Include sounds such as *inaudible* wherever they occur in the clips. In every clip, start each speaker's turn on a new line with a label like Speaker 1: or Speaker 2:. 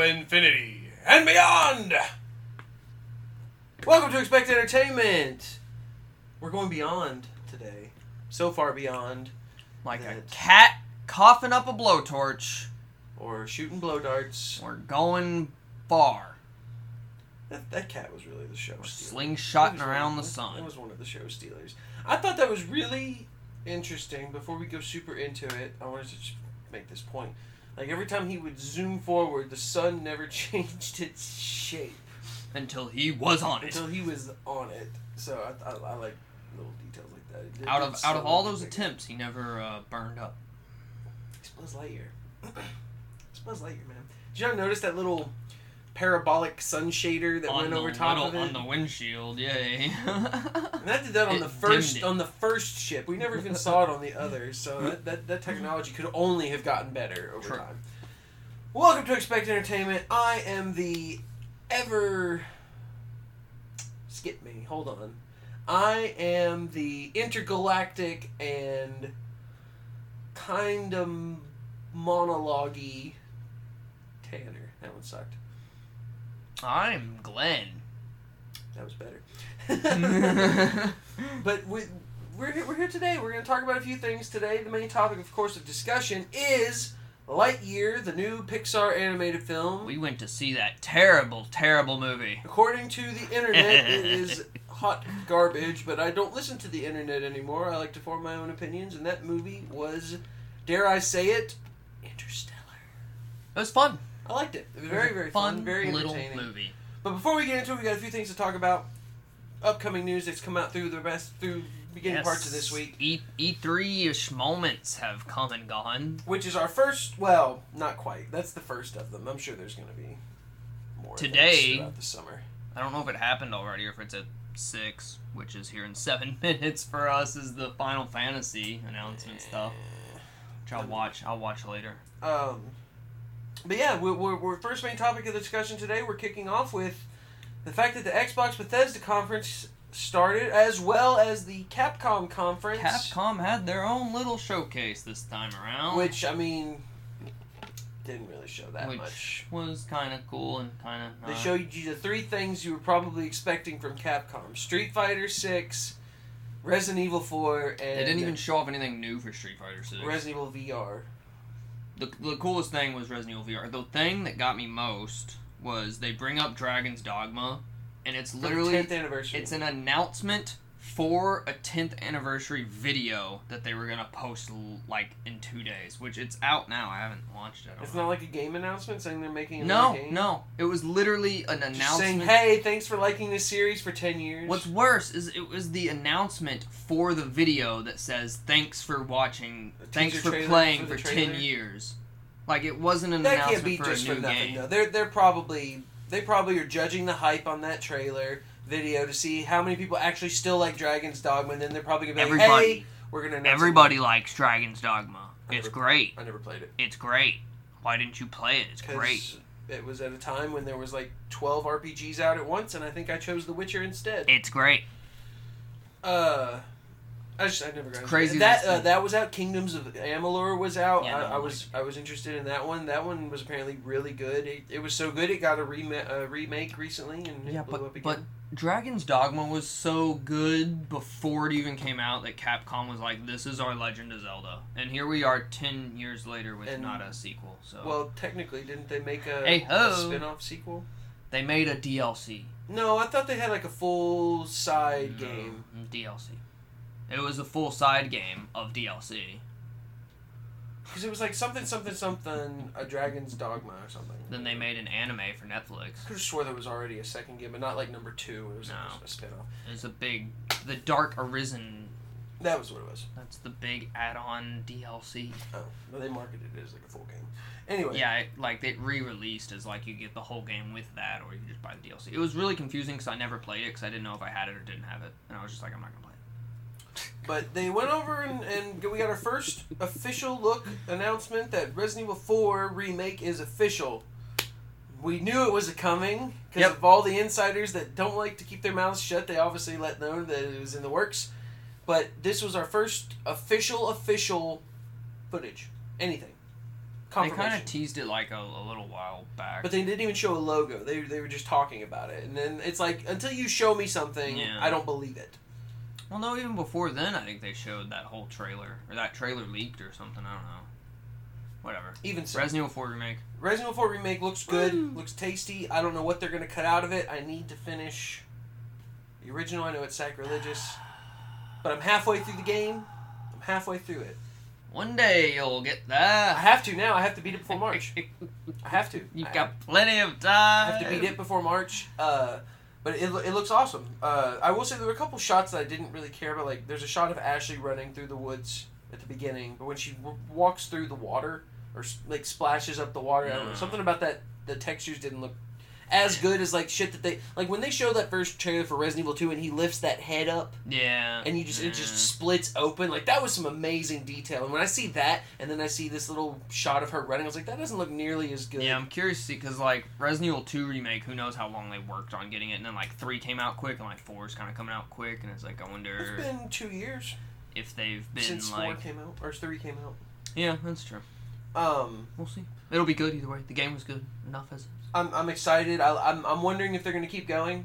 Speaker 1: infinity and beyond. Welcome to Expect Entertainment. We're going beyond today. So far beyond,
Speaker 2: Like a
Speaker 1: That-
Speaker 2: cat coughing up a blowtorch,
Speaker 1: or shooting blow darts.
Speaker 2: we're going far.
Speaker 1: That, that cat was really the show. stealer. It
Speaker 2: slingshotting
Speaker 1: was
Speaker 2: around
Speaker 1: one-
Speaker 2: the
Speaker 1: It
Speaker 2: sun.
Speaker 1: was one of the show stealers. I thought that was really interesting. Before we go super into it, I wanted to just make this point. Like every time he would zoom forward, the sun never *laughs* changed its shape
Speaker 2: Until he was on it.
Speaker 1: until he was on it. So I, I, I like little details like that. It- it
Speaker 2: Out
Speaker 1: did
Speaker 2: of
Speaker 1: so
Speaker 2: out of all
Speaker 1: many
Speaker 2: those
Speaker 1: things.
Speaker 2: attempts, he never uh, burned up.
Speaker 1: It's Buzz Lightyear. *clears throat* it's Buzz Lightyear, man. Did you not notice that little parabolic sun shader that went
Speaker 2: the
Speaker 1: over top
Speaker 2: little-
Speaker 1: of it?
Speaker 2: on the windshield, yay.
Speaker 1: *laughs* And that did that on
Speaker 2: It
Speaker 1: the first
Speaker 2: dimmed it.
Speaker 1: on the first ship. We never even saw it on the others,
Speaker 2: *laughs*
Speaker 1: so that, that, that technology could only have gotten better over
Speaker 2: True.
Speaker 1: time. Welcome to Expect Entertainment. I am the ever skip me. Hold on. I am the intergalactic and kind of monologue Tanner. That one sucked.
Speaker 2: I'm
Speaker 1: *laughs*
Speaker 2: Glenn.
Speaker 1: That was better. *laughs*
Speaker 2: *laughs*
Speaker 1: But we, we're here, we're here today. We're going to talk about a few things today. The main topic, of course, of discussion is Lightyear, the new Pixar animated film.
Speaker 2: we went to see that terrible, terrible movie.
Speaker 1: According to the internet,
Speaker 2: *laughs*
Speaker 1: it is hot garbage. But I don't listen to the internet anymore. I like to form my own opinions, and that movie was, dare I say it, interstellar.
Speaker 2: It was fun.
Speaker 1: I liked it. It was
Speaker 2: It was
Speaker 1: very,
Speaker 2: a
Speaker 1: very fun, very
Speaker 2: little
Speaker 1: entertaining.
Speaker 2: movie.
Speaker 1: But before we get into it, we got a few things to talk about. Upcoming news that's come out through the rest through beginning parts of this
Speaker 2: Yes.
Speaker 1: week.
Speaker 2: E E three ish moments have come and gone.
Speaker 1: which is our first. Well, not quite. That's the first of them. I'm sure there's going to be more things
Speaker 2: Today-
Speaker 1: throughout the summer.
Speaker 2: I don't know if it happened already or if it's at six, which is here in seven *laughs* minutes for us. Is the Final Fantasy announcement stuff, which I'll watch. I'll watch later.
Speaker 1: Um, but yeah, we're, we're, we're first main topic of the discussion today. We're kicking off with the fact that the Xbox Bethesda conference started, as well as the Capcom conference.
Speaker 2: Capcom had their own little showcase this time around,
Speaker 1: which I mean, didn't really show that
Speaker 2: Which- uh,
Speaker 1: much.
Speaker 2: was kind of cool and kind of.
Speaker 1: They showed you the three things you were probably expecting from Capcom: Street Fighter Six, Resident Evil Four, and
Speaker 2: They didn't even show off anything new for Street Fighter Six.
Speaker 1: Resident Evil VR.
Speaker 2: the, the coolest thing was Resident Evil VR. The thing that got me most was they bring up Dragon's Dogma, and it's literally
Speaker 1: tenth anniversary.
Speaker 2: it's an announcement for a 10th anniversary video that they were gonna post l- like in two days, which it's out now. I haven't watched it. I don't
Speaker 1: It's
Speaker 2: know.
Speaker 1: not like a game announcement saying they're making another
Speaker 2: no,
Speaker 1: game.
Speaker 2: no, it was literally an
Speaker 1: Just
Speaker 2: announcement.
Speaker 1: saying, hey, thanks for liking this series for ten years.
Speaker 2: What's worse is it was the announcement for the video that says thanks for watching,
Speaker 1: A
Speaker 2: thanks
Speaker 1: teaser
Speaker 2: for
Speaker 1: trailer
Speaker 2: playing
Speaker 1: for
Speaker 2: for,
Speaker 1: the
Speaker 2: ten
Speaker 1: trailer?
Speaker 2: years. Like it wasn't an
Speaker 1: that can't
Speaker 2: announcement
Speaker 1: be
Speaker 2: for
Speaker 1: just
Speaker 2: a new
Speaker 1: for nothing
Speaker 2: game.
Speaker 1: though. They're they're probably they probably are judging the hype on that trailer video to see how many people actually still like Dragon's Dogma. And then they're probably gonna be like,
Speaker 2: Everybody.
Speaker 1: hey, we're gonna announce
Speaker 2: Everybody likes Dragon's Dogma. It's great.
Speaker 1: it. I never played it
Speaker 2: It's great. Why didn't you play it? It's great.
Speaker 1: because it was at a time when there was like twelve RPGs out at once, and I think I chose The Witcher instead.
Speaker 2: It's great.
Speaker 1: Uh, I just I never got into
Speaker 2: crazy
Speaker 1: it. that
Speaker 2: this
Speaker 1: uh,
Speaker 2: thing-
Speaker 1: that was out. Kingdoms of Amalur was out.
Speaker 2: Yeah,
Speaker 1: I,
Speaker 2: no,
Speaker 1: I was I was interested in that one. That one was apparently really good. It, it was so good it got a, rema- a remake recently and it
Speaker 2: Yeah,
Speaker 1: blew
Speaker 2: but-
Speaker 1: up
Speaker 2: but-
Speaker 1: again.
Speaker 2: Dragon's Dogma was so good before it even came out that Capcom was like, "This is our Legend of Zelda," and here we are ten years later with
Speaker 1: And-
Speaker 2: not a sequel. So
Speaker 1: well, technically, didn't they make a,
Speaker 2: Hey
Speaker 1: a
Speaker 2: ho.
Speaker 1: spin-off sequel?
Speaker 2: they made a DLC.
Speaker 1: No, I thought they had like a full side
Speaker 2: No,
Speaker 1: game.
Speaker 2: DLC. It was a full side game of DLC.
Speaker 1: Because it was like something, something, something, a Dragon's Dogma or something.
Speaker 2: Then they made an anime for Netflix.
Speaker 1: I could have swore there was already a second game, but not like number two. It was
Speaker 2: No.
Speaker 1: a spin-off.
Speaker 2: It's a big, the Dark Arisen.
Speaker 1: That was what it was.
Speaker 2: That's the big add-on DLC.
Speaker 1: Oh, no, they marketed it as like a full game. Anyway,
Speaker 2: Yeah, it, like they re-released as like you get the whole game with that, or you just buy the DLC. It was really confusing because I never played it because I didn't know if I had it or didn't have it, and I was just like, I'm not gonna play it.
Speaker 1: But they went over and, and we got our first official look announcement that Resident Evil 4 remake is official. We knew it was a coming because
Speaker 2: Yep.
Speaker 1: of all the insiders that don't like to keep their mouths shut. They obviously let known that it was in the works. But this was our first official, official footage. Anything.
Speaker 2: They
Speaker 1: confirmation.
Speaker 2: kind of teased it like a, a little while back.
Speaker 1: but they didn't even show a logo. They, they were just talking about it, and then it's like until you show me something,
Speaker 2: Yeah.
Speaker 1: I don't believe it.
Speaker 2: well, no, even before then, I think they showed that whole trailer or that trailer leaked or something. I don't know. Whatever.
Speaker 1: Even so,
Speaker 2: Resident Evil 4 remake.
Speaker 1: Resident Evil 4 remake looks good,
Speaker 2: Woo.
Speaker 1: looks tasty. I don't know what they're gonna cut out of it. I need to finish the original. I know it's sacrilegious, but I'm halfway through the game. I'm halfway through it.
Speaker 2: One day you'll get
Speaker 1: I
Speaker 2: that.
Speaker 1: have to now. I have to beat it before March. I have to.
Speaker 2: *laughs* You've
Speaker 1: I-
Speaker 2: got plenty of
Speaker 1: I
Speaker 2: time.
Speaker 1: have to beat it before March. Uh, but it, it looks awesome. Uh, I will say there were a couple shots that I didn't really care about. Like there's a shot of Ashley running through the woods at the beginning, but when she w- walks through the water or s- like splashes up the water, I don't know,
Speaker 2: Mm.
Speaker 1: something about that the textures didn't look as good as like shit that they like when they show that first trailer for Resident Evil Two and he lifts that head up
Speaker 2: Yeah.
Speaker 1: and you just it just
Speaker 2: Yeah.
Speaker 1: splits open like that was some amazing detail. And when I see that and then I see this little shot of her running, I was like that doesn't look nearly as good.
Speaker 2: Yeah, I'm curious to see because like Resident Evil 2 remake, who knows how long they worked on getting it, and then like three came out quick, and like four is kind of coming out quick, and it's like I wonder
Speaker 1: It's been two years.
Speaker 2: if they've been
Speaker 1: since four
Speaker 2: like
Speaker 1: came out or three came out.
Speaker 2: yeah, that's true.
Speaker 1: Um,
Speaker 2: We'll see. It'll be good either way. The game was good enough as
Speaker 1: I'm, I'm excited. I, I'm, I'm wondering if they're gonna keep going.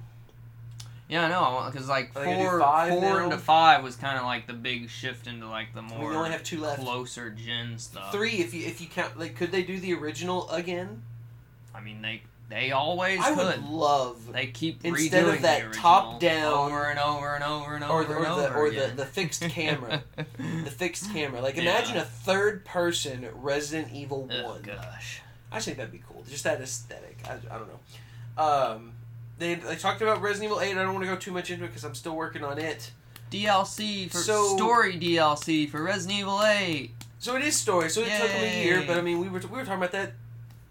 Speaker 2: yeah, I know because like
Speaker 1: Are they gonna do
Speaker 2: four
Speaker 1: five
Speaker 2: four
Speaker 1: now?
Speaker 2: into five was kind of like the big shift into like the more
Speaker 1: we only have two left.
Speaker 2: closer gen stuff.
Speaker 1: Three, if you if you count, like, could they do the original again?
Speaker 2: I mean they they always
Speaker 1: I
Speaker 2: could.
Speaker 1: would love,
Speaker 2: They keep
Speaker 1: Instead of
Speaker 2: redoing the
Speaker 1: that
Speaker 2: original
Speaker 1: top-down-
Speaker 2: over and over and over and
Speaker 1: or
Speaker 2: over
Speaker 1: the or,
Speaker 2: and
Speaker 1: the,
Speaker 2: over
Speaker 1: or the,
Speaker 2: again.
Speaker 1: the
Speaker 2: *laughs*
Speaker 1: fixed camera, the fixed camera. Like,
Speaker 2: Yeah.
Speaker 1: imagine a third person Resident Evil
Speaker 2: Oh,
Speaker 1: One.
Speaker 2: gosh.
Speaker 1: I just think that'd be cool. Just that aesthetic. I, I don't know. Um, they they talked about Resident Evil Eight. I don't want to go too much into it because I'm still working on it.
Speaker 2: DLC for
Speaker 1: So-
Speaker 2: story DLC for Resident Evil 8.
Speaker 1: So it is story. So it took them a
Speaker 2: Yay.
Speaker 1: year, but I mean, we were we were talking about that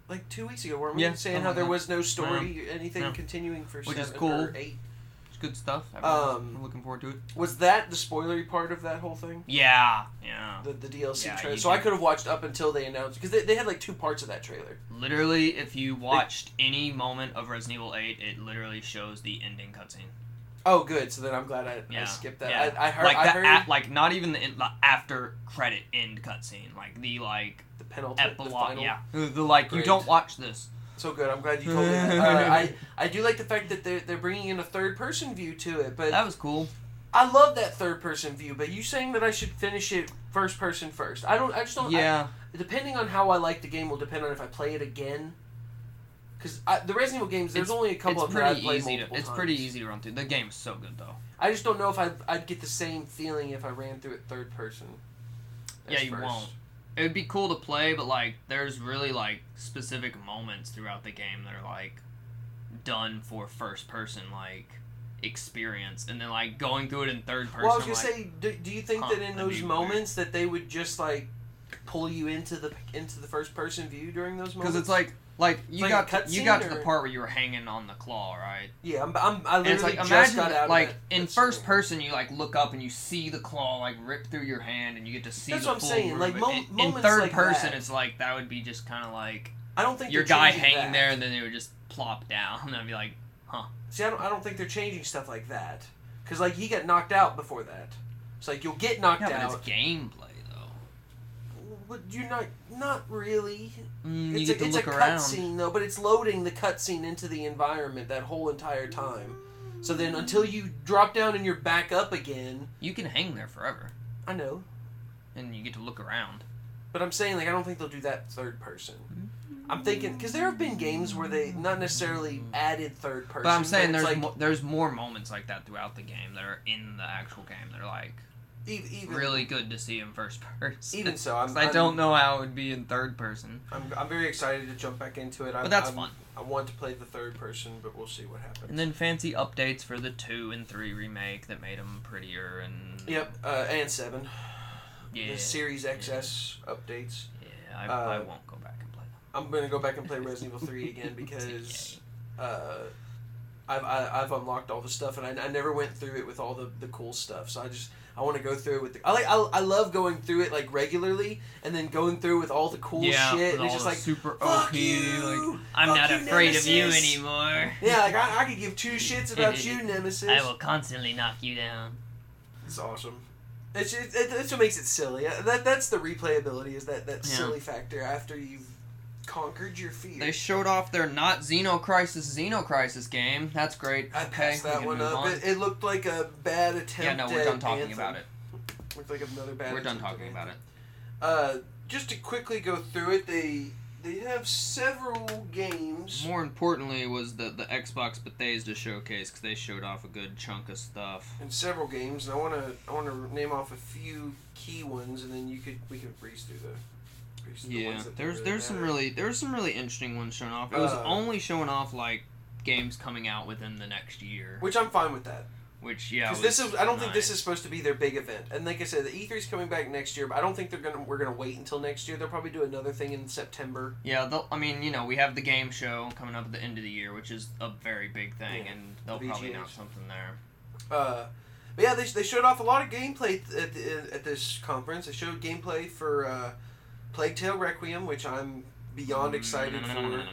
Speaker 1: like two weeks ago, weren't we?
Speaker 2: Yeah,
Speaker 1: Saying
Speaker 2: something
Speaker 1: how there
Speaker 2: like
Speaker 1: was no story, anything
Speaker 2: No.
Speaker 1: continuing for
Speaker 2: Which is
Speaker 1: seven
Speaker 2: cool.
Speaker 1: or eight.
Speaker 2: It's good stuff.
Speaker 1: Um,
Speaker 2: I'm looking forward to it.
Speaker 1: Was that the spoilery part of that whole thing?
Speaker 2: Yeah, yeah.
Speaker 1: The, the DLC
Speaker 2: Yeah,
Speaker 1: trailer.
Speaker 2: you
Speaker 1: So I
Speaker 2: do.
Speaker 1: could have watched up until they announced because they, they had like two parts of that trailer.
Speaker 2: Literally, if you watched any moment of Resident Evil 8, it literally shows the ending cutscene.
Speaker 1: Oh, good. So then I'm glad I, I
Speaker 2: Yeah,
Speaker 1: skipped that.
Speaker 2: yeah.
Speaker 1: I, I heard
Speaker 2: like
Speaker 1: I
Speaker 2: the
Speaker 1: heard
Speaker 2: a- like not even the, in- the after credit end cutscene, like the like
Speaker 1: the penalty, the
Speaker 2: epilogue.
Speaker 1: final.
Speaker 2: yeah, the, the, like
Speaker 1: Great.
Speaker 2: you don't watch this.
Speaker 1: So good. I'm glad you *laughs* told me. That. Uh, I I do like the fact that they're they're bringing in a third person view to it, but
Speaker 2: That was cool.
Speaker 1: I love that third person view, but you saying that I should finish it first person first. I don't. I just don't. I-
Speaker 2: Yeah,
Speaker 1: depending on how I like the game will depend on if I play it again. Because the Resident Evil games, there's
Speaker 2: It's-
Speaker 1: only a couple
Speaker 2: it's
Speaker 1: of them that I
Speaker 2: pretty
Speaker 1: play
Speaker 2: easy. To,
Speaker 1: multiple
Speaker 2: it's pretty
Speaker 1: times.
Speaker 2: easy to run through. The game's so good though.
Speaker 1: I just don't know if I'd, I'd get the same feeling if I ran through it third person. as
Speaker 2: Yeah, you
Speaker 1: first.
Speaker 2: won't. It would be cool to play, but like, there's really like specific moments throughout the game that are like done for first person like experience, and then like going through it in third person.
Speaker 1: Well, I was gonna
Speaker 2: like,
Speaker 1: say, do, do you think
Speaker 2: huh,
Speaker 1: that in
Speaker 2: that'd
Speaker 1: those
Speaker 2: be
Speaker 1: moments that they would just like pull you into the into the first person view during those moments?
Speaker 2: because it's like like you
Speaker 1: like a
Speaker 2: got to, you
Speaker 1: cutscene,
Speaker 2: got to
Speaker 1: or-
Speaker 2: the part where you were hanging on the claw, right?
Speaker 1: yeah, I'm, I'm I
Speaker 2: And it's
Speaker 1: literally
Speaker 2: like
Speaker 1: just
Speaker 2: imagine
Speaker 1: got out of
Speaker 2: like
Speaker 1: that-
Speaker 2: in
Speaker 1: that
Speaker 2: first
Speaker 1: scene.
Speaker 2: person, you like look up and you see the claw like rip through your hand, and you get to see.
Speaker 1: That's
Speaker 2: the
Speaker 1: what I'm
Speaker 2: full
Speaker 1: saying,
Speaker 2: root
Speaker 1: like,
Speaker 2: of it.
Speaker 1: mo-
Speaker 2: In- in,
Speaker 1: moments
Speaker 2: third
Speaker 1: like
Speaker 2: person,
Speaker 1: that.
Speaker 2: it's like that would be just kind of like
Speaker 1: I don't think
Speaker 2: your
Speaker 1: they're
Speaker 2: guy
Speaker 1: changing
Speaker 2: hanging
Speaker 1: that.
Speaker 2: there, and then it would just plop *laughs* down, and I'd be like.
Speaker 1: See, I don't, I don't think they're changing stuff like that. Because, like, he got knocked out before that. It's like, you'll get knocked
Speaker 2: Yeah,
Speaker 1: out.
Speaker 2: but it's gameplay though.
Speaker 1: But you're not, not really.
Speaker 2: Mm, you
Speaker 1: it's
Speaker 2: get
Speaker 1: a,
Speaker 2: to
Speaker 1: it's a
Speaker 2: look around.
Speaker 1: cutscene, though, but it's loading the cutscene into the environment that whole entire time. So then, until you drop down and you're back up again,
Speaker 2: You can hang there forever,
Speaker 1: I know.
Speaker 2: and you get to look around.
Speaker 1: But I'm saying, like, I don't think they'll do that third person. I'm thinking, because there have been games where they not necessarily added third person.
Speaker 2: But I'm saying
Speaker 1: it's
Speaker 2: there's
Speaker 1: like,
Speaker 2: mo- there's more moments like that throughout the game that are in the actual game that are like
Speaker 1: e- even,
Speaker 2: really good to see in first *laughs* person.
Speaker 1: even so, I'm,
Speaker 2: 'Cause I
Speaker 1: I'm-
Speaker 2: don't know how it would be in third person,
Speaker 1: I'm, I'm very excited to jump back into it. I'm,
Speaker 2: but that's
Speaker 1: I'm-
Speaker 2: fun.
Speaker 1: I want to play the third person, but we'll see what happens.
Speaker 2: And then fancy updates for the two and three remake that made them prettier and
Speaker 1: yep, uh, and seven.
Speaker 2: yeah,
Speaker 1: The Series XS updates.
Speaker 2: yeah. I, I
Speaker 1: uh,
Speaker 2: won't go back and play them.
Speaker 1: I'm gonna go back and play Resident Evil Three
Speaker 2: *laughs*
Speaker 1: again because uh, I've I, I've unlocked all the stuff, and I, I never went through it with all the, the cool stuff. So I just I want to go through it with the I like I, I love going through it like regularly, and then going through with all the cool
Speaker 2: yeah,
Speaker 1: shit.
Speaker 2: with
Speaker 1: And it's just
Speaker 2: all the
Speaker 1: like
Speaker 2: super
Speaker 1: fuck
Speaker 2: OP. Like,
Speaker 1: you.
Speaker 2: I'm
Speaker 1: Fuck
Speaker 2: not
Speaker 1: you,
Speaker 2: afraid of
Speaker 1: Nemesis.
Speaker 2: you anymore.
Speaker 1: Yeah, like I, I could
Speaker 2: *laughs*
Speaker 1: give two shits about you, Nemesis.
Speaker 2: I will constantly knock you down.
Speaker 1: It's awesome. It's just, it, that's what makes it silly. Uh, That that's the replayability is that that
Speaker 2: Yeah.
Speaker 1: silly factor after you've conquered your fear.
Speaker 2: They showed off their not Xenocrisis Xenocrisis game. That's great.
Speaker 1: I
Speaker 2: okay,
Speaker 1: passed
Speaker 2: we
Speaker 1: that
Speaker 2: can
Speaker 1: one
Speaker 2: move
Speaker 1: up.
Speaker 2: on.
Speaker 1: It, it looked like a bad attempt.
Speaker 2: yeah, no, we're
Speaker 1: at
Speaker 2: done talking
Speaker 1: Anthem.
Speaker 2: about it.
Speaker 1: Looked like another bad.
Speaker 2: We're done
Speaker 1: attempt at
Speaker 2: talking about it.
Speaker 1: Uh, just to quickly go through it, they they have several games.
Speaker 2: More importantly was the the Xbox Bethesda showcase because they showed off a good chunk of stuff.
Speaker 1: and several games, and I want to I want to name off a few key ones, and then you could we could breeze through the. breeze through the
Speaker 2: yeah,
Speaker 1: ones that
Speaker 2: there's
Speaker 1: really
Speaker 2: there's some
Speaker 1: matter.
Speaker 2: really there's some really interesting ones shown off. It was
Speaker 1: Uh,
Speaker 2: only showing off like games coming out within the next year,
Speaker 1: Which I'm fine with that.
Speaker 2: which yeah,
Speaker 1: Because
Speaker 2: was
Speaker 1: this is, I don't think this
Speaker 2: nice.
Speaker 1: is supposed to be their big event. And like I said, the E3 is coming back next year, but I don't think they're gonna. We're gonna wait until next year. They'll probably do another thing in September.
Speaker 2: Yeah, they'll, I mean, you know, we have the game show coming up at the end of the year, which is a very big thing,
Speaker 1: Yeah,
Speaker 2: and they'll
Speaker 1: the
Speaker 2: probably
Speaker 1: VGAs.
Speaker 2: announce something there.
Speaker 1: Uh, but yeah, they, they showed off a lot of gameplay at the, at this conference. They showed gameplay for uh, Plague Tale Requiem, which I'm beyond excited for.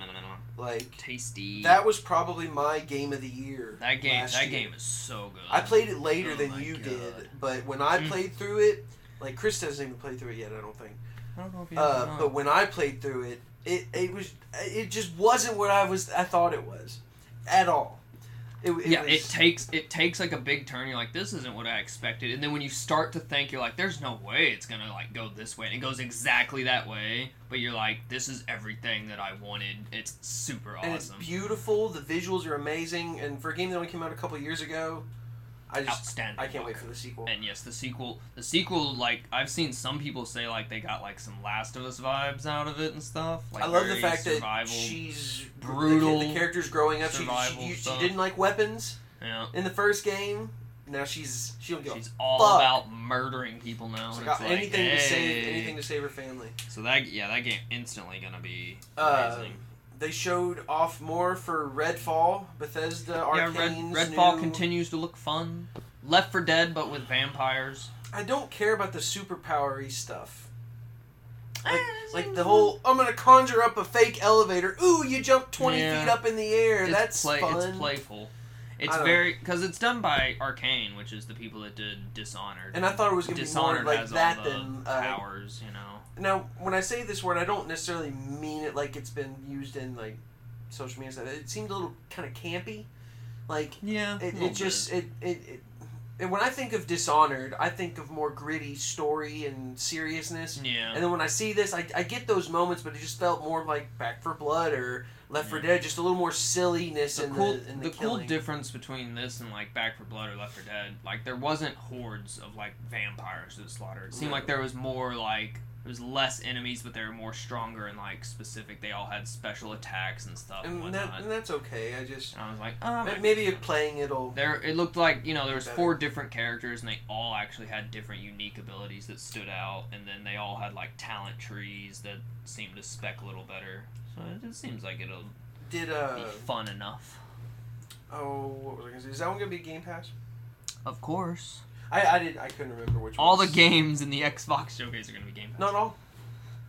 Speaker 1: Like
Speaker 2: Mm, Tasty.
Speaker 1: that was probably my game of the year.
Speaker 2: that game.
Speaker 1: last
Speaker 2: That
Speaker 1: year.
Speaker 2: game is so good.
Speaker 1: I played it later
Speaker 2: Oh my
Speaker 1: than you
Speaker 2: God.
Speaker 1: did, but when I
Speaker 2: Mm.
Speaker 1: played through it, like Chris doesn't even play through it yet. I don't think.
Speaker 2: I don't know if you
Speaker 1: Uh, but when I played through it, it it was it just wasn't what I was I thought it was, at all. It, it
Speaker 2: yeah,
Speaker 1: was,
Speaker 2: it takes it takes like a big turn. You're like, this isn't what I expected, and then when you start to think, you're like, there's no way it's gonna like go this way, and it goes exactly that way. But you're like, this is everything that I wanted. It's super
Speaker 1: and it's
Speaker 2: awesome,
Speaker 1: beautiful. The visuals are amazing, and for a game that only came out a couple years ago, I just
Speaker 2: outstanding.
Speaker 1: I can't
Speaker 2: book.
Speaker 1: wait for the sequel.
Speaker 2: And yes, the sequel, the sequel, like I've seen some people say, like they got like some Last of Us vibes out of it and stuff. Like,
Speaker 1: I love the
Speaker 2: very
Speaker 1: fact that
Speaker 2: survival.
Speaker 1: she's
Speaker 2: brutal
Speaker 1: The, the character's growing up. She,
Speaker 2: survival
Speaker 1: she, she,
Speaker 2: stuff.
Speaker 1: didn't like weapons
Speaker 2: yeah,
Speaker 1: in the first game. Now she's she don't give a
Speaker 2: she's all
Speaker 1: fuck.
Speaker 2: about murdering people now.
Speaker 1: f-
Speaker 2: and
Speaker 1: about
Speaker 2: it's like,
Speaker 1: anything to save
Speaker 2: hey.
Speaker 1: anything to save her family.
Speaker 2: So that yeah, that game instantly gonna be
Speaker 1: Uh,
Speaker 2: amazing.
Speaker 1: They showed off more for Redfall, Bethesda, Arcane's
Speaker 2: yeah, Red,
Speaker 1: new...
Speaker 2: Redfall continues to look fun. Left for Dead, but with vampires.
Speaker 1: I don't care about the superpowery stuff. Like,
Speaker 2: Eh, it's
Speaker 1: like the whole I'm gonna conjure up a fake elevator. Ooh, you jump twenty
Speaker 2: Yeah.
Speaker 1: feet up in the air.
Speaker 2: it's
Speaker 1: That's
Speaker 2: play,
Speaker 1: fun.
Speaker 2: It's playful. It's
Speaker 1: don't-
Speaker 2: very because it's done by Arcane, which is the people that did Dishonored.
Speaker 1: And I thought it was gonna
Speaker 2: Dishonored
Speaker 1: be more like
Speaker 2: has
Speaker 1: that
Speaker 2: all the
Speaker 1: than. Uh,
Speaker 2: powers, you know.
Speaker 1: now, when I say this word, I don't necessarily mean it like it's been used in like social media and stuff. It seemed a little kind of campy. Like
Speaker 2: Yeah,
Speaker 1: it, it just it, it it. And when I think of Dishonored, I think of more gritty story and seriousness.
Speaker 2: yeah.
Speaker 1: And then when I see this, I, I get those moments, but it just felt more like Back for Blood or Left for
Speaker 2: Yeah.
Speaker 1: Dead, just a little more silliness
Speaker 2: the
Speaker 1: in
Speaker 2: cool,
Speaker 1: the in the,
Speaker 2: the, cool
Speaker 1: killing.
Speaker 2: difference between this and like Back for Blood or Left for Dead, like there wasn't hordes of like vampires that slaughtered. It seemed
Speaker 1: No.
Speaker 2: like there was more like there was less enemies, but they were more stronger and like specific. They all had special attacks and stuff and,
Speaker 1: and,
Speaker 2: whatnot.
Speaker 1: that, and that's okay. I just
Speaker 2: and I was like, oh,
Speaker 1: may- maybe if playing it'll
Speaker 2: There, it looked like you know there was
Speaker 1: Better.
Speaker 2: four different characters, and they all actually had different unique abilities that stood out, and then they all had like talent trees that seemed to spec a little better. So it just seems like it'll
Speaker 1: did
Speaker 2: be
Speaker 1: uh
Speaker 2: fun enough.
Speaker 1: oh what was I gonna say? Is that one gonna be Game Pass?
Speaker 2: Of course,
Speaker 1: I I did I couldn't remember which.
Speaker 2: all the
Speaker 1: ones.
Speaker 2: games in the Xbox showcase are gonna be Game Pass.
Speaker 1: Not all.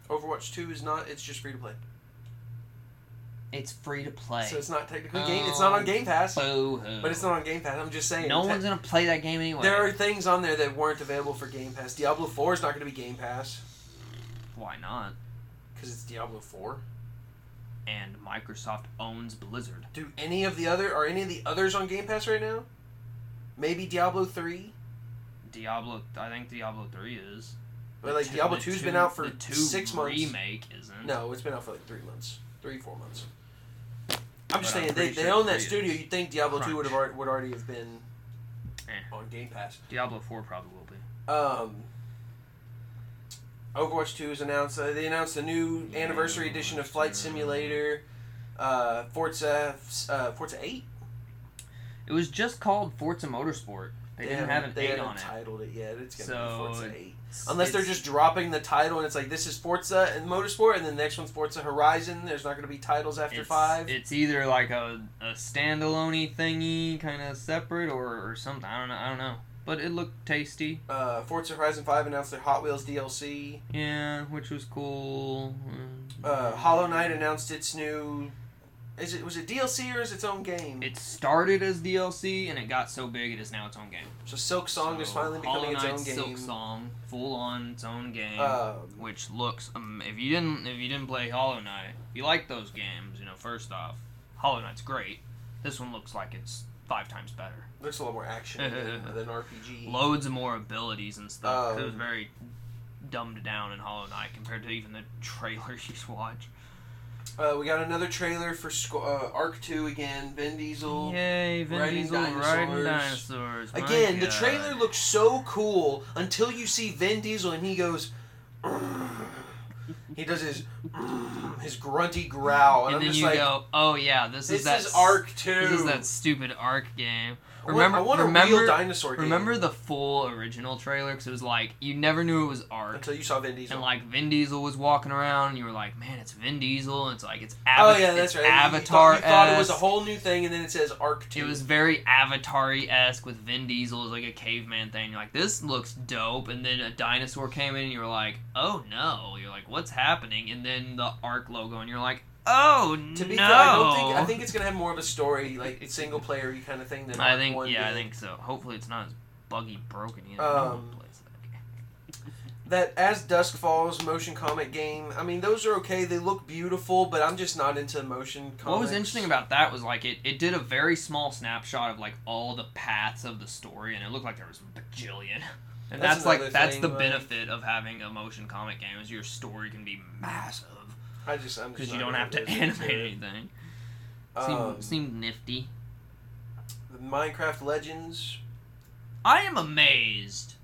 Speaker 1: Overwatch Two is not. It's just free to play,
Speaker 2: It's free to play.
Speaker 1: so it's not technically game. It's not
Speaker 2: um,
Speaker 1: on Game Pass,
Speaker 2: Oh, Boo-hoo.
Speaker 1: but it's not on Game Pass. I'm just saying.
Speaker 2: No
Speaker 1: te-
Speaker 2: one's gonna play that game anyway.
Speaker 1: there are things on there that weren't available for Game Pass. Diablo Four is not gonna be Game Pass
Speaker 2: Why not?
Speaker 1: because it's Diablo Four.
Speaker 2: And Microsoft owns Blizzard.
Speaker 1: Do any of the other are any of the others on Game Pass right now? Maybe Diablo three,
Speaker 2: Diablo, I think Diablo three is.
Speaker 1: but like
Speaker 2: The two-
Speaker 1: Diablo
Speaker 2: the
Speaker 1: two's
Speaker 2: two-
Speaker 1: been out for
Speaker 2: the two
Speaker 1: six months.
Speaker 2: Remake isn't.
Speaker 1: No, it's been out for like three months, three four months. I'm just
Speaker 2: But I'm
Speaker 1: saying they,
Speaker 2: pretty
Speaker 1: they
Speaker 2: sure
Speaker 1: own that
Speaker 2: three
Speaker 1: studio.
Speaker 2: is
Speaker 1: You'd think Diablo two
Speaker 2: crunch.
Speaker 1: would have already, would already have been
Speaker 2: Eh.
Speaker 1: on Game Pass.
Speaker 2: Diablo Four probably will be.
Speaker 1: Um, Overwatch two is announced. Uh, they announced a new anniversary edition of Flight Simulator. Uh, Forza uh, Forza eight.
Speaker 2: It was just called Forza Motorsport. They, didn't have
Speaker 1: haven't-
Speaker 2: an
Speaker 1: they
Speaker 2: eight
Speaker 1: haven't
Speaker 2: on it.
Speaker 1: titled it yet. It's gonna
Speaker 2: So,
Speaker 1: be Forza
Speaker 2: it-
Speaker 1: eight. Unless they're
Speaker 2: It's-
Speaker 1: just dropping the title and it's like this is Forza and Motorsport, and then the next one's Forza Horizon. There's not going to be titles after
Speaker 2: it's,
Speaker 1: five.
Speaker 2: It's either like a, a standalone thingy, kind of separate, or, or something. I don't know. I don't know. But it looked tasty.
Speaker 1: uh, Forza Horizon Five announced their Hot Wheels DLC.
Speaker 2: Yeah, which was cool.
Speaker 1: Uh, Hollow Knight announced its new Is it was it DLC or is it its own game?
Speaker 2: It started as DLC and it got so big it is now its own game.
Speaker 1: so Silk Song is
Speaker 2: So,
Speaker 1: finally becoming
Speaker 2: Hollow
Speaker 1: its
Speaker 2: Knight
Speaker 1: own game.
Speaker 2: Silk Song, full on its own game,
Speaker 1: Um,
Speaker 2: which looks. Um, if you didn't, if you didn't play Hollow Knight, if you like those games, you know. First off, Hollow Knight's great. This one looks like it's five times better.
Speaker 1: There's a lot more action
Speaker 2: *laughs*
Speaker 1: than than RPG.
Speaker 2: Loads more abilities and stuff. 'cause it was
Speaker 1: Um,
Speaker 2: very dumbed down in Hollow Knight compared to even the *laughs* trailer you watch.
Speaker 1: Uh, we got another trailer for Squ- uh, Arc Two again. Vin Diesel.
Speaker 2: Yay, Vin
Speaker 1: riding
Speaker 2: Diesel riding
Speaker 1: dinosaurs.
Speaker 2: dinosaurs. my
Speaker 1: Again, the
Speaker 2: God.
Speaker 1: trailer looks so cool until you see Vin Diesel and he goes. *clears throat* He does his *clears throat* his grunty growl, and,
Speaker 2: And
Speaker 1: I'm
Speaker 2: then
Speaker 1: just
Speaker 2: you
Speaker 1: like,
Speaker 2: go, oh yeah, this,
Speaker 1: "This
Speaker 2: is that
Speaker 1: is Arc 2.
Speaker 2: This is that stupid arc game.
Speaker 1: I want-
Speaker 2: Remember,
Speaker 1: I want a
Speaker 2: remember,
Speaker 1: real dinosaur game.
Speaker 2: remember the full original trailer because it was like you never knew it was arc,
Speaker 1: until you saw Vin Diesel.
Speaker 2: and like Vin Diesel was walking around, and you were like, man, it's Vin Diesel, and it's like it's,
Speaker 1: oh
Speaker 2: Ava-
Speaker 1: yeah, that's
Speaker 2: it's
Speaker 1: right.
Speaker 2: Avatar.
Speaker 1: You thought, you thought it was a whole new thing, and then it says Arc Two.
Speaker 2: It was very Avatar-y esque with Vin Diesel as like a caveman thing. You're like, this looks dope. And then a dinosaur came in, and you were like, oh no. You're like, what's happening? And then the Arc logo, and you're like, oh
Speaker 1: to be fair,
Speaker 2: no.
Speaker 1: I don't think I think it's gonna have more of a story, like single player kind of thing than
Speaker 2: I
Speaker 1: Arc
Speaker 2: think
Speaker 1: One
Speaker 2: yeah, I
Speaker 1: did.
Speaker 2: think so. Hopefully, it's not as buggy broken either. no one
Speaker 1: Um,
Speaker 2: plays that game.
Speaker 1: that as dusk falls motion comic game i mean those are okay they look beautiful but i'm just not into motion comics
Speaker 2: What was interesting about that was like it, it did a very small snapshot of like all the paths of the story, and it looked like there was a bajillion. *laughs* And
Speaker 1: That's
Speaker 2: that's, like
Speaker 1: another
Speaker 2: that's
Speaker 1: thing,
Speaker 2: the
Speaker 1: like-
Speaker 2: benefit of having a motion comic game is your story can be massive
Speaker 1: i just i'm
Speaker 2: because
Speaker 1: just
Speaker 2: you
Speaker 1: not
Speaker 2: don't have to
Speaker 1: really into
Speaker 2: *laughs* animate
Speaker 1: it.
Speaker 2: anything. Seemed,
Speaker 1: um,
Speaker 2: seemed nifty.
Speaker 1: the minecraft legends
Speaker 2: I am amazed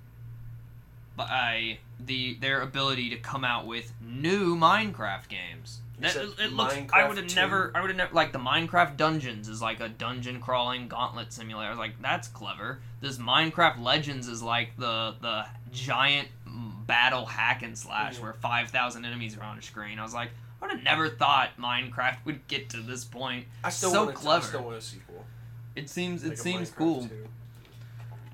Speaker 2: by the their ability to come out with new Minecraft games. That, it,
Speaker 1: Except
Speaker 2: looks. I
Speaker 1: Minecraft
Speaker 2: would have
Speaker 1: 2.
Speaker 2: never. I would have never. Like the Minecraft Dungeons is like a dungeon crawling gauntlet simulator. Like that's clever. This Minecraft Legends is like the the giant mm, battle hack and slash
Speaker 1: Mhm.
Speaker 2: where five thousand enemies are on a screen. I was like, I would have never thought Minecraft would get to this point.
Speaker 1: i still
Speaker 2: So
Speaker 1: want a,
Speaker 2: clever.
Speaker 1: I still want a sequel
Speaker 2: It seems. It
Speaker 1: like a
Speaker 2: seems
Speaker 1: Minecraft
Speaker 2: cool.
Speaker 1: 2.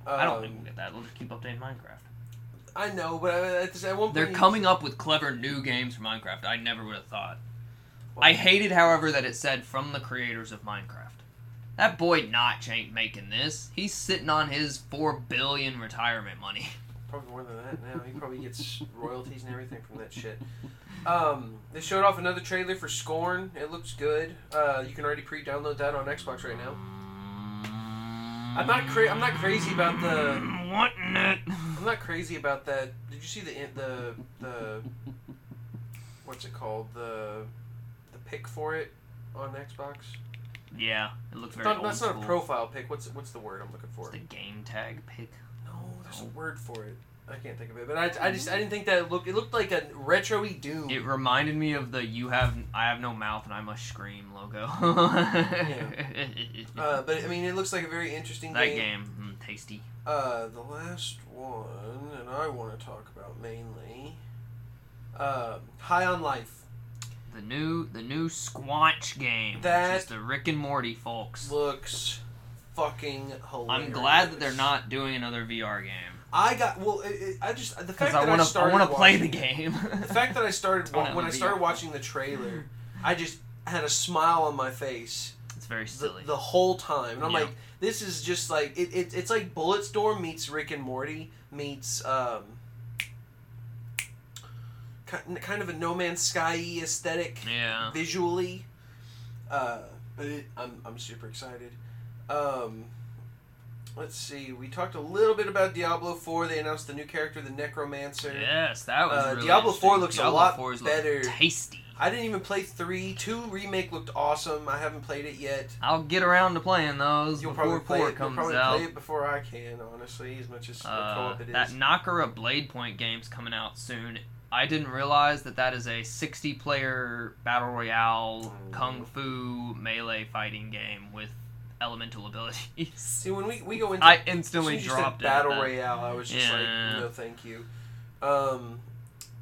Speaker 2: I don't
Speaker 1: Um,
Speaker 2: think we'll get that. We'll just keep updating Minecraft.
Speaker 1: I know, but I- at, this- at one point
Speaker 2: They're
Speaker 1: you-
Speaker 2: coming up with clever new games for Minecraft. I never would have thought.
Speaker 1: well,
Speaker 2: I hated, however, that it said from the creators of Minecraft. That boy Notch ain't making this. He's sitting on his four billion retirement money. *laughs*
Speaker 1: probably more than that now. He probably gets *laughs* royalties and everything from that shit. Um, they showed off another trailer for Scorn. It looks good. Uh, you can already pre-download that on Xbox right now.
Speaker 2: I'm
Speaker 1: not cra- I'm not crazy about the-
Speaker 2: wanting it.
Speaker 1: I'm not crazy about that. Did you see the in- the the what's it called the the pick for it on Xbox?
Speaker 2: Yeah, it looks
Speaker 1: It's
Speaker 2: very
Speaker 1: not,
Speaker 2: old
Speaker 1: that's not a
Speaker 2: school.
Speaker 1: profile pick. What's what's the word I'm looking for?
Speaker 2: It's the game tag pick.
Speaker 1: No, there's a word for it. I can't think of it. But I, I just I didn't think that it looked it looked like a retro-y Doom.
Speaker 2: It reminded me of the "You have I have no mouth and I must scream" logo. *laughs*
Speaker 1: uh, but I mean, it looks like a very interesting
Speaker 2: that game, mm, tasty.
Speaker 1: Uh, the last one, and I want to talk about mainly. Uh, High on Life
Speaker 2: The new the new Squanch game.
Speaker 1: That-
Speaker 2: That's the Rick and Morty folks.
Speaker 1: looks fucking hilarious.
Speaker 2: I'm glad that they're not doing another VR game
Speaker 1: I got well. It, it, I just the fact
Speaker 2: because I
Speaker 1: that
Speaker 2: want
Speaker 1: I
Speaker 2: to I
Speaker 1: started
Speaker 2: want to play the
Speaker 1: watching- *laughs*
Speaker 2: game. *laughs*
Speaker 1: The fact that I started
Speaker 2: I wanna
Speaker 1: wa- when I
Speaker 2: have a
Speaker 1: started
Speaker 2: VR.
Speaker 1: watching the trailer, I just had a smile on my face
Speaker 2: it's very
Speaker 1: the,
Speaker 2: silly.
Speaker 1: the whole time, and I'm
Speaker 2: Yeah.
Speaker 1: like, this is just like it, it, It's like Bulletstorm meets Rick and Morty meets um, ki- kind of a No Man's Sky aesthetic
Speaker 2: yeah.
Speaker 1: visually. Uh, but it, I'm, I'm super excited. Um, let's see. We talked a little bit about Diablo 4. They announced the new character, the Necromancer.
Speaker 2: Yes, that was
Speaker 1: Uh,
Speaker 2: really
Speaker 1: Diablo 4
Speaker 2: interesting.
Speaker 1: looks a
Speaker 2: Diablo
Speaker 1: lot
Speaker 2: 4's
Speaker 1: better.
Speaker 2: tasty.
Speaker 1: I didn't even play 3. 2 Remake looked awesome. I haven't played it yet.
Speaker 2: I'll get around to playing those
Speaker 1: You'll
Speaker 2: before
Speaker 1: probably, play
Speaker 2: four
Speaker 1: it, you'll
Speaker 2: comes
Speaker 1: probably
Speaker 2: out.
Speaker 1: play it before I can, honestly, as much as
Speaker 2: Uh,
Speaker 1: co op it is.
Speaker 2: that Nakara Blade Point game's coming out soon. I didn't realize that that is a 60 player battle royale
Speaker 1: Mm.
Speaker 2: kung fu melee fighting game with elemental *laughs* abilities.
Speaker 1: See, when we, we go into
Speaker 2: I
Speaker 1: as soon
Speaker 2: instantly
Speaker 1: as you said
Speaker 2: dropped it. at
Speaker 1: Battle
Speaker 2: that.
Speaker 1: Royale, I was just
Speaker 2: Yeah.
Speaker 1: like, no, thank you. Um,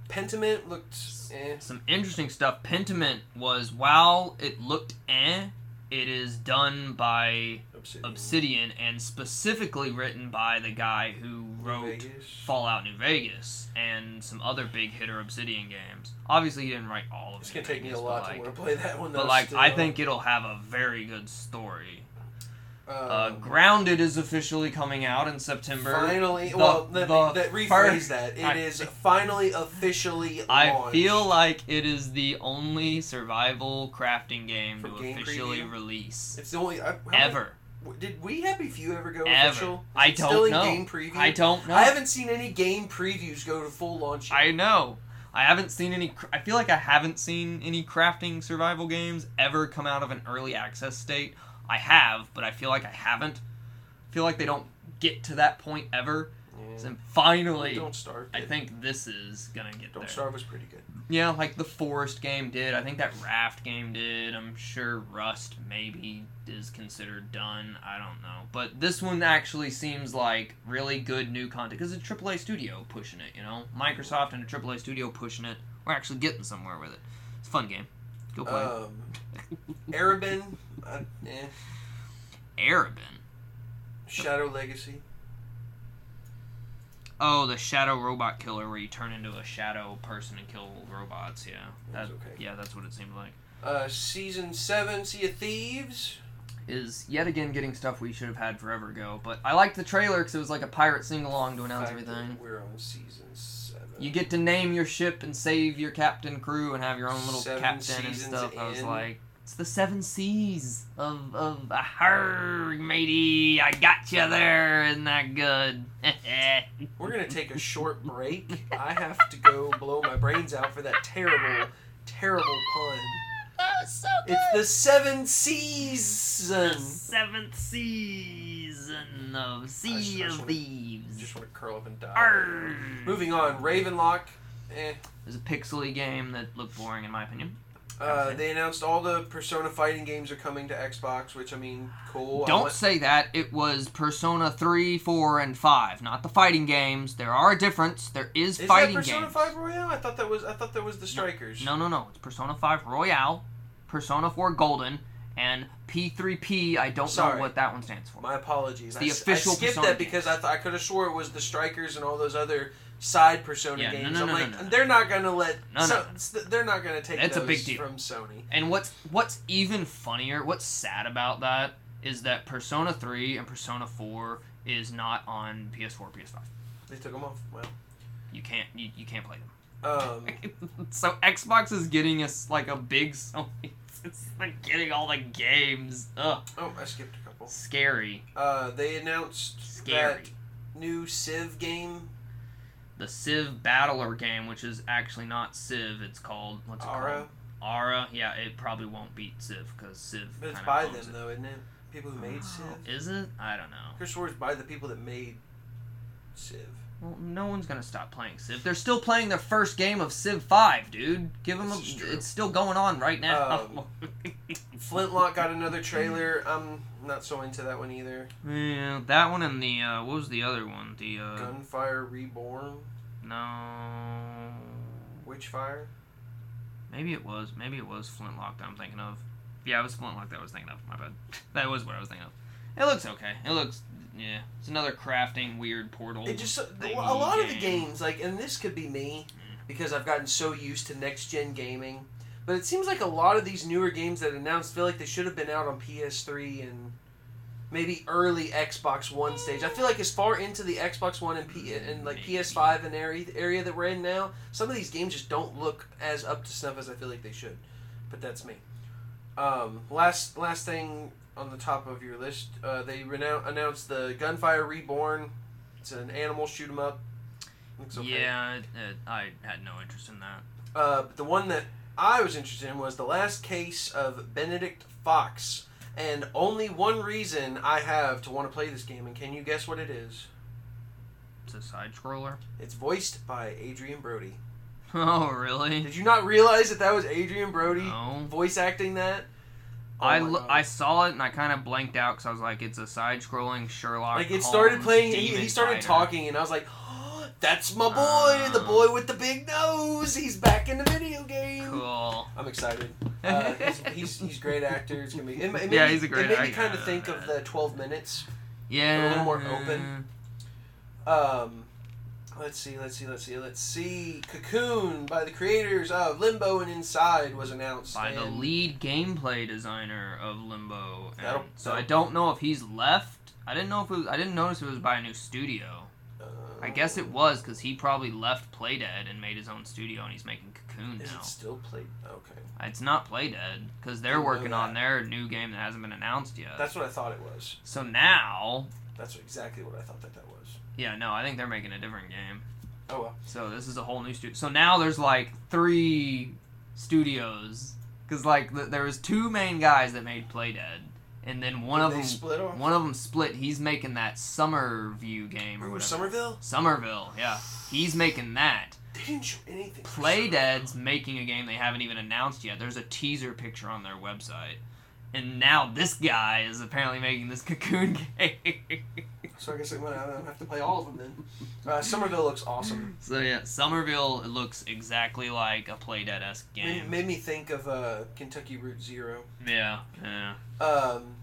Speaker 1: Pentiment looked eh.
Speaker 2: Some interesting stuff. Pentiment was while it looked eh, it is done by
Speaker 1: Obsidian.
Speaker 2: Obsidian and specifically written by the guy who wrote
Speaker 1: Vegas.
Speaker 2: Fallout New Vegas and some other big hitter Obsidian games. Obviously, he didn't write all of
Speaker 1: It's
Speaker 2: New
Speaker 1: gonna take me a
Speaker 2: Vegas, but,
Speaker 1: lot
Speaker 2: like,
Speaker 1: to want to play that one.
Speaker 2: But
Speaker 1: though,
Speaker 2: like, I
Speaker 1: still.
Speaker 2: think it'll have a very good story.
Speaker 1: Um,
Speaker 2: Uh, Grounded is officially coming out in September.
Speaker 1: Finally,
Speaker 2: The-
Speaker 1: well, let me
Speaker 2: the
Speaker 1: that rephrase
Speaker 2: first-
Speaker 1: that. It
Speaker 2: I-
Speaker 1: is finally officially.
Speaker 2: I
Speaker 1: launched.
Speaker 2: feel like it is the only survival crafting game
Speaker 1: From
Speaker 2: to
Speaker 1: Game
Speaker 2: officially
Speaker 1: Preview?
Speaker 2: release
Speaker 1: it's the only I, how many-
Speaker 2: ever.
Speaker 1: Did we Happy Few ever go
Speaker 2: Ever.
Speaker 1: official? Is
Speaker 2: I
Speaker 1: it still
Speaker 2: don't
Speaker 1: in
Speaker 2: know.
Speaker 1: Game preview.
Speaker 2: I don't know.
Speaker 1: I haven't seen any game previews go to full launch. yet.
Speaker 2: I know. I haven't seen any. cr- I feel like I haven't seen any crafting survival games ever come out of an early access state. I have, but I feel like I haven't. I feel like they don't get to that point ever.
Speaker 1: Yeah.
Speaker 2: And finally,
Speaker 1: Don't starve.
Speaker 2: I
Speaker 1: did.
Speaker 2: think this is gonna get
Speaker 1: Don't
Speaker 2: there.
Speaker 1: starve was pretty good.
Speaker 2: Yeah, like the Forest game did. I think that Raft game did. I'm sure Rust maybe is considered done. I don't know. But this one actually seems like really good new content because it's a AAA studio pushing it, you know? Microsoft and a AAA studio pushing it. We're actually getting somewhere with it. It's a fun game. Go play. it.
Speaker 1: Um, *laughs* Arabin, uh, eh,
Speaker 2: Arabin.
Speaker 1: Shadow Legacy.
Speaker 2: Oh, the shadow robot killer where you turn into a shadow person and kill robots. Yeah.
Speaker 1: That's
Speaker 2: That-
Speaker 1: okay.
Speaker 2: Yeah, that's what it seemed like.
Speaker 1: Uh, season seven, Sea of Thieves.
Speaker 2: is yet again getting stuff we should have had forever ago. But I liked the trailer because it was like a pirate sing along to announce
Speaker 1: Fact that
Speaker 2: everything.
Speaker 1: We're on season seven.
Speaker 2: You get to name your ship and save your captain crew and have your own little
Speaker 1: Seven
Speaker 2: captain and
Speaker 1: seasons
Speaker 2: stuff. I was
Speaker 1: in.
Speaker 2: like, it's the seven seas of of a hurg, matey. I got you there. Isn't that good? *laughs*
Speaker 1: We're gonna take a short break. I have to go blow my brains out for that terrible, terrible pun.
Speaker 2: oh, so good.
Speaker 1: It's the seven
Speaker 2: The
Speaker 1: season.
Speaker 2: seventh season of
Speaker 1: I
Speaker 2: Sea
Speaker 1: just
Speaker 2: of
Speaker 1: wanna-
Speaker 2: Thieves.
Speaker 1: Just want to curl up and die.
Speaker 2: Arrgh.
Speaker 1: Moving on, Ravenlock. Eh.
Speaker 2: It was a pixely game that looked boring in my opinion.
Speaker 1: Uh, they announced all the Persona fighting games are coming to Xbox, which I mean, cool. I
Speaker 2: Don't
Speaker 1: want-
Speaker 2: say that. It was Persona 3, 4, and 5, not the fighting games. There are a difference. There is,
Speaker 1: Is
Speaker 2: fighting
Speaker 1: that Persona
Speaker 2: games.
Speaker 1: Five Royale? I thought that was I thought that was the Strikers.
Speaker 2: No, no, no. It's Persona 5 Royale, Persona 4 Golden, and P3P. I don't
Speaker 1: Sorry.
Speaker 2: know what that one stands for.
Speaker 1: My apologies.
Speaker 2: the
Speaker 1: I, s- I
Speaker 2: official
Speaker 1: skipped
Speaker 2: Persona
Speaker 1: that because I, th- I could have swore it was the Strikers and all those other side Persona
Speaker 2: Yeah, no,
Speaker 1: games.
Speaker 2: no,
Speaker 1: I'm
Speaker 2: no, no,
Speaker 1: like,
Speaker 2: no, no.
Speaker 1: they're not gonna let.
Speaker 2: No, no,
Speaker 1: so-
Speaker 2: no.
Speaker 1: s- They're not gonna take.
Speaker 2: That's a
Speaker 1: those
Speaker 2: big deal.
Speaker 1: from Sony.
Speaker 2: And what's what's even funnier, what's sad about that is that Persona 3 and Persona 4 is not on PS4, PS5.
Speaker 1: They took them off. Wow.
Speaker 2: You can't you, you can't play them.
Speaker 1: Um,
Speaker 2: *laughs* so Xbox is getting us like a big Sony. *laughs* It's like getting all the games. Ugh,
Speaker 1: oh, I skipped a couple.
Speaker 2: scary,
Speaker 1: Uh, they announced
Speaker 2: scary.
Speaker 1: that new Civ game.
Speaker 2: The Civ Battler game, which is actually not Civ, it's called what's it
Speaker 1: Ara,
Speaker 2: called? Ara. Yeah, it probably won't beat Civ because Civ.
Speaker 1: but it's
Speaker 2: kinda
Speaker 1: by
Speaker 2: owns
Speaker 1: them though, isn't it? People who made
Speaker 2: Oh,
Speaker 1: Civ.
Speaker 2: Is it? I don't know.
Speaker 1: Chris Wars by the people that made Civ.
Speaker 2: Well, no one's gonna stop playing Civ. They're still playing their first game of Civ Five, dude. Give them. A,
Speaker 1: This is true. Um,
Speaker 2: it's still going on right now. *laughs*
Speaker 1: Flintlock got another trailer. I'm not so into that one either.
Speaker 2: Yeah, that one and the uh, what was the other one? The uh,
Speaker 1: Gunfire Reborn,
Speaker 2: No.
Speaker 1: Witchfire.
Speaker 2: Maybe it was. Maybe it was Flintlock that I'm thinking of. Yeah, it was Flintlock that I was thinking of. My bad. *laughs* That was what I was thinking of. It looks okay. It looks. Yeah. It's another crafting weird portal.
Speaker 1: It just a
Speaker 2: thingy
Speaker 1: lot of the
Speaker 2: game.
Speaker 1: games like, and this could be me because I've gotten so used to next gen gaming. But it seems like a lot of these newer games that announced feel like they should have been out on PS3 and maybe early Xbox One stage. I feel like as far into the Xbox One and P and like
Speaker 2: Maybe.
Speaker 1: PS5 and area area that we're in now, some of these games just don't look as up to snuff as I feel like they should. But that's me. Um, last last thing on the top of your list, uh, they renou- announced the Gunfire Reborn. It's an animal shoot 'em up. Looks okay.
Speaker 2: Yeah, it, it, I had no interest in that.
Speaker 1: Uh, but the one that I was interested in was the last case of Benedict Fox. And only one reason I have to want to play this game, and can you guess what it is?
Speaker 2: It's a side scroller. *laughs*
Speaker 1: It's voiced by Adrian Brody.
Speaker 2: Oh really?
Speaker 1: Did you not realize that that was Adrian Brody
Speaker 2: No.
Speaker 1: voice acting that? Oh
Speaker 2: I,
Speaker 1: my
Speaker 2: lo-
Speaker 1: God.
Speaker 2: I saw it and I kind of blanked out because I was like, it's a side scrolling Sherlock.
Speaker 1: like it
Speaker 2: Holmes
Speaker 1: started playing. He,
Speaker 2: demon
Speaker 1: he started
Speaker 2: fighter. Ah.
Speaker 1: talking, and I was like, *gasps* that's my boy, the boy with the big nose. He's back in the video game.
Speaker 2: Cool.
Speaker 1: I'm excited.
Speaker 2: *laughs*
Speaker 1: Uh, he's, he's he's a great actor. It's gonna be. It, ma- it made
Speaker 2: Yeah,
Speaker 1: me-
Speaker 2: he's a great
Speaker 1: It made me
Speaker 2: actor.
Speaker 1: kind of think of the 12 minutes.
Speaker 2: Yeah.
Speaker 1: A little more open. Um, let's see, let's see, let's see, let's see. Cocoon by the creators of Limbo and Inside was announced.
Speaker 2: By the
Speaker 1: and-
Speaker 2: lead gameplay designer of Limbo. And
Speaker 1: That'll-
Speaker 2: so I
Speaker 1: that'll-
Speaker 2: don't know if he's left. I didn't know if it was, I didn't notice it was by a new studio.
Speaker 1: Uh,
Speaker 2: I guess it was because he probably left Playdead and made his own studio, and he's making Cocoon
Speaker 1: oh, Is
Speaker 2: now.
Speaker 1: it still played? Okay,
Speaker 2: It's not Playdead because they're
Speaker 1: Didn't know
Speaker 2: working on
Speaker 1: that.
Speaker 2: their new game that hasn't been announced yet.
Speaker 1: that's what I thought it was.
Speaker 2: so now,
Speaker 1: That's exactly what I thought that that was.
Speaker 2: yeah, no, I think they're making a different game.
Speaker 1: Oh well.
Speaker 2: So this is a whole new studio. So now there's like three studios because like th- there was two main guys that made Playdead, and then one of
Speaker 1: they
Speaker 2: them
Speaker 1: split off.
Speaker 2: one of them split. He's making that Summerview game or
Speaker 1: Ooh,
Speaker 2: whatever.
Speaker 1: Somerville?
Speaker 2: Somerville, yeah, he's making that.
Speaker 1: They didn't show anything. for
Speaker 2: Playdead's making a game they haven't even announced yet. There's a teaser picture on their website. And now this guy is apparently making this *laughs* cocoon game.
Speaker 1: Somerville. So I guess I went out and have to play all of them then. Uh, Somerville looks awesome.
Speaker 2: so yeah, Somerville looks exactly like a Playdead esque
Speaker 1: Made,
Speaker 2: game.
Speaker 1: made me think of uh, Kentucky Route Zero.
Speaker 2: Yeah, yeah.
Speaker 1: Um,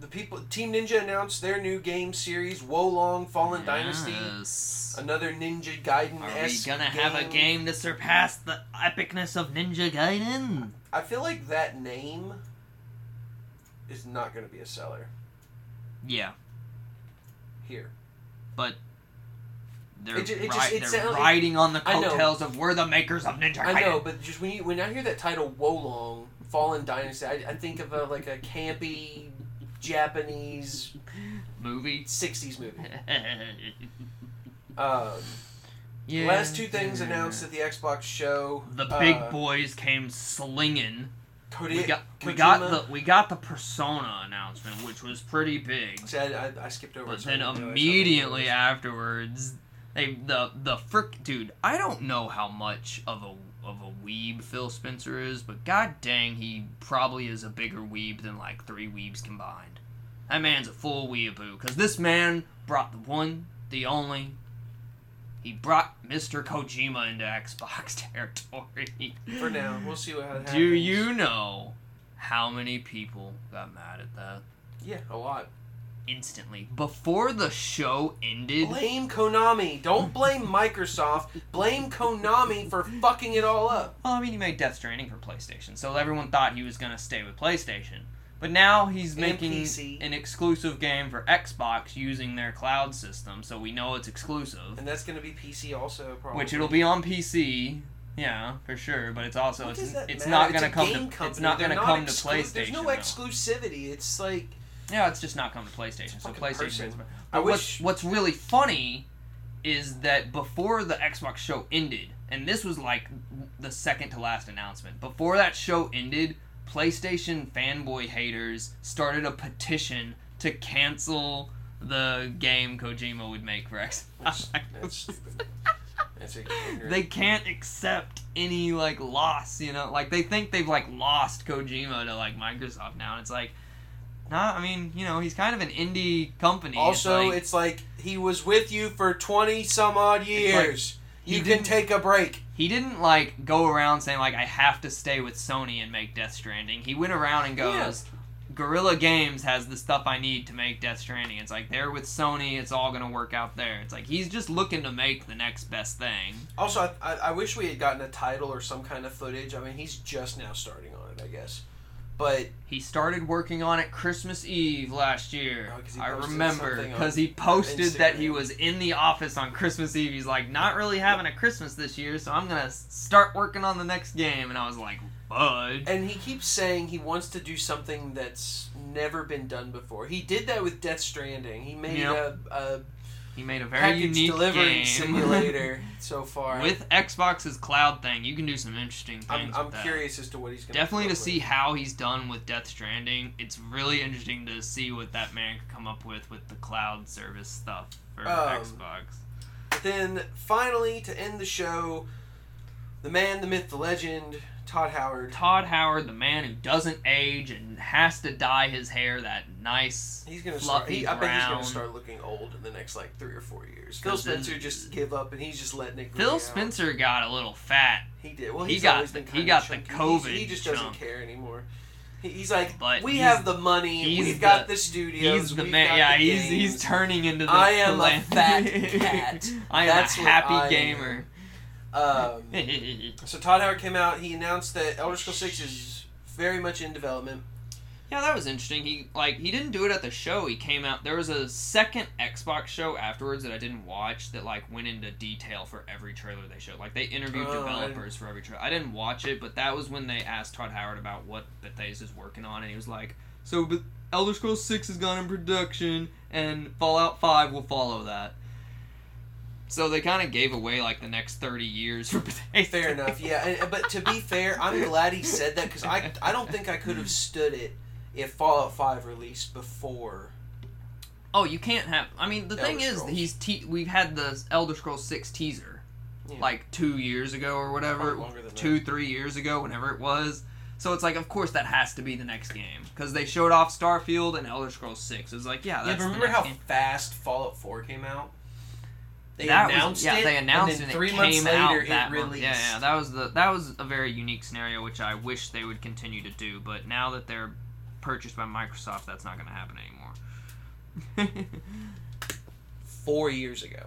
Speaker 1: the people Team Ninja announced their new game series, Wolong Fallen Dynasty.
Speaker 2: Yes.
Speaker 1: Another Ninja Gaiden.
Speaker 2: Are we gonna have a game to surpass the epicness of Ninja Gaiden?
Speaker 1: I feel like that name is not gonna be a seller
Speaker 2: Yeah,
Speaker 1: here.
Speaker 2: but they're,
Speaker 1: It ju- it
Speaker 2: ri-
Speaker 1: just- it
Speaker 2: they're
Speaker 1: sound- it-
Speaker 2: riding on the
Speaker 1: I know.
Speaker 2: coattails of we're the makers of Ninja Gaiden.
Speaker 1: I know, but just when you when I hear that title, Wolong Fallen Dynasty, I, I think of a, like a campy Japanese
Speaker 2: Movie.
Speaker 1: '60s movie. Um,
Speaker 2: Yeah.
Speaker 1: Last two things announced at the Xbox show.
Speaker 2: The big
Speaker 1: uh,
Speaker 2: boys came slinging.
Speaker 1: Cody
Speaker 2: We got we got the we got the persona announcement, which was pretty big.
Speaker 1: See, I, I, I skipped over. it,
Speaker 2: But
Speaker 1: so I
Speaker 2: then
Speaker 1: didn't realize how big it
Speaker 2: immediately
Speaker 1: was.
Speaker 2: afterwards, they the the frick dude. I don't know how much of a of a weeb Phil Spencer is, but god dang, he probably is a bigger weeb than like three weebs combined. That man's a full weeaboo because this man brought the one, the only. He brought Mr. Kojima into Xbox *laughs* territory.
Speaker 1: For now, we'll see what happens.
Speaker 2: Do you know how many people got mad at that
Speaker 1: Yeah, a lot.
Speaker 2: instantly before the show ended?
Speaker 1: Blame Konami. Don't blame Microsoft. Blame Konami for fucking it all up.
Speaker 2: Well, I mean, he made Death Stranding for PlayStation, so everyone thought he was gonna stay with PlayStation. But now he's
Speaker 1: And
Speaker 2: making
Speaker 1: PC.
Speaker 2: an exclusive game for Xbox using their cloud system, so we know it's exclusive.
Speaker 1: And that's gonna be PC also, probably.
Speaker 2: Which it'll be on PC, yeah, for sure. But it's also
Speaker 1: What
Speaker 2: it's,
Speaker 1: does that
Speaker 2: it's
Speaker 1: matter?
Speaker 2: not
Speaker 1: It's
Speaker 2: gonna
Speaker 1: a
Speaker 2: come
Speaker 1: game
Speaker 2: to
Speaker 1: company.
Speaker 2: it's not
Speaker 1: They're
Speaker 2: gonna come
Speaker 1: exclu-
Speaker 2: to PlayStation.
Speaker 1: There's no
Speaker 2: though.
Speaker 1: exclusivity. It's like
Speaker 2: Yeah, it's just not come to
Speaker 1: It's
Speaker 2: PlayStation.
Speaker 1: a
Speaker 2: So
Speaker 1: fucking
Speaker 2: PlayStation.
Speaker 1: person.
Speaker 2: Is, but
Speaker 1: I
Speaker 2: what's
Speaker 1: wish-
Speaker 2: what's really funny is that before the Xbox show ended, and this was like the second to last announcement. Before that show ended, PlayStation fanboy haters started a petition to cancel the game Kojima would make for Xbox. *laughs*
Speaker 1: that's, that's stupid. *laughs* That's ignorant.
Speaker 2: They can't accept any like loss, you know. Like they think they've like lost Kojima to like Microsoft now, and it's like, nah. I mean, you know, he's kind of an indie company.
Speaker 1: also,
Speaker 2: it's
Speaker 1: it's like, he was with you for twenty some odd years.
Speaker 2: he
Speaker 1: you can
Speaker 2: didn't-
Speaker 1: take a break.
Speaker 2: like- he didn't like go around saying like I have to stay with Sony and make Death Stranding. He went around and goes, Guerrilla Games has the stuff I need to make Death Stranding. It's like they're with Sony. It's all gonna work out there. It's like he's just looking to make the next best thing.
Speaker 1: Also, I, I, I wish we had gotten a title or some kind of footage. I mean, he's just now starting on it, I guess. But
Speaker 2: He started working on it Christmas Eve last year.
Speaker 1: Oh, 'cause he
Speaker 2: I
Speaker 1: posted
Speaker 2: remember
Speaker 1: something on
Speaker 2: because he posted that he
Speaker 1: Instagram.
Speaker 2: was in the office on Christmas Eve. He's like, not really having a Christmas this year, so I'm gonna s- start working on the next game. And I was like, bud.
Speaker 1: and he keeps saying he wants to do something that's never been done before. He did that with Death Stranding. He made
Speaker 2: Yep.
Speaker 1: a, a
Speaker 2: He made a very
Speaker 1: package
Speaker 2: unique
Speaker 1: delivery *laughs*
Speaker 2: game
Speaker 1: simulator so far.
Speaker 2: *laughs* with Xbox's cloud thing. You can do some interesting
Speaker 1: I'm,
Speaker 2: things.
Speaker 1: I'm
Speaker 2: with that.
Speaker 1: curious as to what he's going
Speaker 2: Definitely to see how he's done with Death Stranding. It's really interesting to see what that man could come up with with the cloud service stuff for
Speaker 1: Um,
Speaker 2: Xbox.
Speaker 1: Then finally, to end the show, the man, the myth, the legend, Todd Howard.
Speaker 2: Todd Howard, the man who doesn't age and has to dye his hair that nice.
Speaker 1: He's gonna start.
Speaker 2: Fluffy
Speaker 1: He, I bet he's gonna
Speaker 2: brown.
Speaker 1: start looking old in the next like three or four years. Phil
Speaker 2: 'Cause then-
Speaker 1: Spencer just give up, and he's just letting it.
Speaker 2: Phil
Speaker 1: grow out.
Speaker 2: Spencer got a little fat,
Speaker 1: He did. Well,
Speaker 2: He
Speaker 1: he's
Speaker 2: got
Speaker 1: always
Speaker 2: the-
Speaker 1: been
Speaker 2: he
Speaker 1: kinda
Speaker 2: got the
Speaker 1: chunky. He's- He
Speaker 2: COVID
Speaker 1: just
Speaker 2: chunk.
Speaker 1: doesn't care anymore. He, he's like,
Speaker 2: But
Speaker 1: we
Speaker 2: he's-
Speaker 1: have the money.
Speaker 2: he's
Speaker 1: We've got
Speaker 2: the-
Speaker 1: the studios.
Speaker 2: he's the
Speaker 1: we've
Speaker 2: man.
Speaker 1: got
Speaker 2: Yeah,
Speaker 1: the
Speaker 2: he's he's
Speaker 1: games."
Speaker 2: turning into the.
Speaker 1: I am a
Speaker 2: philan-
Speaker 1: fat
Speaker 2: *laughs*
Speaker 1: cat.
Speaker 2: I am
Speaker 1: That's
Speaker 2: a
Speaker 1: what
Speaker 2: happy
Speaker 1: I am.
Speaker 2: gamer.
Speaker 1: Um,
Speaker 2: *laughs*
Speaker 1: so Todd Howard came out. He announced that Elder Scrolls Six is very much in development.
Speaker 2: Yeah, that was interesting. He like he didn't do it at the show. He came out. There was a second Xbox show afterwards that I didn't watch that like went into detail for every trailer they showed. Like they interviewed
Speaker 1: Oh, I didn't-
Speaker 2: developers for every trailer. I didn't watch it, but that was when they asked Todd Howard about what Bethesda's working on, and he was like, "So, but Elder Scrolls Six has gone in production, and Fallout Five will follow that." So they kind of gave away like the next thirty years for *laughs* Bethesda.
Speaker 1: Fair enough. Yeah, and, but to be fair, I'm glad he said that because I I don't think I could have stood it if Fallout Five released before.
Speaker 2: Oh, you can't have. I mean, the thing
Speaker 1: Elder
Speaker 2: is,
Speaker 1: Scrolls.
Speaker 2: he's te- we've had the Elder Scrolls Six teaser,
Speaker 1: Yeah.
Speaker 2: like two years ago or whatever,
Speaker 1: Probably longer than
Speaker 2: two three years ago, whenever it was. So it's like, of course, that has to be the next game because they showed off Starfield and Elder Scrolls Six. It's like, yeah,
Speaker 1: Yeah,
Speaker 2: that's
Speaker 1: but
Speaker 2: the
Speaker 1: remember
Speaker 2: next
Speaker 1: how
Speaker 2: game.
Speaker 1: fast Fallout Four came out? They
Speaker 2: That was-
Speaker 1: announced
Speaker 2: yeah,
Speaker 1: it.
Speaker 2: they announced
Speaker 1: and
Speaker 2: it.
Speaker 1: then three
Speaker 2: it
Speaker 1: months
Speaker 2: came
Speaker 1: later,
Speaker 2: out
Speaker 1: it
Speaker 2: that month.
Speaker 1: released.
Speaker 2: Yeah, yeah, that was the that was a very unique scenario, which I wish they would continue to do. But now that they're purchased by Microsoft, that's not going to happen anymore. *laughs*
Speaker 1: Four years ago,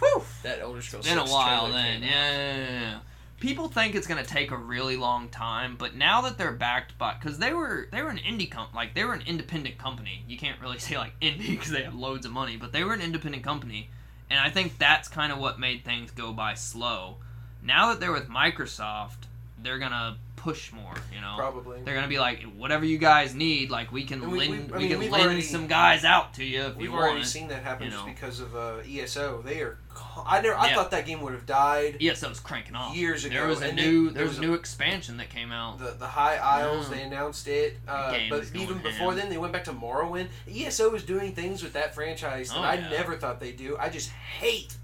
Speaker 2: Whew.
Speaker 1: that Elder Scrolls.
Speaker 2: been a
Speaker 1: 6
Speaker 2: while
Speaker 1: trailer
Speaker 2: then.
Speaker 1: came out.
Speaker 2: Yeah, yeah, yeah, yeah. People think it's gonna take a really long time, but now that they're backed by, because they were they were an indie comp, like they were an independent company. You can't really *laughs* say like indie because they have loads of money, but they were an independent company, and I think that's kind of what made things go by slow. Now that they're with Microsoft, they're gonna push more. You know,
Speaker 1: Probably.
Speaker 2: they're gonna be like, whatever you guys need, like we can
Speaker 1: And we- we-
Speaker 2: lend
Speaker 1: I
Speaker 2: we,
Speaker 1: mean,
Speaker 2: can
Speaker 1: we've
Speaker 2: lend
Speaker 1: already-
Speaker 2: some guys out to you if
Speaker 1: We've
Speaker 2: you
Speaker 1: already
Speaker 2: want.
Speaker 1: seen that happen
Speaker 2: you
Speaker 1: just
Speaker 2: know.
Speaker 1: because of uh, ESO. They are. co- I never. I
Speaker 2: Yeah.
Speaker 1: thought that game would have died.
Speaker 2: Yes, that was cranking off.
Speaker 1: Years
Speaker 2: There
Speaker 1: ago,
Speaker 2: was a
Speaker 1: and
Speaker 2: new
Speaker 1: then
Speaker 2: there
Speaker 1: there
Speaker 2: was a
Speaker 1: was a-
Speaker 2: new expansion that came out.
Speaker 1: The the High Isles.
Speaker 2: Mm.
Speaker 1: They announced it, uh,
Speaker 2: game
Speaker 1: but
Speaker 2: is
Speaker 1: even
Speaker 2: going
Speaker 1: before
Speaker 2: ham.
Speaker 1: then, they went back to Morrowind. ESO is doing things with that franchise that
Speaker 2: Oh,
Speaker 1: I
Speaker 2: yeah.
Speaker 1: never thought they do. I just hate,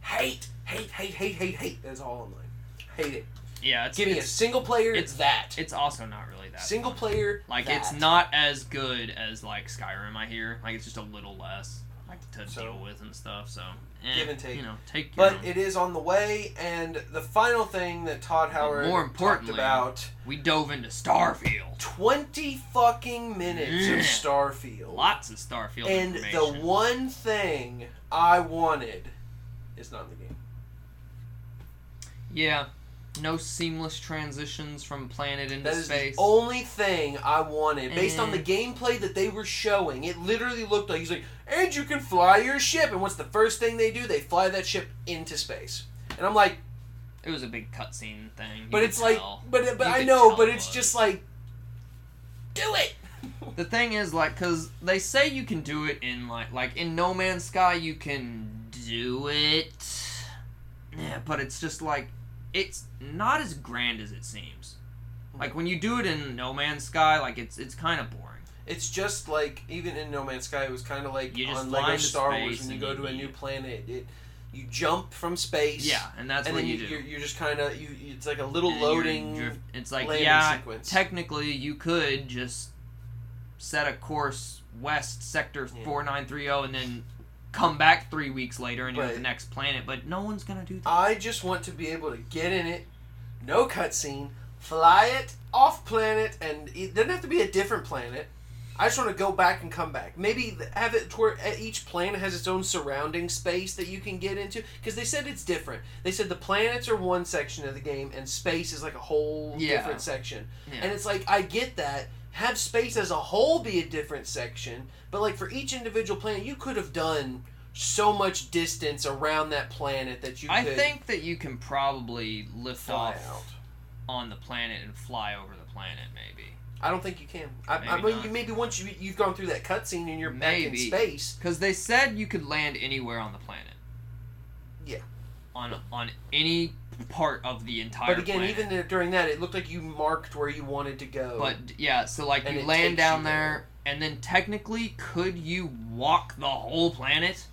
Speaker 1: hate, hate, hate, hate, hate, hate. That's all I'm like. Hate it.
Speaker 2: Yeah, it's
Speaker 1: Give me a
Speaker 2: it's,
Speaker 1: single player.
Speaker 2: it's-
Speaker 1: It's that.
Speaker 2: it's also not really that
Speaker 1: single
Speaker 2: fun.
Speaker 1: player.
Speaker 2: Like it's
Speaker 1: that.
Speaker 2: not as good as like Skyrim. I hear like it's just a little less like to
Speaker 1: So-
Speaker 2: deal with and stuff. So eh,
Speaker 1: Give and take.
Speaker 2: You know, take your
Speaker 1: But
Speaker 2: own.
Speaker 1: it is on the way, and the final thing that Todd Howard
Speaker 2: more
Speaker 1: talked
Speaker 2: importantly-
Speaker 1: about
Speaker 2: we dove into Starfield.
Speaker 1: twenty fucking minutes
Speaker 2: Yeah.
Speaker 1: of Starfield.
Speaker 2: Lots of Starfield
Speaker 1: And the
Speaker 2: information.
Speaker 1: one thing I wanted is not in the game.
Speaker 2: yeah, no seamless transitions from planet into
Speaker 1: That is
Speaker 2: space.
Speaker 1: the only thing I wanted. Based on the
Speaker 2: Mm.
Speaker 1: gameplay that they were showing, it literally looked like he's like, and you can fly your ship. And what's the first thing they do? They fly that ship into space. And I'm like,
Speaker 2: it was a big cutscene thing. You
Speaker 1: but
Speaker 2: could
Speaker 1: it's like,
Speaker 2: tell.
Speaker 1: but but
Speaker 2: You
Speaker 1: I
Speaker 2: could
Speaker 1: know,
Speaker 2: tell
Speaker 1: but
Speaker 2: it
Speaker 1: it's
Speaker 2: was.
Speaker 1: just like, do it.
Speaker 2: The thing is, like, cause they say you can do it in like, like in No Man's Sky, you can do it. Yeah, but it's just like, it's not as grand as it seems. Like when you do it in No Man's Sky, like it's it's kind of boring.
Speaker 1: It's just like even in No Man's Sky, it was kind of like
Speaker 2: You just
Speaker 1: on
Speaker 2: fly
Speaker 1: Lego
Speaker 2: into
Speaker 1: Star
Speaker 2: space
Speaker 1: Wars when you
Speaker 2: and
Speaker 1: go
Speaker 2: you
Speaker 1: to a
Speaker 2: eat.
Speaker 1: new planet. It, you jump from space.
Speaker 2: Yeah, and that's
Speaker 1: and
Speaker 2: what
Speaker 1: then
Speaker 2: you,
Speaker 1: you,
Speaker 2: do.
Speaker 1: You're, you're just kind of you. It's like a little
Speaker 2: And then you're
Speaker 1: loading
Speaker 2: drift- It's like
Speaker 1: landing
Speaker 2: yeah,
Speaker 1: sequence.
Speaker 2: technically you could just set a course west sector
Speaker 1: Yeah.
Speaker 2: 4930 oh, and then come back three weeks later and you're at
Speaker 1: Right.
Speaker 2: the next planet. But no one's gonna do that.
Speaker 1: I just want to be able to get in it, no cutscene, fly it off planet, and it doesn't have to be a different planet. I just want to go back and come back. Maybe th- have it to where e- each planet has its own surrounding space that you can get into. Because they said it's different. They said the planets are one section of the game, and space is like a whole
Speaker 2: Yeah.
Speaker 1: different section.
Speaker 2: Yeah.
Speaker 1: And it's like I get that. Have space as a whole be a different section, but like for each individual planet, you could have done so much distance around that planet that you.
Speaker 2: I
Speaker 1: could
Speaker 2: think that you can probably lift
Speaker 1: fly
Speaker 2: off
Speaker 1: out.
Speaker 2: on the planet and fly over the planet, maybe.
Speaker 1: I don't think you can. I, I
Speaker 2: Maybe
Speaker 1: mean,
Speaker 2: not.
Speaker 1: you, maybe once you you've gone through that cutscene and you're back in
Speaker 2: Maybe.
Speaker 1: space.
Speaker 2: Because they said you could land anywhere on the planet.
Speaker 1: Yeah.
Speaker 2: On on any part of the entire.
Speaker 1: but again,
Speaker 2: planet.
Speaker 1: even there- during that, it looked like you marked where you wanted to go.
Speaker 2: But yeah, so like
Speaker 1: And
Speaker 2: you
Speaker 1: it
Speaker 2: land
Speaker 1: takes
Speaker 2: down
Speaker 1: you
Speaker 2: there,
Speaker 1: there.
Speaker 2: and then technically, could you walk the whole planet?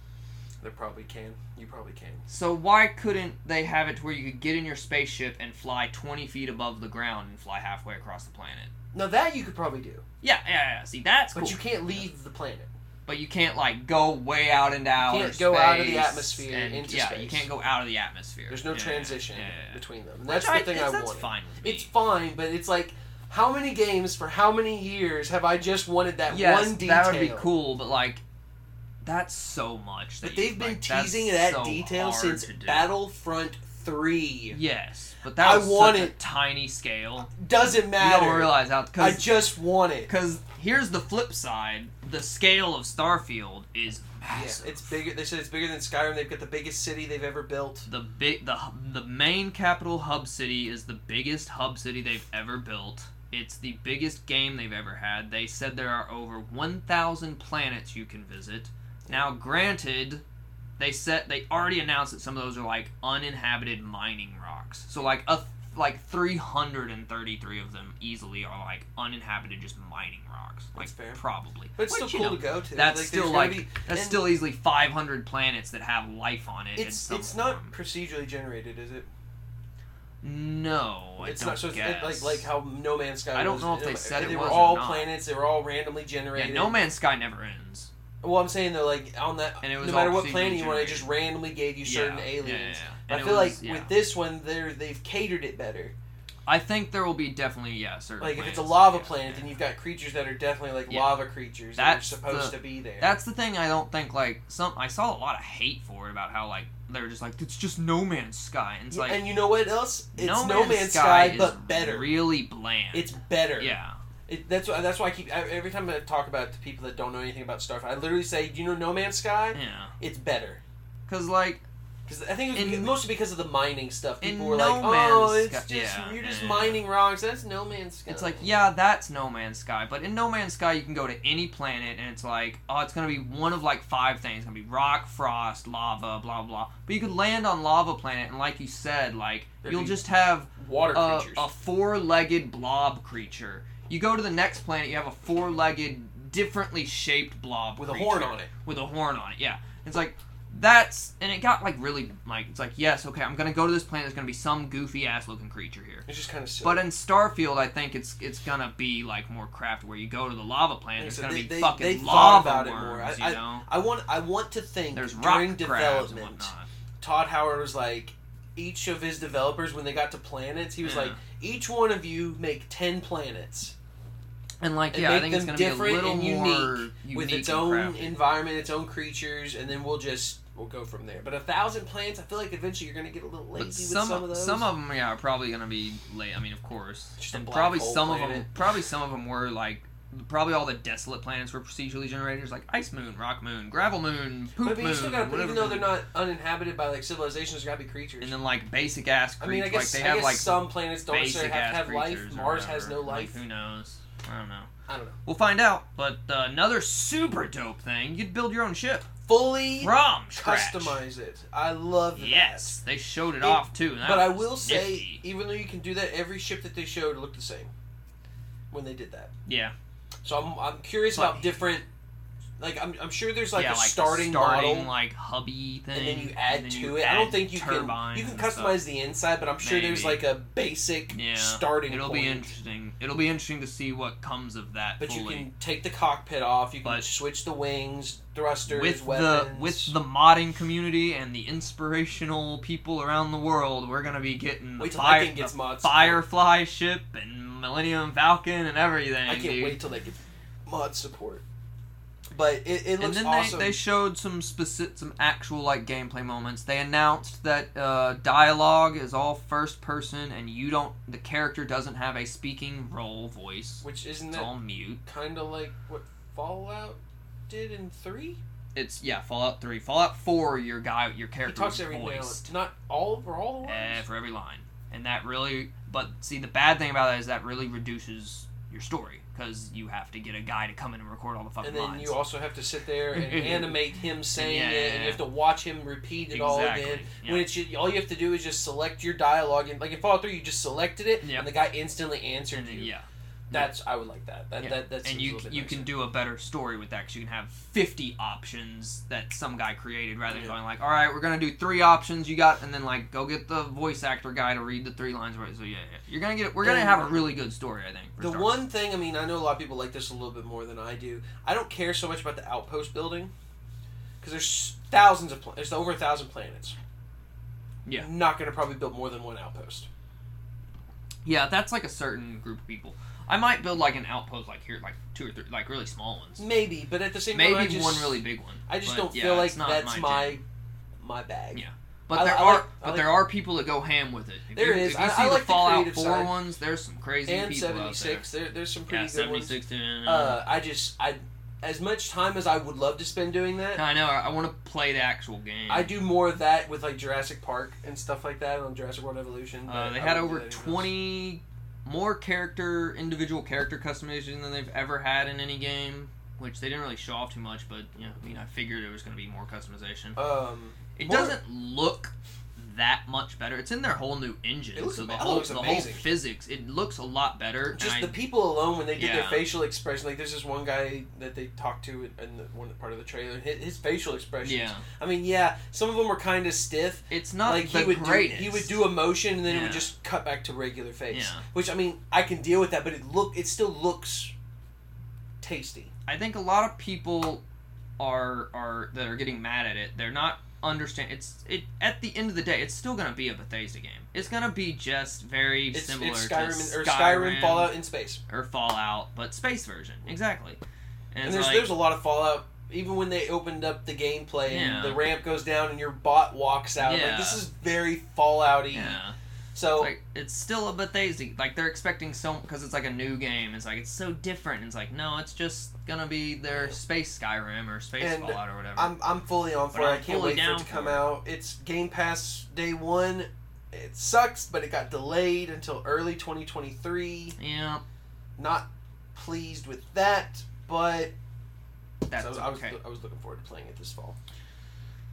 Speaker 1: They probably can. You probably can.
Speaker 2: So why couldn't they have it to where you could get in your spaceship and fly 20 feet above the ground and fly halfway across the planet?
Speaker 1: Now that you could probably do,
Speaker 2: Yeah, yeah, yeah. See, that's
Speaker 1: but
Speaker 2: cool.
Speaker 1: you can't leave the planet.
Speaker 2: but you can't like go way out into outer
Speaker 1: can't go out of the
Speaker 2: space
Speaker 1: atmosphere
Speaker 2: and-
Speaker 1: into
Speaker 2: yeah, you
Speaker 1: space.
Speaker 2: can't go out of the atmosphere.
Speaker 1: There's no
Speaker 2: Yeah,
Speaker 1: transition
Speaker 2: yeah, yeah, yeah.
Speaker 1: between them.
Speaker 2: Which
Speaker 1: That's
Speaker 2: I-
Speaker 1: the thing I
Speaker 2: that's-
Speaker 1: wanted.
Speaker 2: That's fine with me.
Speaker 1: It's fine, but it's like, how many games for how many years have I just wanted that
Speaker 2: yes,
Speaker 1: one detail?
Speaker 2: that would be cool, but like, that's so much. That
Speaker 1: But
Speaker 2: you-
Speaker 1: they've been
Speaker 2: like, that's
Speaker 1: teasing that
Speaker 2: so
Speaker 1: detail
Speaker 2: hard
Speaker 1: since
Speaker 2: to do.
Speaker 1: Battlefront Three.
Speaker 2: Yes, but that
Speaker 1: I
Speaker 2: was
Speaker 1: want
Speaker 2: such a
Speaker 1: it.
Speaker 2: tiny scale.
Speaker 1: Doesn't matter.
Speaker 2: You don't realize how
Speaker 1: I
Speaker 2: because
Speaker 1: just want it.
Speaker 2: because here's the flip side: the scale of Starfield is
Speaker 1: Yeah,
Speaker 2: massive.
Speaker 1: it's bigger. They said it's bigger than Skyrim. They've got the biggest city they've ever built.
Speaker 2: the big the the main capital hub city is the biggest hub city they've ever built. It's the biggest game they've ever had. They said there are over 1,000 planets you can visit. Now, granted, they said they already announced that some of those are like uninhabited mining rocks. So like a like 333 of them easily are like uninhabited just mining rocks. Like
Speaker 1: That's fair.
Speaker 2: probably.
Speaker 1: But it's
Speaker 2: Which,
Speaker 1: still
Speaker 2: you
Speaker 1: cool
Speaker 2: know,
Speaker 1: to go to.
Speaker 2: That's
Speaker 1: there's
Speaker 2: still
Speaker 1: gotta
Speaker 2: like
Speaker 1: be-
Speaker 2: that's
Speaker 1: and
Speaker 2: still easily 500 planets that have life on it. in
Speaker 1: It's
Speaker 2: some
Speaker 1: it's not
Speaker 2: form.
Speaker 1: procedurally generated, is it?
Speaker 2: No, I
Speaker 1: it's
Speaker 2: don't
Speaker 1: not so it's
Speaker 2: guess.
Speaker 1: like like how No Man's Sky.
Speaker 2: I don't
Speaker 1: was.
Speaker 2: know if they
Speaker 1: No-
Speaker 2: said it
Speaker 1: they
Speaker 2: was
Speaker 1: were
Speaker 2: or
Speaker 1: all
Speaker 2: not.
Speaker 1: planets. They were all randomly generated.
Speaker 2: yeah, No Man's Sky never ends.
Speaker 1: Well, I'm saying though, like on that,
Speaker 2: And it was
Speaker 1: no matter
Speaker 2: all
Speaker 1: what
Speaker 2: procedurally
Speaker 1: planet you want, it
Speaker 2: generated.
Speaker 1: just randomly gave you
Speaker 2: Yeah,
Speaker 1: certain
Speaker 2: yeah, yeah,
Speaker 1: aliens.
Speaker 2: yeah.
Speaker 1: But
Speaker 2: And
Speaker 1: I
Speaker 2: it
Speaker 1: feel
Speaker 2: was-
Speaker 1: like
Speaker 2: yeah.
Speaker 1: with this one, they're they've catered it better.
Speaker 2: I think there will be definitely yeah, certain.
Speaker 1: Like if it's a
Speaker 2: planets,
Speaker 1: lava
Speaker 2: yeah,
Speaker 1: planet,
Speaker 2: yeah.
Speaker 1: then you've got creatures that are definitely like
Speaker 2: Yeah.
Speaker 1: lava creatures that are
Speaker 2: That's
Speaker 1: supposed
Speaker 2: the-
Speaker 1: to be there.
Speaker 2: That's the thing I don't think like some I saw a lot of hate for it about how like they were just like it's just No Man's Sky and it's
Speaker 1: Yeah,
Speaker 2: like
Speaker 1: and you know what else? It's
Speaker 2: no,
Speaker 1: No,
Speaker 2: Man's,
Speaker 1: Sky,
Speaker 2: is
Speaker 1: but better.
Speaker 2: Really bland.
Speaker 1: it's better.
Speaker 2: yeah.
Speaker 1: It, that's why. That's why I keep I, every time I talk about it to people that don't know anything about Starfield. I literally say, "You know, No Man's Sky,
Speaker 2: Yeah.
Speaker 1: it's better."
Speaker 2: Cuz like
Speaker 1: Because I think it was
Speaker 2: In-
Speaker 1: mostly because of the mining stuff.
Speaker 2: in
Speaker 1: People were
Speaker 2: No
Speaker 1: like, "Oh,
Speaker 2: Man's
Speaker 1: it's
Speaker 2: Sky-
Speaker 1: just
Speaker 2: yeah,
Speaker 1: you're just
Speaker 2: yeah, yeah, yeah.
Speaker 1: mining rocks. That's No Man's Sky."
Speaker 2: It's like, yeah, that's No Man's Sky, but in No Man's Sky, you can go to any planet, and it's like, oh, it's gonna be one of like five things. It's gonna be rock, frost, lava, blah blah. But you could land on lava planet, and like you said, like
Speaker 1: There'd
Speaker 2: you'll
Speaker 1: be
Speaker 2: just have
Speaker 1: water
Speaker 2: a,
Speaker 1: creatures.
Speaker 2: a four-legged blob creature. You go to the next planet, you have a four-legged, differently shaped blob
Speaker 1: with a horn
Speaker 2: creature
Speaker 1: on it.
Speaker 2: with a horn on it. Yeah, it's like that's and it got like really like it's like yes, okay, I'm gonna go to this planet. There's gonna be some goofy ass looking creature here.
Speaker 1: It's just kind of silly.
Speaker 2: But in Starfield, I think it's it's gonna be like more craft where you go to the lava planet.
Speaker 1: Yeah,
Speaker 2: It's
Speaker 1: so
Speaker 2: gonna
Speaker 1: they-
Speaker 2: be
Speaker 1: they-
Speaker 2: fucking
Speaker 1: they thought
Speaker 2: lava
Speaker 1: about it more.
Speaker 2: worms,
Speaker 1: I-
Speaker 2: you know.
Speaker 1: I want I want to think
Speaker 2: There's rock
Speaker 1: during
Speaker 2: crabs and
Speaker 1: development,
Speaker 2: whatnot.
Speaker 1: Todd Howard was like, each of his developers when they got to planets, he was
Speaker 2: Yeah.
Speaker 1: like, each one of you make ten planets.
Speaker 2: And like
Speaker 1: and
Speaker 2: yeah, I
Speaker 1: make
Speaker 2: think it's
Speaker 1: them
Speaker 2: gonna be a
Speaker 1: different
Speaker 2: little
Speaker 1: and
Speaker 2: more
Speaker 1: unique
Speaker 2: unique
Speaker 1: with its
Speaker 2: and
Speaker 1: own
Speaker 2: crafty.
Speaker 1: environment, its own creatures, and then we'll just we'll go from there. But a thousand plants, I feel like eventually you're gonna get a little lazy
Speaker 2: But
Speaker 1: with
Speaker 2: some
Speaker 1: some of those.
Speaker 2: some of them yeah are probably gonna be late. I mean, of course,
Speaker 1: Just a
Speaker 2: and
Speaker 1: black
Speaker 2: probably
Speaker 1: hole
Speaker 2: some of them
Speaker 1: planet.
Speaker 2: probably some of them were like probably all the desolate planets were procedurally generators like ice moon, rock moon, gravel moon, poop
Speaker 1: but I mean,
Speaker 2: moon,
Speaker 1: you still gotta put,
Speaker 2: whatever
Speaker 1: even though
Speaker 2: moon.
Speaker 1: they're not uninhabited by like civilizations, there's gotta be creatures.
Speaker 2: and then like basic ass
Speaker 1: I
Speaker 2: creatures
Speaker 1: mean, I guess
Speaker 2: like
Speaker 1: I
Speaker 2: they have
Speaker 1: guess
Speaker 2: like
Speaker 1: some planets don't necessarily
Speaker 2: basic
Speaker 1: have,
Speaker 2: ass
Speaker 1: have life.
Speaker 2: creatures or
Speaker 1: Mars has no
Speaker 2: whatever. Like,
Speaker 1: life.
Speaker 2: who knows? I don't know.
Speaker 1: I don't know.
Speaker 2: We'll find out. But uh, another super dope thing, you'd build your own ship
Speaker 1: Fully
Speaker 2: from scratch.
Speaker 1: customize it. I love that.
Speaker 2: Yes, they showed it,
Speaker 1: It-
Speaker 2: off too. and that
Speaker 1: But I
Speaker 2: was
Speaker 1: will say,
Speaker 2: nifty.
Speaker 1: even though you can do that, every ship that they showed looked the same when they did that.
Speaker 2: yeah,
Speaker 1: So I'm, I'm curious
Speaker 2: But-
Speaker 1: about different. Like I'm, I'm sure there's like
Speaker 2: yeah,
Speaker 1: a
Speaker 2: like
Speaker 1: starting,
Speaker 2: starting
Speaker 1: model,
Speaker 2: like hubby thing,
Speaker 1: and then you add
Speaker 2: and then
Speaker 1: to
Speaker 2: you
Speaker 1: it. I don't
Speaker 2: add
Speaker 1: think you can
Speaker 2: turbines
Speaker 1: you can
Speaker 2: and stuff.
Speaker 1: customize the inside, but I'm sure there's
Speaker 2: Maybe.
Speaker 1: like a basic
Speaker 2: Yeah,
Speaker 1: starting.
Speaker 2: It'll
Speaker 1: point.
Speaker 2: be interesting. It'll be interesting to see what comes of that.
Speaker 1: But you
Speaker 2: fully.
Speaker 1: can take the cockpit off. You can
Speaker 2: But-
Speaker 1: switch the wings, thrusters,
Speaker 2: with
Speaker 1: weapons.
Speaker 2: the with the modding community and the inspirational people around the world, we're gonna be getting the
Speaker 1: wait till
Speaker 2: fire,
Speaker 1: that game gets
Speaker 2: the
Speaker 1: mod support.
Speaker 2: Firefly ship and Millennium Falcon and everything.
Speaker 1: I can't
Speaker 2: dude.
Speaker 1: wait till they get mod support. But it, it
Speaker 2: and
Speaker 1: looks
Speaker 2: then
Speaker 1: awesome.
Speaker 2: they, they showed some specific, some actual like gameplay moments. They announced that uh, dialogue is all first person, and you don't. The character doesn't have a speaking role voice.
Speaker 1: Which isn't
Speaker 2: It's
Speaker 1: that
Speaker 2: all mute.
Speaker 1: kind of like what Fallout did in three?
Speaker 2: It's yeah. Fallout three, Fallout four. Your guy, your
Speaker 1: He
Speaker 2: character
Speaker 1: talks
Speaker 2: is
Speaker 1: every
Speaker 2: voiced
Speaker 1: now. Not all for all the
Speaker 2: eh,
Speaker 1: ones.
Speaker 2: for every line, and that really. But see, the bad thing about that is that really reduces your story because you have to get a guy to come in and record all the fucking
Speaker 1: and then
Speaker 2: lines.
Speaker 1: you also have to sit there
Speaker 2: *laughs*
Speaker 1: and animate him saying
Speaker 2: Yeah,
Speaker 1: it, and you have to watch him repeat it all again.
Speaker 2: Yeah.
Speaker 1: When it's ju- all you have to do is just select your dialogue, and like in Fallout Three, you just selected it,
Speaker 2: Yep.
Speaker 1: and the guy instantly answered
Speaker 2: And then-
Speaker 1: you.
Speaker 2: yeah.
Speaker 1: That's I would like that. That
Speaker 2: Yeah.
Speaker 1: that, that seems
Speaker 2: and
Speaker 1: a
Speaker 2: you
Speaker 1: little bit
Speaker 2: you can
Speaker 1: nicer.
Speaker 2: do a better story with that because you can have 50 options that some guy created rather than
Speaker 1: Yeah.
Speaker 2: going like all right we're gonna do three options you got and then like go get the voice actor guy to read the three lines right so yeah, yeah. you're gonna get we're gonna
Speaker 1: And-
Speaker 2: have a really good story i think for
Speaker 1: The
Speaker 2: Star Wars.
Speaker 1: one thing I mean, I know a lot of people like this a little bit more than I do. I don't care so much about the outpost building because there's thousands of pla- there's over a thousand planets.
Speaker 2: Yeah.
Speaker 1: I'm not gonna probably build more than one outpost.
Speaker 2: yeah that's like a certain group of people i might build like an outpost like here like two or three like really small ones
Speaker 1: Maybe, but at the same time, I
Speaker 2: maybe
Speaker 1: just,
Speaker 2: one really big one
Speaker 1: I just
Speaker 2: but,
Speaker 1: don't
Speaker 2: yeah,
Speaker 1: feel like
Speaker 2: it's not
Speaker 1: that's
Speaker 2: jam.
Speaker 1: my my bag.
Speaker 2: Yeah. But
Speaker 1: I-
Speaker 2: there
Speaker 1: I
Speaker 2: are
Speaker 1: like- I
Speaker 2: but
Speaker 1: like-
Speaker 2: there are people that go ham with it. If
Speaker 1: There
Speaker 2: you,
Speaker 1: is.
Speaker 2: If you
Speaker 1: I-
Speaker 2: see
Speaker 1: I like
Speaker 2: the
Speaker 1: the
Speaker 2: Fallout
Speaker 1: creative
Speaker 2: 4
Speaker 1: side.
Speaker 2: ones, there's some crazy
Speaker 1: And
Speaker 2: people
Speaker 1: seventy
Speaker 2: out
Speaker 1: six, there there's some
Speaker 2: there.
Speaker 1: pretty
Speaker 2: Yeah,
Speaker 1: good
Speaker 2: seventy
Speaker 1: ones.
Speaker 2: six.
Speaker 1: Uh, I just I as much time as I would love to spend doing that,
Speaker 2: *laughs* I know. I want to play the actual game. Uh,
Speaker 1: I do more of that with like Jurassic Park and stuff like that on Jurassic World Evolution.
Speaker 2: Uh,
Speaker 1: but
Speaker 2: they
Speaker 1: I
Speaker 2: had
Speaker 1: wouldn't do
Speaker 2: over
Speaker 1: that anything else.
Speaker 2: twenty more character, individual character customization than they've ever had in any game, which they didn't really show off too much. But yeah, I mean, I figured there was going to be more customization.
Speaker 1: Um,
Speaker 2: It
Speaker 1: More-
Speaker 2: doesn't look that much better. It's in their whole new engine,
Speaker 1: It looks
Speaker 2: so the
Speaker 1: ama- it
Speaker 2: whole
Speaker 1: looks
Speaker 2: the whole
Speaker 1: amazing.
Speaker 2: physics it looks a lot better. and
Speaker 1: just
Speaker 2: I-
Speaker 1: the people alone when they did
Speaker 2: Yeah.
Speaker 1: their facial expression. Like there's this one guy that they talked to in the one part of the trailer. His, his facial expression.
Speaker 2: yeah,
Speaker 1: I mean, yeah, some of them were kind of stiff.
Speaker 2: it's not
Speaker 1: like
Speaker 2: the
Speaker 1: he would
Speaker 2: greatest.
Speaker 1: do, he would do a motion and then it
Speaker 2: Yeah.
Speaker 1: would just cut back to regular face.
Speaker 2: Yeah.
Speaker 1: Which I mean, I can deal with that, but it look it still looks tasty.
Speaker 2: I think a lot of people are are that are getting mad at it. They're not understand. It's it at the end of the day, it's still gonna be a Bethesda game. It's gonna be just very
Speaker 1: It's,
Speaker 2: similar
Speaker 1: it's
Speaker 2: to
Speaker 1: Skyrim or
Speaker 2: Skyrim,
Speaker 1: Skyrim Fallout in space.
Speaker 2: or Fallout, but space version exactly.
Speaker 1: And,
Speaker 2: And, it's
Speaker 1: there's
Speaker 2: like,
Speaker 1: there's a lot of Fallout. Even when they opened up the gameplay,
Speaker 2: Yeah.
Speaker 1: and the ramp goes down and your bot walks out.
Speaker 2: Yeah.
Speaker 1: Like this is very Fallouty.
Speaker 2: yeah.
Speaker 1: So
Speaker 2: It's like it's still a Bethesda. Like they're expecting so because it's like a new game. It's like it's so different. It's like no, it's just gonna be their space Skyrim or space
Speaker 1: And
Speaker 2: Fallout or whatever.
Speaker 1: I'm I'm fully on for
Speaker 2: But
Speaker 1: it.
Speaker 2: I'm
Speaker 1: I can't
Speaker 2: fully
Speaker 1: wait for
Speaker 2: down
Speaker 1: it to come
Speaker 2: for it.
Speaker 1: out. It's Game Pass day one. It sucks, but it got delayed until early 2023.
Speaker 2: yeah,
Speaker 1: Not pleased with that, but
Speaker 2: that's
Speaker 1: so I was
Speaker 2: okay.
Speaker 1: I was looking forward to playing it this fall.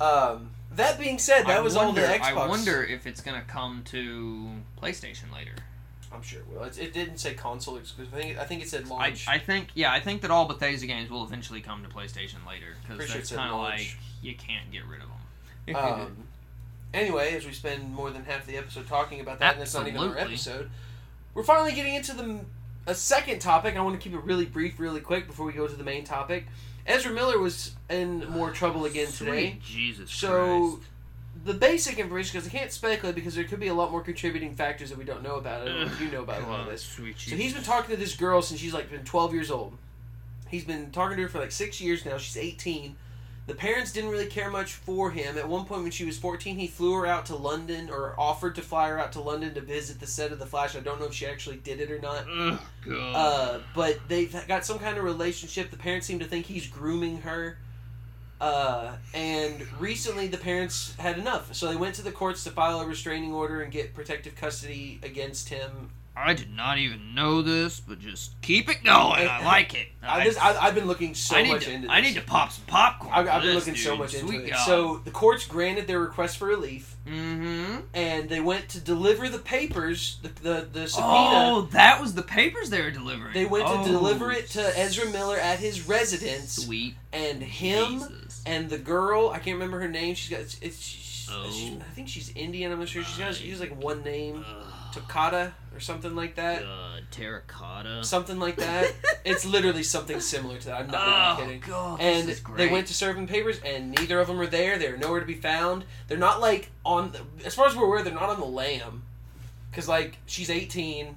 Speaker 1: Um, that being said, *laughs* that
Speaker 2: I
Speaker 1: was
Speaker 2: wonder,
Speaker 1: all the Xbox.
Speaker 2: I wonder if it's gonna come to PlayStation later.
Speaker 1: I'm sure it will. It, it didn't say console exclusive. I think I think it said
Speaker 2: I,
Speaker 1: launch.
Speaker 2: I think yeah, I think that all Bethesda games will eventually come to PlayStation later
Speaker 1: Pretty
Speaker 2: because
Speaker 1: sure
Speaker 2: it's
Speaker 1: it said
Speaker 2: kind of
Speaker 1: launch.
Speaker 2: like you can't get rid of them.
Speaker 1: *laughs* Um, anyway, as we spend more than half the episode talking about that, and that's not even our
Speaker 2: Absolutely.
Speaker 1: episode, we're finally getting into the m- a second topic. I want to keep it really brief, really quick before we go to the main topic. Ezra Miller was in more trouble again
Speaker 2: Sweet
Speaker 1: today.
Speaker 2: Jesus
Speaker 1: So, the basic information, because I can't speculate, because there could be a lot more contributing factors that we don't know about. I don't know if you know about a lot of this.
Speaker 2: Sweet
Speaker 1: So he's been talking to this girl since she's like been 12 years old. He's been talking to her for like six years now. She's 18. The parents didn't really care much for him. At one point, when she was 14, he flew her out to London or offered to fly her out to London to visit the set of The Flash. I don't know if she actually did it or not.
Speaker 2: Ugh, God.
Speaker 1: Uh, but they've got some kind of relationship. The parents seem to think he's grooming her. Uh, and recently, the parents had enough. So they went to the courts to file a restraining order and get protective custody against him
Speaker 2: I did not even know this, but just keep it going.
Speaker 1: *laughs*
Speaker 2: I like it.
Speaker 1: I, this, I, I've been looking so
Speaker 2: I need
Speaker 1: much
Speaker 2: to,
Speaker 1: into this.
Speaker 2: I need to pop some popcorn.
Speaker 1: I've,
Speaker 2: for
Speaker 1: I've been
Speaker 2: this,
Speaker 1: looking so
Speaker 2: dude.
Speaker 1: much into
Speaker 2: Sweet
Speaker 1: it.
Speaker 2: God.
Speaker 1: So the courts granted their request for relief,
Speaker 2: mm-hmm.
Speaker 1: and they went to deliver the papers, the the, the subpoena.
Speaker 2: Oh, that was the papers they were delivering.
Speaker 1: They went
Speaker 2: Oh,
Speaker 1: to deliver it to Ezra Miller at his residence,
Speaker 2: Sweet
Speaker 1: and him
Speaker 2: Jesus.
Speaker 1: and the girl. I can't remember her name. She's got. It's. it's she's,
Speaker 2: Oh.
Speaker 1: she's- I think she's Indian. I'm not sure. She's got.
Speaker 2: Right.
Speaker 1: She's like one name,
Speaker 2: Ugh,
Speaker 1: Takata or something like that.
Speaker 2: God, Uh, terracotta.
Speaker 1: Something like
Speaker 2: *laughs*
Speaker 1: that. it's literally something similar to that. I'm not
Speaker 2: oh,
Speaker 1: even kidding.
Speaker 2: God,
Speaker 1: and
Speaker 2: this is great.
Speaker 1: they went to serve him papers, and neither of them are there. They're nowhere to be found. They're not like on. The, as far as we're aware, they're not on the lam, because like she's eighteen.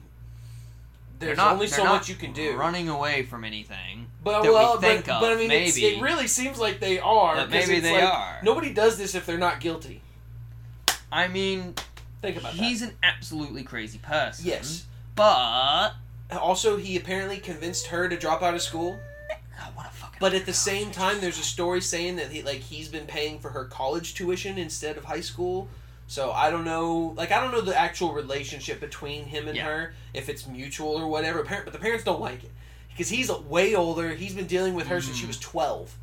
Speaker 2: They're
Speaker 1: There's
Speaker 2: not-
Speaker 1: only
Speaker 2: they're
Speaker 1: so
Speaker 2: not
Speaker 1: much you can do.
Speaker 2: Running away from anything.
Speaker 1: but
Speaker 2: that we
Speaker 1: well,
Speaker 2: think
Speaker 1: but,
Speaker 2: of,
Speaker 1: but I mean, it's,
Speaker 2: maybe.
Speaker 1: it really seems like they are.
Speaker 2: But
Speaker 1: 'cause
Speaker 2: maybe
Speaker 1: it's
Speaker 2: they
Speaker 1: like,
Speaker 2: are.
Speaker 1: Nobody does this if they're not guilty.
Speaker 2: I mean,
Speaker 1: Think about
Speaker 2: he's an absolutely crazy
Speaker 1: that.
Speaker 2: person.
Speaker 1: Yes.
Speaker 2: But
Speaker 1: Also, he apparently convinced her to drop out of school.
Speaker 2: God, what a fucking.
Speaker 1: But at the same time, there's a story saying that he like he's been paying for her college tuition instead of high school. So I don't know, like I don't know the actual relationship between him and
Speaker 2: Yeah.
Speaker 1: her, if it's mutual or whatever. Appar- But the parents don't like it because he's way older. He's been dealing with her since she
Speaker 2: Mhm.
Speaker 1: was twelve,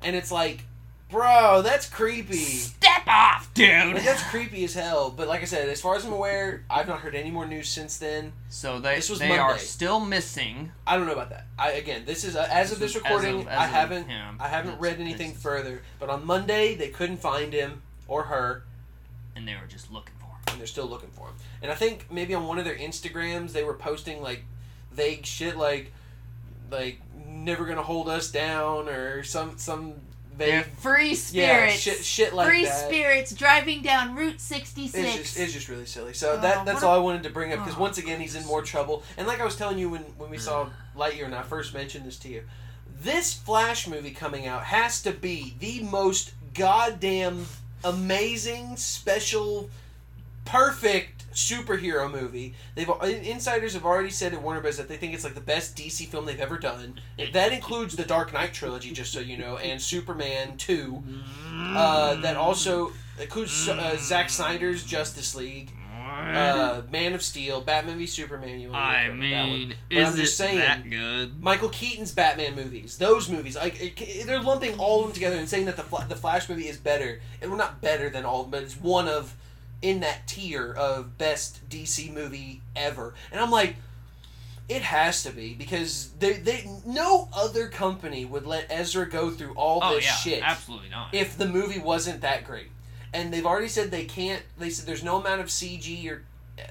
Speaker 1: and it's like Bro, that's creepy.
Speaker 2: *laughs* Step off, dude.
Speaker 1: Like, that's creepy as hell. But like I said, as far as I'm aware, I've not heard any more news since then.
Speaker 2: So they
Speaker 1: This was
Speaker 2: they are
Speaker 1: Monday.
Speaker 2: still missing.
Speaker 1: I don't know about that. I again, this is uh, as of this
Speaker 2: As
Speaker 1: recording,
Speaker 2: as
Speaker 1: I haven't
Speaker 2: yeah,
Speaker 1: I haven't
Speaker 2: it's-
Speaker 1: read anything
Speaker 2: it's-
Speaker 1: further. But on Monday, they couldn't find him or her,
Speaker 2: And they were just looking for him.
Speaker 1: and they're still looking for him. And I think maybe on one of their Instagrams, they were posting like vague shit like like never gonna hold us down or some some
Speaker 2: They're
Speaker 1: vague
Speaker 3: Free
Speaker 1: yeah
Speaker 3: spirits.
Speaker 1: shit shit like
Speaker 3: Free
Speaker 1: that.
Speaker 3: spirits driving down Route 66.
Speaker 1: It's just, it's just really silly. So
Speaker 3: Oh,
Speaker 1: that that's
Speaker 3: what a-
Speaker 1: all I wanted to bring up because
Speaker 2: Oh,
Speaker 1: once again he's in more trouble. And like I was telling you when when we
Speaker 3: *sighs*
Speaker 1: saw Lightyear and I first mentioned this to you, this Flash movie coming out has to be the most goddamn amazing special perfect superhero movie. They've in- insiders have already said at Warner Bros that they think it's like the best DC film they've ever done. That includes the Dark Knight trilogy, just so you know, and Superman two. Uh, that also includes uh, Zack Snyder's Justice League, uh, Man of Steel, Batman v Superman. You wanna
Speaker 2: Mm-hmm. I
Speaker 1: look at that one.
Speaker 2: mean,
Speaker 1: But
Speaker 2: is
Speaker 1: I'm just
Speaker 2: it
Speaker 1: saying-
Speaker 2: that good?
Speaker 1: Michael Keaton's Batman movies, those movies, like it- they're lumping all of them together and saying that the Fla- the Flash movie is better. And we're not better than all of them, but it's one of in that tier of best DC movie ever. And I'm like, it has to be because they, they no other company would let Ezra go through all
Speaker 2: Oh
Speaker 1: this
Speaker 2: yeah,
Speaker 1: shit
Speaker 2: absolutely not.
Speaker 1: if the movie wasn't that great. And they've already said they can't. They said there's no amount of CG or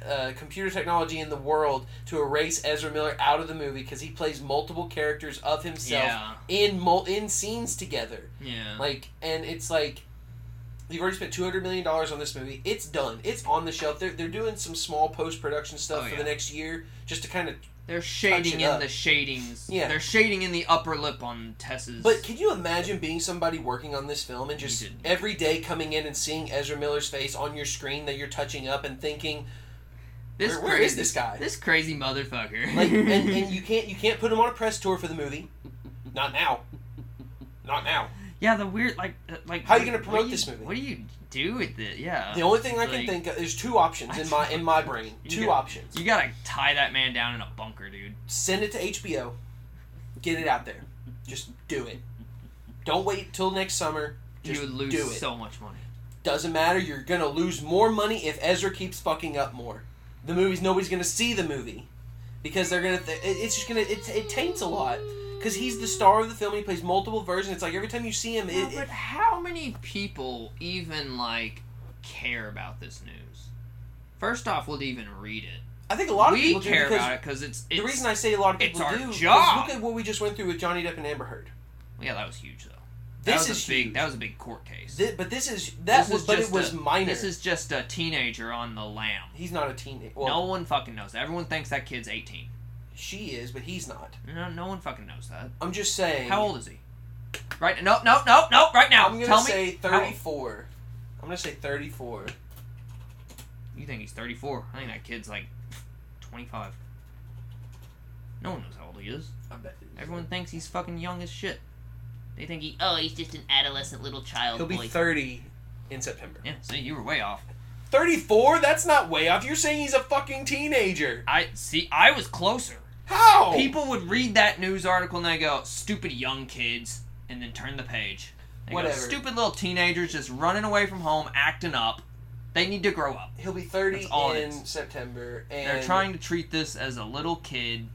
Speaker 1: uh, computer technology in the world to erase Ezra Miller out of the movie because he plays multiple characters of himself
Speaker 2: yeah,
Speaker 1: in mul- in scenes together.
Speaker 2: yeah.
Speaker 1: Like, and it's like you've already spent two hundred million dollars on this movie. It's done. It's on the shelf. They're they're doing some small post production stuff
Speaker 2: Oh,
Speaker 1: for
Speaker 2: yeah.
Speaker 1: the next year just to kind of.
Speaker 2: They're shading
Speaker 1: it
Speaker 2: in
Speaker 1: up.
Speaker 2: the shadings.
Speaker 1: Yeah.
Speaker 2: They're shading in the upper lip on Tess's.
Speaker 1: But can you imagine being somebody working on this film and
Speaker 2: You
Speaker 1: just
Speaker 2: didn't.
Speaker 1: every day coming in and seeing Ezra Miller's face on your screen that you're touching up and thinking,
Speaker 2: this
Speaker 1: where- where
Speaker 2: crazy,
Speaker 1: is this guy?
Speaker 2: This crazy motherfucker.
Speaker 1: like and,
Speaker 2: *laughs*
Speaker 1: and you can't you can't put him on a press tour for the movie not now not now
Speaker 2: yeah, the weird like uh, like.
Speaker 1: How you gonna
Speaker 2: what do
Speaker 1: promote this movie?
Speaker 2: What do you do with it? Yeah.
Speaker 1: the only thing i
Speaker 2: Uh, Like-
Speaker 1: can think of there's two options in my in my brain
Speaker 2: You
Speaker 1: two
Speaker 2: get-
Speaker 1: options
Speaker 2: you gotta tie that man down in a bunker, dude.
Speaker 1: send it to hbo get it out there just do it don't wait till next summer just
Speaker 2: you would lose
Speaker 1: do it
Speaker 2: so much money.
Speaker 1: doesn't matter you're gonna lose more money if ezra keeps fucking up more the movies nobody's gonna see the movie because they're gonna th- it- it's just gonna it, it taints a lot because he's the star of the film he plays multiple versions it's like every time you see him it, it,
Speaker 2: but how many people even like care about this news? First off, would even read it?
Speaker 1: I think a lot of
Speaker 2: we
Speaker 1: people do
Speaker 2: care
Speaker 1: because
Speaker 2: about it because it's, it's
Speaker 1: the reason I say a lot of
Speaker 2: it's
Speaker 1: people
Speaker 2: our
Speaker 1: do is
Speaker 2: job.
Speaker 1: look at what we just went through with Johnny Depp and Amber Heard.
Speaker 2: yeah, that was huge though. That
Speaker 1: This
Speaker 2: was
Speaker 1: is
Speaker 2: a big.
Speaker 1: huge.
Speaker 2: That was a big court case.
Speaker 1: Thi- but this is that
Speaker 2: This
Speaker 1: was
Speaker 2: is
Speaker 1: but it
Speaker 2: just
Speaker 1: was
Speaker 2: a-
Speaker 1: minor.
Speaker 2: This is just a teenager on the lam.
Speaker 1: he's not a teenager. Well,
Speaker 2: no one fucking knows. That. Everyone thinks that kid's eighteen.
Speaker 1: she is, but he's not.
Speaker 2: No, no one fucking knows that.
Speaker 1: I'm just saying.
Speaker 2: How old is he? Right? No, no, no, no! Right now,
Speaker 1: I'm gonna
Speaker 2: tell
Speaker 1: say
Speaker 2: me. how-
Speaker 1: 34. I'm gonna say 34.
Speaker 2: You think he's 34. I think that kid's like 25. No one knows how old he is.
Speaker 1: I bet. it is.
Speaker 2: Everyone thinks he's fucking young as shit. They think he.
Speaker 3: Oh, he's just an adolescent little child
Speaker 1: He'll be 30 in September.
Speaker 2: Yeah, see, you were way off.
Speaker 1: 34? That's not way off. You're saying he's a fucking teenager.
Speaker 2: I see. I was closer.
Speaker 1: How?
Speaker 2: People would read that news article and they go, "Stupid young kids," and then turn the page. They
Speaker 1: Whatever.
Speaker 2: Go, Stupid little teenagers just running away from home, acting up. They need to grow up.
Speaker 1: He'll be 30
Speaker 2: That's all it
Speaker 1: in
Speaker 2: is.
Speaker 1: September, and
Speaker 2: They're ting to treat this as a little kid.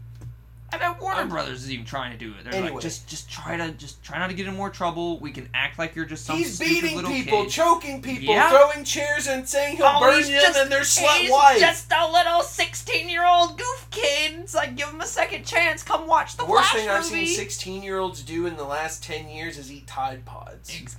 Speaker 2: I bet Warner
Speaker 1: I'm-
Speaker 2: Brothers is even trying to do it. They're
Speaker 1: Anyway.
Speaker 2: like, just, just try to, just try not to get in more trouble. We can act like you're just some
Speaker 1: He's
Speaker 2: stupid
Speaker 1: beating
Speaker 2: little
Speaker 1: people,
Speaker 2: kid.
Speaker 1: choking people,
Speaker 2: Yeah.
Speaker 1: throwing chairs, and saying he'll
Speaker 2: Oh,
Speaker 1: burn
Speaker 2: he's
Speaker 1: them
Speaker 2: just-
Speaker 1: and their slut
Speaker 2: he's
Speaker 1: wife.
Speaker 2: just a little 16 year old goof kid. It's like, give him a second chance. Come watch the
Speaker 1: worst
Speaker 2: Flash
Speaker 1: thing I've
Speaker 2: movie.
Speaker 1: seen 16 year olds do in the last 10 years is eat Tide Pods.
Speaker 2: Ex-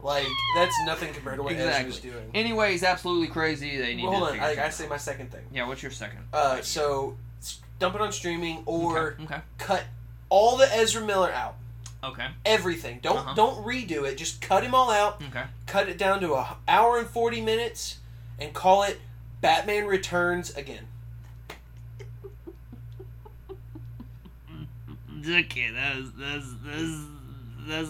Speaker 1: Like, that's nothing compared to what Ezra was
Speaker 2: exactly.
Speaker 1: doing.
Speaker 2: Anyway, he's absolutely crazy. They need
Speaker 1: Well, hold
Speaker 2: to
Speaker 1: on,
Speaker 2: figure
Speaker 1: I, I
Speaker 2: something
Speaker 1: say
Speaker 2: out.
Speaker 1: my second thing.
Speaker 2: Yeah, what's your second?
Speaker 1: Uh, so, s- dump it on streaming or
Speaker 2: okay, okay,
Speaker 1: cut all the Ezra Miller out.
Speaker 2: okay,
Speaker 1: Everything. Don't
Speaker 2: Uh-huh.
Speaker 1: don't redo it. Just cut him all out.
Speaker 2: okay.
Speaker 1: Cut it down to a h- hour and forty minutes, and call it Batman Returns again.
Speaker 2: Okay, that's that's that's that's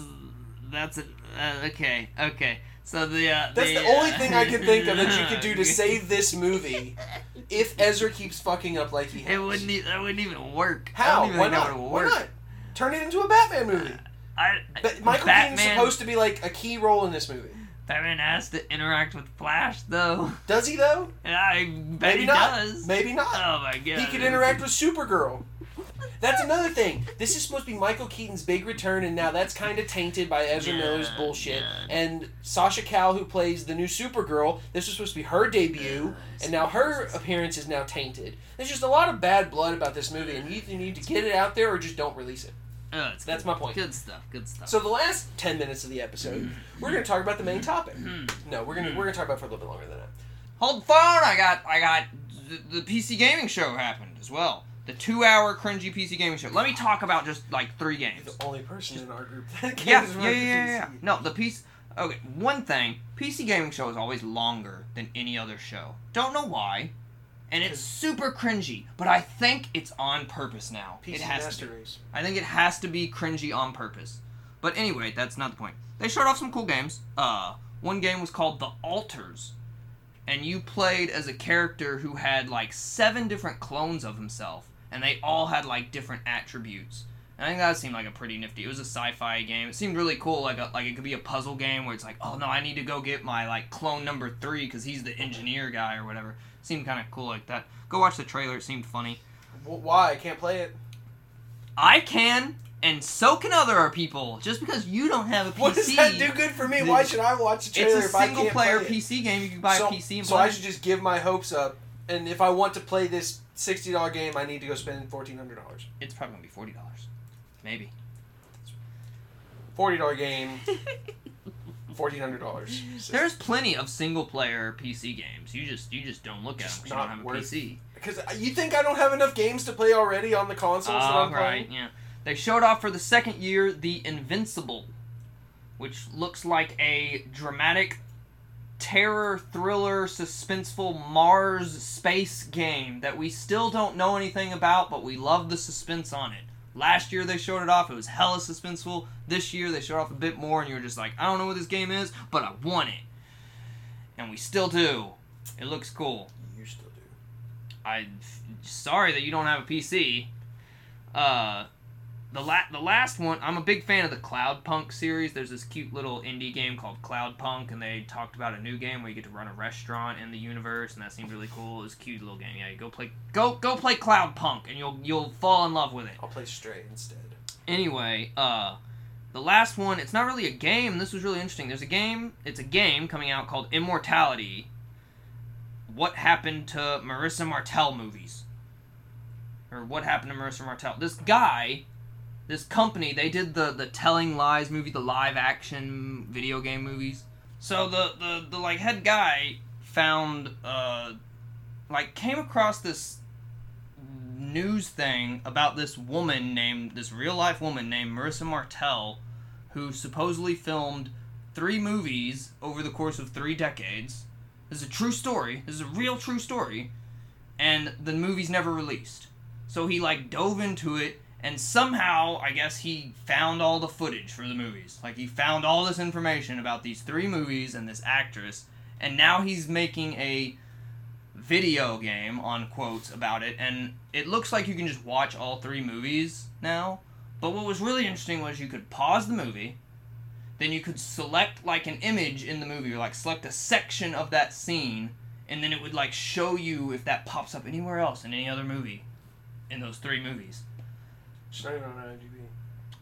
Speaker 2: that's it. Uh, okay, okay. So the uh,
Speaker 1: That's the
Speaker 2: uh,
Speaker 1: only thing I can think of that you could
Speaker 2: *laughs*
Speaker 1: do to save this movie if Ezra keeps fucking up like he has.
Speaker 2: It e, wouldn't. E- that wouldn't even work. I
Speaker 1: How?
Speaker 2: don't even
Speaker 1: Why
Speaker 2: think that
Speaker 1: not?
Speaker 2: would
Speaker 1: Why
Speaker 2: work.
Speaker 1: not? Turn it into a Batman movie.
Speaker 2: I,
Speaker 1: But Michael Keaton's
Speaker 2: Batman,
Speaker 1: supposed to be like a key role in this movie.
Speaker 2: Batman has to interact with Flash though. *laughs*
Speaker 1: Does he though?
Speaker 2: And I bet
Speaker 1: Maybe
Speaker 2: he
Speaker 1: not.
Speaker 2: does.
Speaker 1: Maybe not.
Speaker 2: Oh my god.
Speaker 1: he could interact with Supergirl. That's another thing. This is supposed to be Michael Keaton's big return, and now that's kind of tainted by Ezra
Speaker 2: Yeah,
Speaker 1: Miller's bullshit.
Speaker 2: yeah.
Speaker 1: And Sasha Cal, who plays the new Supergirl, this was supposed to be her debut, and now her appearance is now tainted. There's just a lot of bad blood about this movie, and you either need to get it out there or just don't release it.
Speaker 2: Oh, it's
Speaker 1: That's
Speaker 2: good.
Speaker 1: my point.
Speaker 2: Good stuff. Good stuff.
Speaker 1: So the last ten minutes of the episode, we're going to talk about the main topic.
Speaker 2: Hmm.
Speaker 1: No, we're gonna we're gonna talk about it for a little bit longer than that.
Speaker 2: Hold the phone. I got I got the, the PC gaming show happened as well. The two hour cringy PC gaming show. Let me talk about just like three games.
Speaker 1: You're the only person in our group that cares
Speaker 2: Yeah,
Speaker 1: about
Speaker 2: yeah, yeah, yeah,
Speaker 1: the
Speaker 2: yeah.
Speaker 1: DC.
Speaker 2: No, the PC. Okay, one thing. PC gaming show is always longer than any other show. Don't know why. And it's super cringy, but I think it's on purpose now.
Speaker 1: PC
Speaker 2: it has
Speaker 1: Master
Speaker 2: to. Be.
Speaker 1: Race.
Speaker 2: I think it has to be cringy on purpose. But anyway, that's not the point. They showed off some cool games. Uh, one game was called The Alters, and you played as a character who had like seven different clones of himself, and they all had like different attributes. And I think that seemed like a pretty nifty. It was a sci-fi game. It seemed really cool. Like a, like it could be a puzzle game where it's like, oh no, I need to go get my like clone number three because he's the engineer guy or whatever. seemed kind of cool like that. Go watch the trailer. It seemed funny.
Speaker 1: W- Why I can't play it?
Speaker 2: I can, and so can other people. Just because you don't have a PC,
Speaker 1: What does that do good for me? Why should I watch a
Speaker 2: it's
Speaker 1: trailer
Speaker 2: a
Speaker 1: if I can't
Speaker 2: single player
Speaker 1: play it?
Speaker 2: PC game. You can buy
Speaker 1: so,
Speaker 2: a PC and
Speaker 1: so
Speaker 2: play.
Speaker 1: I should just give my hopes up, and if I want to play this sixty dollar game, I need to go spend fourteen hundred dollars.
Speaker 2: It's probably gonna be forty dollars, maybe.
Speaker 1: Forty dollar game, fourteen hundred dollars.
Speaker 2: There's plenty of single player PC games. You just you just don't look at them.
Speaker 1: Just
Speaker 2: 'cause You
Speaker 1: not
Speaker 2: don't have a
Speaker 1: worth
Speaker 2: PC.
Speaker 1: Because you think I don't have enough games to play already on the consoles that
Speaker 2: All
Speaker 1: I'm
Speaker 2: right,
Speaker 1: playing?
Speaker 2: yeah. They showed off for the second year the Invincible, which looks like a dramatic terror thriller suspenseful Mars space game that we still don't know anything about, but we love the suspense on it. Last year they showed it off; it was hella suspenseful. This year they showed off a bit more, and you were just like, I don't know what this game is, but I want it, and we still do. It looks cool.
Speaker 1: You still do.
Speaker 2: I'm sorry that you don't have a PC. Uh, the la- the last one, I'm a big fan of the Cloud Punk series. There's this cute little indie game called Cloud Punk, and they talked about a new game where you get to run a restaurant in the universe, and that seemed really cool. It was a cute little game. Yeah, you go play go go play Cloud Punk, and you'll you'll fall in love with it.
Speaker 1: I'll play Stray instead.
Speaker 2: Anyway, uh, the last one, it's not really a game. This was really interesting. There's a game, it's a game coming out called Immortality. What happened to Marissa Martell movies? Or what happened to Marissa Martell? This guy, this company, they did the the Telling Lies movie, the live action video game movies. So the the, the like head guy found uh like came across this news thing about this woman named this real life woman named Marissa Martell who supposedly filmed three movies over the course of three decades. This is a true story. This is a real true story. And the movie's never released. So he like dove into it and somehow I guess he found all the footage for the movies. Like he found all this information about these three movies and this actress and now he's making a video game on quotes about it and it looks like you can just watch all three movies now but what was really interesting was you could pause the movie then you could select like an image in the movie or like select a section of that scene and then it would like show you if that pops up anywhere else in any other movie in those three movies
Speaker 1: It's not even on IMDb.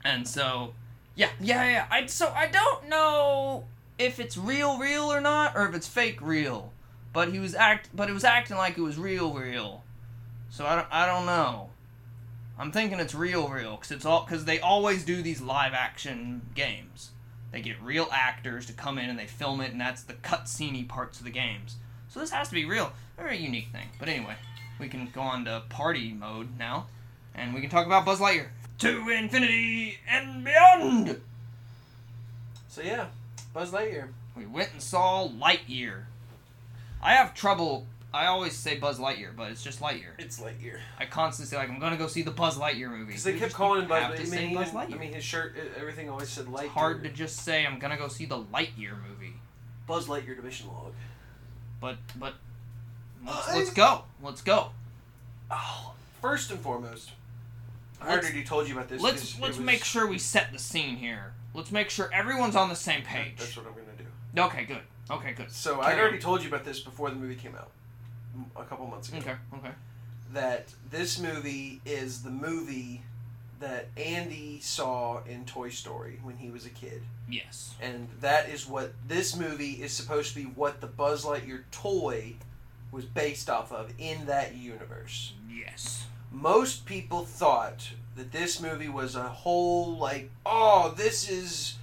Speaker 2: and so, yeah, yeah, yeah. I so I don't know if it's real, real or not, or if it's fake, real. But he was act, but it was acting like it was real, real. So I don't, I don't know. I'm thinking it's real, real, cause it's all, cause they always do these live action games. They get real actors to come in and they film it, and that's the cutscene parts of the games. So this has to be real. Very unique thing. But anyway, we can go on to party mode now, and we can talk about Buzz Lightyear to infinity and beyond.
Speaker 1: So yeah, Buzz Lightyear.
Speaker 2: We went and saw Lightyear. I have trouble. I always say Buzz Lightyear, but it's just Lightyear.
Speaker 1: It's Lightyear.
Speaker 2: I constantly say like I'm gonna go see the Buzz Lightyear movie.
Speaker 1: Because they
Speaker 2: You
Speaker 1: kept
Speaker 2: just
Speaker 1: calling him Buzz,
Speaker 2: have
Speaker 1: Lightyear.
Speaker 2: to
Speaker 1: I
Speaker 2: say
Speaker 1: mean,
Speaker 2: Buzz
Speaker 1: even- I
Speaker 2: Lightyear.
Speaker 1: mean, his shirt, e- everything always said Lightyear.
Speaker 2: It's hard to just say I'm gonna go see the Lightyear movie.
Speaker 1: Buzz Lightyear division log.
Speaker 2: But but let's,
Speaker 1: I-
Speaker 2: let's go. Let's go.
Speaker 1: Oh, first and foremost, I
Speaker 2: Let's-
Speaker 1: already told you about this.
Speaker 2: Let's
Speaker 1: 'cause
Speaker 2: let's
Speaker 1: it was-
Speaker 2: make sure we set the scene here. Let's make sure everyone's on the same page.
Speaker 1: That's what I'm gonna do.
Speaker 2: Okay, good. Okay, good.
Speaker 1: So I
Speaker 2: Carry on.
Speaker 1: already told you about this before the movie came out, m- a couple months ago.
Speaker 2: Okay, okay.
Speaker 1: That this movie is the movie that Andy saw in Toy Story when he was a kid,
Speaker 2: Yes.
Speaker 1: and that is what this movie is supposed to be. What the Buzz Lightyear toy was based off of in that universe.
Speaker 2: Yes.
Speaker 1: most people thought that this movie was a whole like oh this is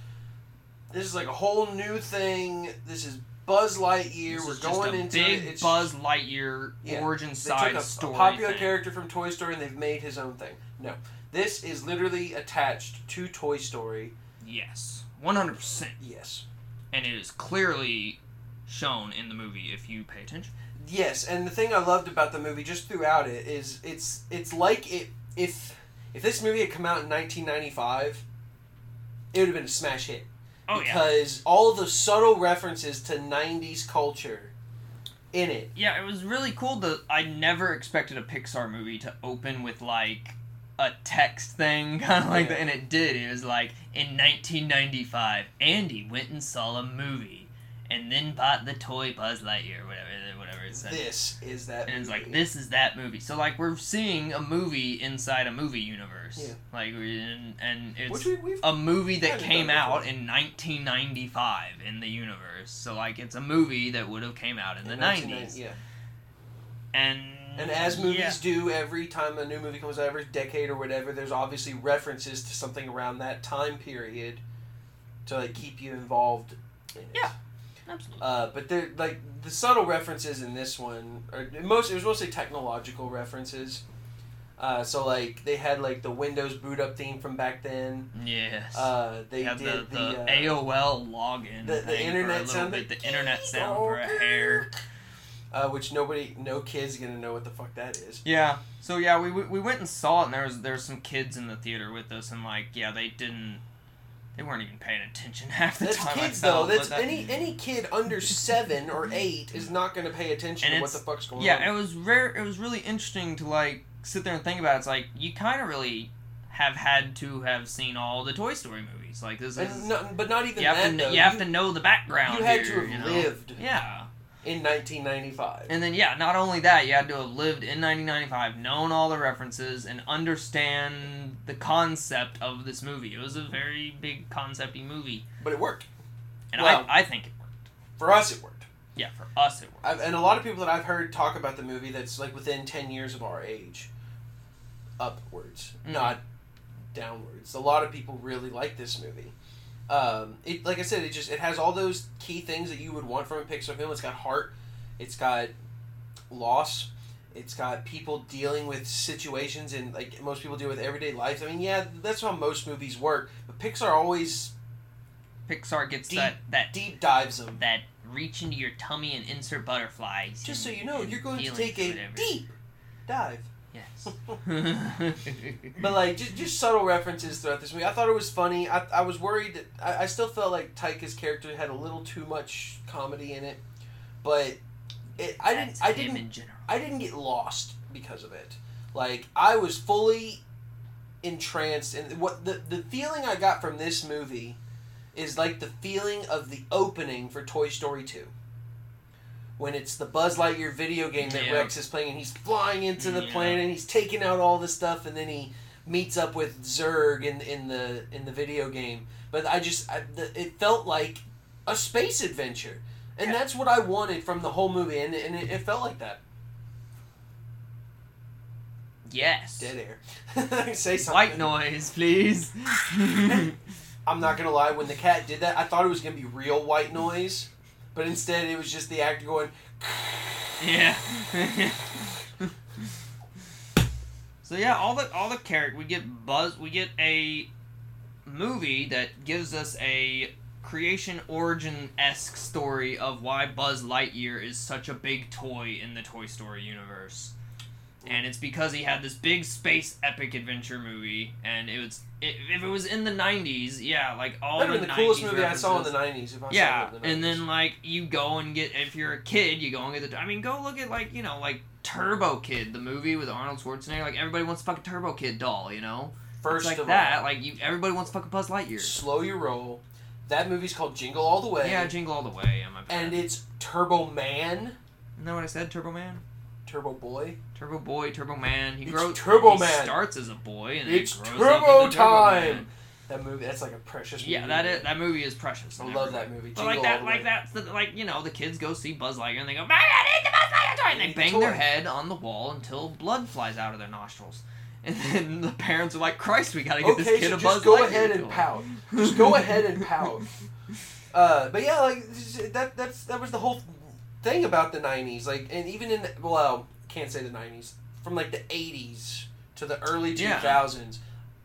Speaker 1: this is like a whole new thing this is buzz lightyear
Speaker 2: This
Speaker 1: we're
Speaker 2: is just
Speaker 1: going
Speaker 2: a
Speaker 1: into
Speaker 2: big
Speaker 1: it. it's
Speaker 2: Buzz Lightyear
Speaker 1: Yeah,
Speaker 2: origin
Speaker 1: they took
Speaker 2: side
Speaker 1: a, a
Speaker 2: story.
Speaker 1: popular
Speaker 2: thing.
Speaker 1: character from toy story and they've made his own thing no this is literally attached to toy story
Speaker 2: Yes, one hundred percent.
Speaker 1: yes
Speaker 2: And it is clearly shown in the movie if you pay attention.
Speaker 1: yes and the thing i loved about the movie just throughout it is it's it's like it if if this movie had come out in 1995 it would have been a smash hit
Speaker 2: Oh yeah.
Speaker 1: because all the subtle references to 90s culture in it
Speaker 2: Yeah, it was really cool. The I never expected a Pixar movie to open with like a text thing, *laughs* kind of like
Speaker 1: Yeah.
Speaker 2: that, and it did. It was like in 1995, Andy went and saw a movie, and then bought the toy Buzz Lightyear, whatever, whatever it said.
Speaker 1: this is that
Speaker 2: and it's like
Speaker 1: movie.
Speaker 2: this is that movie. So like we're seeing a movie inside a movie universe.
Speaker 1: Yeah.
Speaker 2: Like we- and, and it's
Speaker 1: which we, we've
Speaker 2: a movie that
Speaker 1: Yeah,
Speaker 2: came
Speaker 1: done before.
Speaker 2: out in 1995 in the universe. So like it's a movie that would have came out in the 90s.
Speaker 1: yeah
Speaker 2: And
Speaker 1: and as movies
Speaker 2: Mm-hmm. yeah.
Speaker 1: do every time a new movie comes out every decade or whatever there's obviously references to something around that time period to like keep you involved in it.
Speaker 2: Yeah. Absolutely.
Speaker 1: Uh, but they're like the subtle references in this one are most. It was mostly technological references. Uh, so like they had like the Windows boot up theme from back then.
Speaker 2: Yes.
Speaker 1: Uh, they
Speaker 2: yeah,
Speaker 1: did
Speaker 2: the, the,
Speaker 1: uh,
Speaker 2: AOL login
Speaker 1: the- the
Speaker 2: thing
Speaker 1: internet
Speaker 2: for a little
Speaker 1: sound
Speaker 2: bit,
Speaker 1: that-
Speaker 2: the internet sound for a hair.
Speaker 1: uh, which nobody, no kid's gonna know what the fuck that is.
Speaker 2: *laughs* Yeah. So yeah, we we we went and saw it, and there was there was some kids in the theater with us, and like yeah, they didn't, they weren't even paying attention *laughs* half the
Speaker 1: That's
Speaker 2: time. I
Speaker 1: kids
Speaker 2: felt,
Speaker 1: though. That's
Speaker 2: but that-
Speaker 1: any any kid under seven or eight is not gonna pay attention
Speaker 2: And
Speaker 1: to what the
Speaker 2: it's-
Speaker 1: fuck's going
Speaker 2: Yeah,
Speaker 1: on.
Speaker 2: it was rare. It was really interesting to like sit there and think about. It. It's like you kind of really have had to have seen all the Toy Story movies. Like this
Speaker 1: And
Speaker 2: is
Speaker 1: no- but not even
Speaker 2: you have
Speaker 1: that.
Speaker 2: to
Speaker 1: though.
Speaker 2: kn- you have to know the background.
Speaker 1: you had
Speaker 2: here,
Speaker 1: to
Speaker 2: you
Speaker 1: have
Speaker 2: know?
Speaker 1: lived
Speaker 2: Yeah,
Speaker 1: in 1995.
Speaker 2: and then yeah, not only that, you had to have lived in 1995, known all the references, and understand the concept of this movie. It was a very big concepty movie,
Speaker 1: but it worked
Speaker 2: and
Speaker 1: Well-
Speaker 2: I I think it worked.
Speaker 1: for us. It worked.
Speaker 2: Yeah, for us it worked.
Speaker 1: I've, and a lot of people that I've heard talk about the movie that's like within 10 years of our age upwards
Speaker 2: Mhm.
Speaker 1: not downwards a lot of people really like this movie um, it like I said it just it has all those key things that you would want from a Pixar film it's got heart it's got loss it's got people dealing with situations and like most people deal with everyday life I mean yeah that's how most movies work but Pixar always
Speaker 2: Pixar gets
Speaker 1: Deep-
Speaker 2: that that
Speaker 1: deep dives them
Speaker 2: that reach into your tummy and insert butterflies.
Speaker 1: just so
Speaker 2: and-
Speaker 1: you know
Speaker 2: and
Speaker 1: you're going to
Speaker 2: feelings
Speaker 1: take a
Speaker 2: and whatever.
Speaker 1: deep dive *laughs*
Speaker 2: *laughs* Yes.
Speaker 1: But like just, just subtle references throughout this movie. I thought it was funny. I, I was worried that I, I still felt like Taika's character had a little too much comedy in it, but it I didn't
Speaker 2: That's
Speaker 1: I
Speaker 2: him
Speaker 1: didn't
Speaker 2: in general.
Speaker 1: I didn't get lost because of it. Like I was fully entranced and what the the feeling I got from this movie is like the feeling of the opening for Toy Story 2. When it's the Buzz Lightyear video game that
Speaker 2: Yeah.
Speaker 1: Rex is playing and he's flying into the
Speaker 2: Yeah.
Speaker 1: planet and he's taking out all this stuff and then he meets up with Zurg in in the in the video game. But I just I, the, it felt like a space adventure. And
Speaker 2: Yeah.
Speaker 1: that's what I wanted from the whole movie and, and it, it felt like that.
Speaker 2: Yes.
Speaker 1: Dead air. *laughs* Say something.
Speaker 2: White noise, please.
Speaker 1: *laughs* I'm not gonna lie. When the cat did that, I thought it was gonna be real white noise, but instead it was just the actor going.
Speaker 2: yeah. *laughs* so yeah, all the all the character we get buzz we get a movie that gives us a creation origin esque story of why Buzz Lightyear is such a big toy in the Toy Story universe. And it's because he had this big space epic adventure movie, and it was it, if it was in the '90s, yeah, like all
Speaker 1: That'd
Speaker 2: the
Speaker 1: have been the coolest
Speaker 2: 90s
Speaker 1: movie I saw in
Speaker 2: references.
Speaker 1: the '90s. If I
Speaker 2: Yeah,
Speaker 1: saw it in the 90s.
Speaker 2: and then like you go and get if you're a kid, you go and get the. I mean, go look at like you know like Turbo Kid, the movie with Arnold Schwarzenegger. Like everybody wants a fucking Turbo Kid doll, you know.
Speaker 1: First
Speaker 2: it's like
Speaker 1: of
Speaker 2: that,
Speaker 1: all,
Speaker 2: like you, everybody wants fucking Buzz Lightyear.
Speaker 1: slow your roll. That movie's called Jingle All the Way.
Speaker 2: Yeah, Jingle All the Way. Yeah, my bad.
Speaker 1: and it's Turbo Man,
Speaker 2: Isn't that what I said? Turbo Man,
Speaker 1: Turbo Boy.
Speaker 2: Turbo Boy, Turbo Man. He
Speaker 1: It's
Speaker 2: grows.
Speaker 1: Turbo
Speaker 2: he
Speaker 1: Man.
Speaker 2: Starts as a boy and
Speaker 1: It's
Speaker 2: it grows
Speaker 1: Turbo
Speaker 2: up into Turbo Man.
Speaker 1: Time. That movie. That's like a precious. Movie.
Speaker 2: Yeah, that is, that movie is precious.
Speaker 1: I
Speaker 2: and
Speaker 1: love
Speaker 2: everything.
Speaker 1: that movie.
Speaker 2: But like
Speaker 1: Jingle All
Speaker 2: that,
Speaker 1: the
Speaker 2: like
Speaker 1: Way.
Speaker 2: that's the, like you know the kids go see Buzz Lightyear and they go, "My God, I need the Buzz Lightyear toy!" and they
Speaker 1: Need the
Speaker 2: bang
Speaker 1: toy.
Speaker 2: their head on the wall until blood flies out of their nostrils, and then the parents are like, "Christ, we gotta get
Speaker 1: Okay,
Speaker 2: this
Speaker 1: so
Speaker 2: kid a
Speaker 1: just
Speaker 2: Buzz
Speaker 1: go
Speaker 2: Lightyear
Speaker 1: ahead and
Speaker 2: toy."
Speaker 1: pout. Just go ahead and pout. Uh, but yeah, like this is- that. That's that was the whole thing about the '90s. Like, and even in well, can't say the '90s. From like the '80s to the early
Speaker 2: Yeah.
Speaker 1: 2000s,